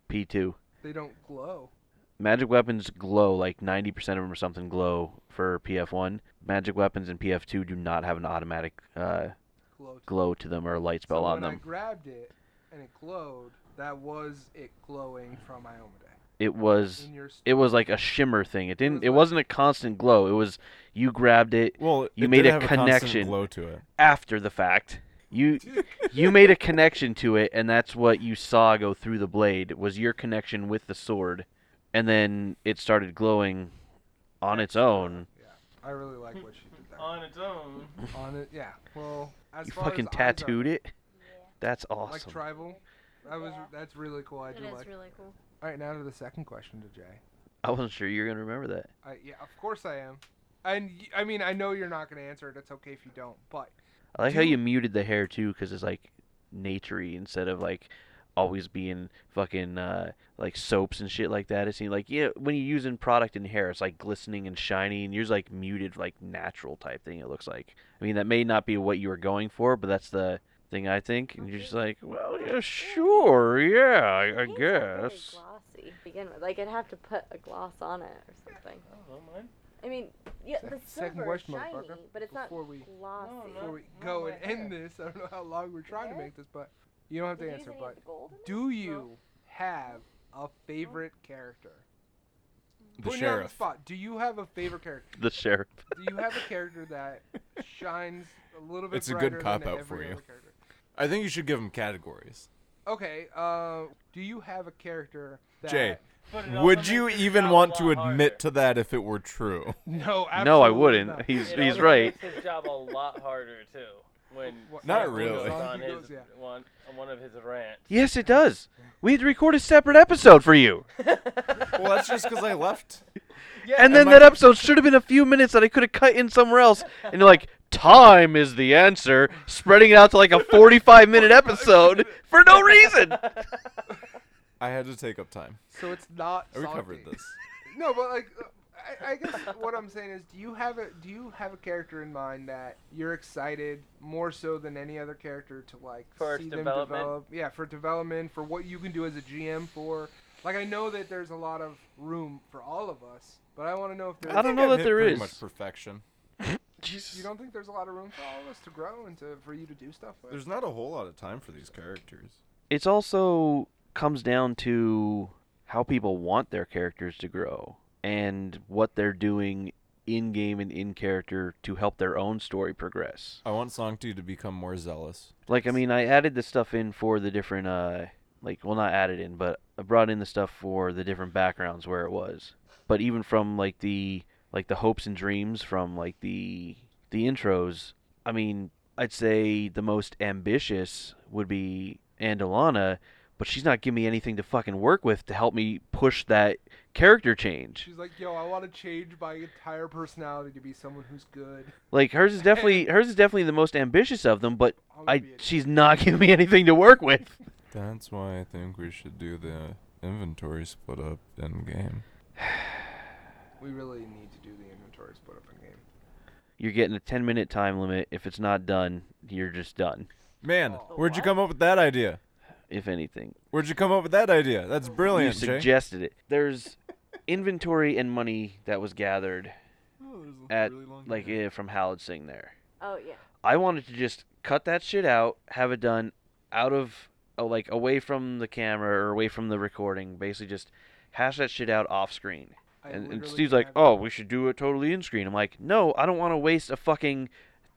P two.
They don't glow.
Magic weapons glow like 90% of them or something glow for PF1. Magic weapons in PF2 do not have an automatic uh,
Glow.
glow to them or a light spell
so
on
when I
them.
grabbed it and it glowed, that was it glowing from Iomade.
It was
In your
it was like a shimmer thing. It didn't
was
it
like-
wasn't a constant glow. It was you grabbed it
Well,
You
it
made
did
a
have constant
connection.
glow to it.
after the fact. You you made a connection to it and that's what you saw go through the blade was your connection with the sword and then it started glowing on its own.
I really like what she did there.
on its own. Oh,
On it, yeah. Well, as
You
far
fucking
as eyes are-
tattooed it. That's awesome.
Like tribal. That was
Yeah.
that's really cool. I
It
do
is
like.
really cool.
All right, now to the second question to Jay.
I wasn't sure you were going to remember that.
I, yeah, of course I am. And y- I mean, I know you're not gonna answer it. It's okay if you don't. But
I like how
Do-
you muted the hair too, because it's like naturey instead of like always being fucking uh, like soaps and shit like that. It seemed like yeah, when you're using product in hair, it's like glistening and shiny, and yours like muted, like natural type thing. It looks like. I mean, that may not be what you were going for, but that's the thing I think. And you're just like, well, yeah, sure, yeah, I, I
Paints are very
guess.
glossy to begin with. Like I'd have to put a gloss on it or something.
I don't know, mine.
I mean, yeah,
Second
the silver is
question,
shiny,
motherfucker.
but it's not
Before we
glossy.
no.
before we
not
go
my
and end
hair.
this, I don't know how long we're trying to
Yeah.
make this, but you don't have
Did
to
you
answer.
use any
But
of the gold in it?
do you have a favorite character?
The
Putting you on the
sheriff.
spot. Do you have a favorite character?
The sheriff.
Do you have a character that shines a little bit
It's a good
brighter than
cop-out
every
for you.
other character?
I think you should give him categories.
Okay. Uh, do you have a character that?
Jay,
But it also
would you
makes your
even
job
want
a
to
lot
admit
harder.
to that if it were true?
No, absolutely
No, I wouldn't.
not.
He's
It
he's
also
right.
Makes his job a lot harder too. When
What-
Not
Sam Goes
really.
on
He
his
goes, yeah.
one, on one of his rants.
Yes, it does. We had to record a separate episode for you,
well, that's just because I left.
and then
Am I-
that episode should have been a few minutes that I could have cut in somewhere else. And you're like, time is the answer, spreading it out to like a 45 minute episode for no reason.
I had to take up time.
So it's not.
We covered
salty.
this.
No, but like, uh, I, I guess what I'm saying is, do you have a do you have a character in mind that you're excited more so than any other character to like
For its
see them
development?
develop? Yeah, for development, for what you can do as a GM for. Like, I know that there's a lot of room for all of us, but I want to know if there's.
I
think
don't know
I've
that
hit
there
pretty
is.
much perfection.
You don't think there's a lot of room for all of us to grow and to for you to do stuff with?
There's not a whole lot of time for these characters.
It's also comes down to how people want their characters to grow and what they're doing in game and in character to help their own story progress.
I want Songti to become more zealous.
Like, I mean, I added the stuff in for the different, uh, like, well, not added in, but I brought in the stuff for the different backgrounds where it was. But even from like the like the hopes and dreams from like the the intros, I mean, I'd say the most ambitious would be Andalana, but she's not giving me anything to fucking work with to help me push that character change.
She's like, yo, I want to change my entire personality to be someone who's good.
Like hers is definitely hers is definitely the most ambitious of them, but
I'm gonna
I
be a-
she's not giving me anything to work with.
That's why I think we should do the inventory split up in game.
we really need to do the inventory split up in game.
you're getting a 10 minute time limit. If it's not done, you're just done,
Man,
Oh.
where'd you
What?
come up with that idea?
if anything.
Where'd you come up with that idea? That's
You
brilliant, Oh, Jay.
suggested it. There's inventory and money that was gathered at like eh, from Howard Singh there.
Oh yeah.
I wanted to just cut that shit out, have it done out of oh, like away from the camera or away from the recording, basically just hash that shit out off screen.
I
And, and
literally
Steve's like,
have-
"Oh, we should do it totally in screen." I'm like, "No, I don't want to waste a fucking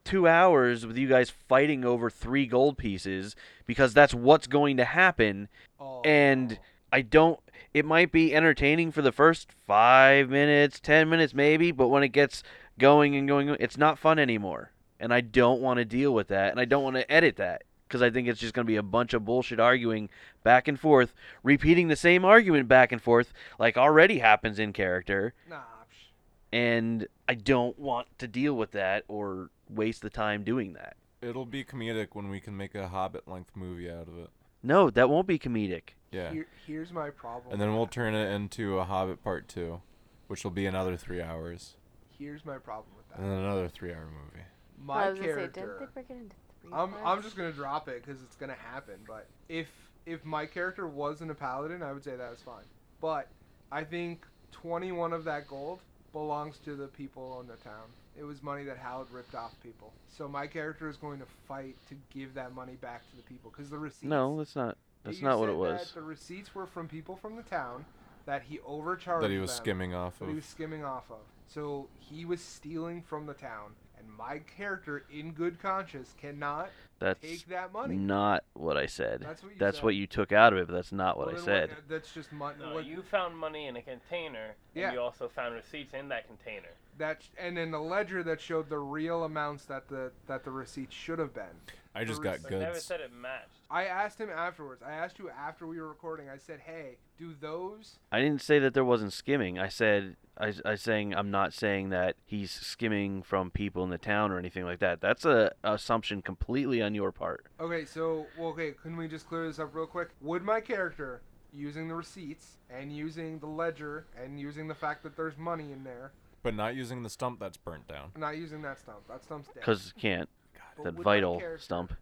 two hours with you guys fighting over three gold pieces because that's what's going to happen."
Oh,
and
no.
I don't. It might be entertaining for the first five minutes, ten minutes, maybe, but when it gets going and going, it's not fun anymore. And I don't want to deal with that, and I don't want to edit that because I think it's just going to be a bunch of bullshit arguing back and forth, repeating the same argument back and forth, like already happens in character.
Nah, psh.
And I don't want to deal with that or waste the time doing that.
It'll be comedic when we can make a Hobbit length movie out of it.
No, that won't be comedic.
Yeah.
Here, here's my problem.
And then we'll turn it into a Hobbit Part 2, which will be another three hours.
Here's my problem with
And
that.
then another three hour movie.
My
I was gonna say, didn't they
character.
break it into three
I'm I'm
parts?
just gonna drop it because it's gonna happen. But if if my character wasn't a paladin, I would say that was fine. But I think 21 of that gold belongs to the people on the town. It was money that Howard ripped off people. So my character is going to fight to give that money back to the people because the receipts.
No, that's not. That's
you
not what
said
it was.
That the receipts were from people from the town that he overcharged.
That he was
them.
skimming off
that he was
of.
skimming off of. So he was stealing from the town, and my character, in good conscience, cannot
That's
take that money.
Not what I said.
That's what you
That's
said.
what you took out of it, but that's not what
Well,
I
then uh,
said.
that's just money.
No, Uh, you found money in a container,
Yeah.
and you also found receipts in that container.
that and then the ledger that showed the real amounts that the that the receipts should have been.
I just got
But I never
goods.
said it matched.
I asked him afterwards. I asked you after we were recording. I said, "Hey, do those
I didn't say that there wasn't skimming. I said I, I saying I'm not saying that he's skimming from people in the town or anything like that. That's a assumption completely on your part.
Okay, so well, okay, can we just clear this up real quick? Would my character, using the receipts and using the ledger and using the fact that there's money in there,
But not using the stump that's burnt down.
I'm not using that stump, that stump's dead.
Cuz can't
But
that
would my
vital
character-
stump.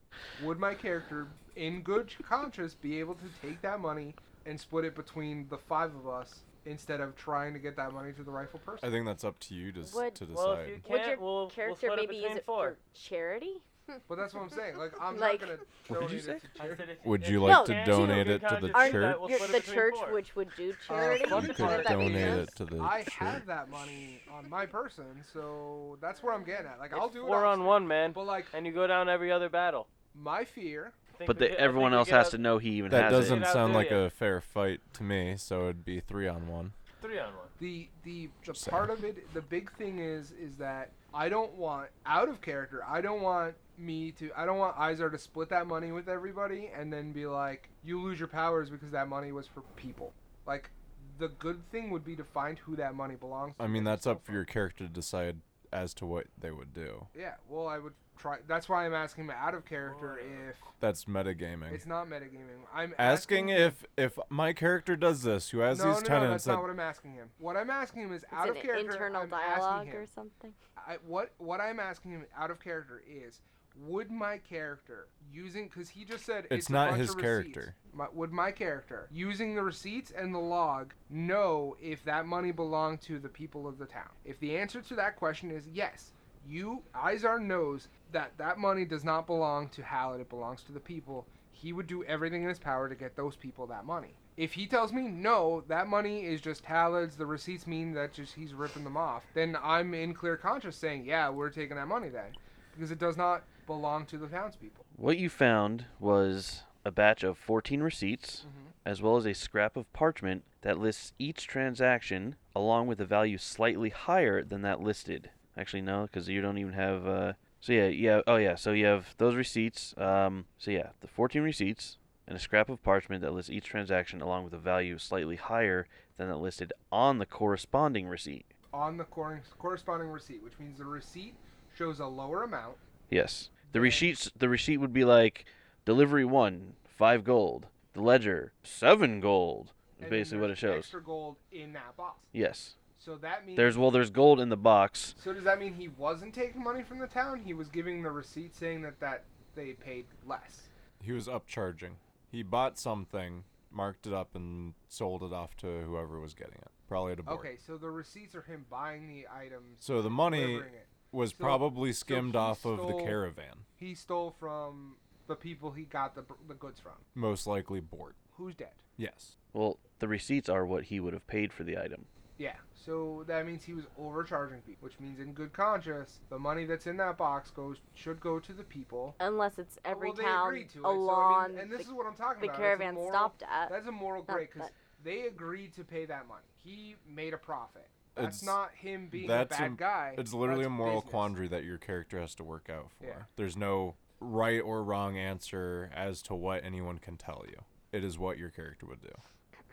Would my character, in good conscience, be able to take that money and split it between the five of us instead of trying to get that money to the rightful person.
I think that's up to you to, s-
Would-
to decide.
Well, if you
Would
can't,
your
we'll,
character
we'll split
maybe
it
use
between
it
four.
for charity?
But that's what I'm saying. Like I'm
Like-
not gonna
What did you
donate
say?
it to charity.
Would you
like to
donate it to the church?
Your- the church, which would
Uh,
do charity,
fuck
would
the
that
church.
be
donate
used?
it to the
I
church.
have that money on my person, so that's where I'm getting at. Like I'll
It's
do
four
it.
on one, man,
But like
and you go down every other battle.
my fear,
I think
But
we
the,
get- I
everyone
think we
else
get
has
out
to know he even
That
has
doesn't
it.
Get out
sound
there
like
yet.
a fair fight to me, so it'd be three on one.
Three on one.
the the the
Just saying.
part of it, the big thing is is that I don't want out of character. I don't want me to. I don't want Izar to split that money with everybody and then be like, you lose your powers because that money was for people. Like the good thing would be to find who that money belongs to.
I mean,
get
that's
yourself
up for your character to decide as to what they would do.
Yeah, well, I would try. That's why I'm asking him out of character if
That's metagaming.
it's not metagaming. I'm
Asking if if my character does this, who has
no,
these
no, no,
tenants
that's
that
not what I'm asking him. What I'm asking him is
It's
out
an
of character.
internal
I'm asking
dialogue
him-
or something.
I, what what I'm asking him out of character is, would my character using because he just said
It's
a
not
bunch
his
of receipts."
character.
My, would my character using the receipts and the log know if that money belonged to the people of the town? If the answer to that question is yes, you Izar knows that that money does not belong to Hallett. It belongs to the people. He would do everything in his power to get those people that money. If he tells me no, that money is just Halled's, the receipts mean that just he's ripping them off, then I'm in clear conscience saying, yeah, we're taking that money then, because it does not belong to the townspeople.
What you found was a batch of 14 receipts, as well as a scrap of parchment that lists each transaction along with a value slightly higher than that listed. Actually, no, because you don't even have. Uh, so yeah, yeah. Oh yeah. So you have those receipts. Um, so yeah, the 14 receipts and a scrap of parchment that lists each transaction along with a value slightly higher than that listed on the corresponding receipt.
On the cor- corresponding receipt, which means the receipt shows a lower amount.
Yes. The receipts the receipt would be like delivery one, five gold. The ledger, seven gold. Is
and then
basically what
there's
it shows.
Extra gold in that box.
Yes.
So that means.
There's well there's gold in the box.
so does that mean he wasn't taking money from the town? He was giving the receipt saying that that they paid less.
he was upcharging. He bought something, marked it up, and sold it off to whoever was getting it, probably at a board.
Okay, so the receipts are him buying the items.
So the money
delivering it.
was
So-
probably
so
skimmed
he
off of the
stole-
caravan,
he stole from the people he got the, the goods from.
most likely board.
Who's dead?
Yes.
Well, the receipts are what he would have paid for the item.
Yeah, so that means he was overcharging people, which means in good conscience, the money that's in that box goes should go to the people.
Unless it's every
Oh, Well, they
town
agreed to it, so I mean-
along
and this
the,
is what I'm talking
the
about. It's a
caravan
moral-
stopped at.
That's a moral
Not
break because
that-
they agreed to pay that money. He made a profit. That's
It's-
not him being
that's
a bad
a-
guy.
It's literally
that's
a moral
business.
quandary that your character has to work out for.
Yeah.
There's no right or wrong answer as to what anyone can tell you. It is what your character would do.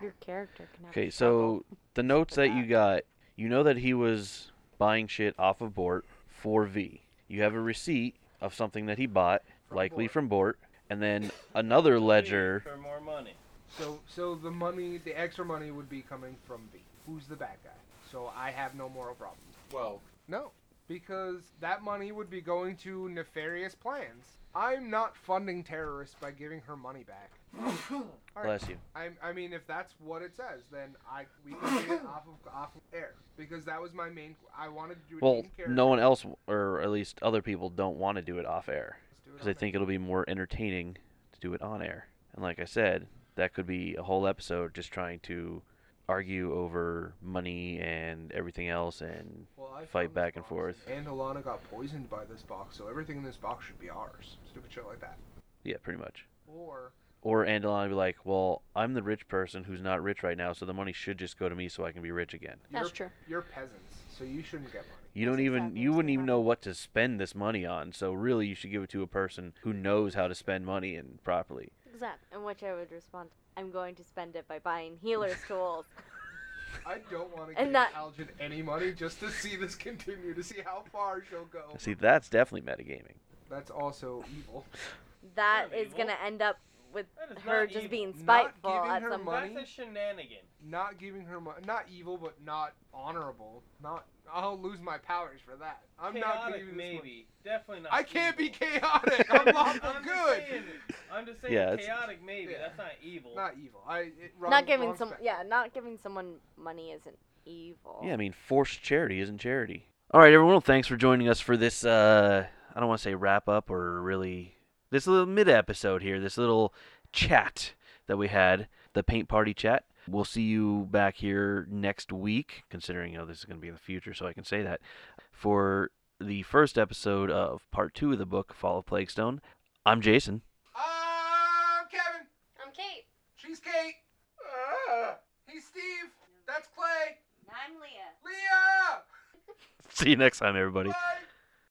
Your character can have
Okay,
trouble.
so the notes that you
that.
got, you know that he was buying shit off of Bort for V. You have a receipt of something that he bought, likely
Bort.
from Bort, and then another ledger.
for more money.
So, so the money, the extra money would be coming from V. Who's the bad guy? So I have no moral problem.
Well,
No, because that money would be going to nefarious plans. I'm not funding terrorists by giving her money back. All right.
Bless you.
I, I mean, if that's what it says, then I we can get it off of off of air because that was my main. I wanted to do it.
Well,
in character.
no one else, or at least other people, don't want to do it off air.
Let's do it
because I
on
think it'll be more entertaining to do it on air. And like I said, that could be a whole episode just trying to argue over money and everything else. And
air. Well, I
fight
found this
back and
box,
forth.
And Alana got poisoned by this box, so everything in this box should be ours. Stupid shit like that.
yeah, pretty much.
Or
Or Andalon would be like, well, I'm the rich person who's not rich right now, so the money should just go to me so I can be rich again.
That's
you're,
true.
You're peasants, so you shouldn't get money.
You don't
That's
even
exactly
you
what's
wouldn't
gonna
even know what to spend this money on. So really, you should give it to a person who knows how to spend money and properly.
Exactly.
In which I would respond, I'm going to spend it by buying healer's tools.
I don't want to
And
give
that-
Algin any money just to see this continue, to see how far she'll
Oh
go.
See, that's definitely metagaming.
That's also evil.
That
Yeah,
is
evil.
going to end up with
That is
her
not
just
evil.
being
Not
spiteful
giving
at
her
some
money.
That's a shenanigan.
Not giving her money, not evil, but not honorable. Not, I'll lose my powers for that. I'm not
Chaotic,
giving you this money.
maybe. Definitely not.
I can't be
evil.
chaotic. I'm lawful
I'm
good.
Just saying, I'm just saying,
Yeah, it's-
chaotic maybe.
Yeah.
That's not evil.
Not evil. I it, wrong,
not giving
wrong
some
spec-
yeah, not giving someone money isn't evil.
Yeah, I mean, forced charity isn't charity. All right, everyone. Well, thanks for joining us for this. Uh, I don't want to say wrap up or really this little mid episode here. This little chat that we had, the paint party chat. We'll see you back here next week. Considering you know this is going to be in the future, so I can say that for the first episode of part two of the book Fall of Plague Stone. I'm Jason.
I'm Um, Kevin.
I'm Kate.
She's Kate. Ah, he's Steve. That's Clay.
I'm Leah.
Leah.
See you next time, everybody.
Bye.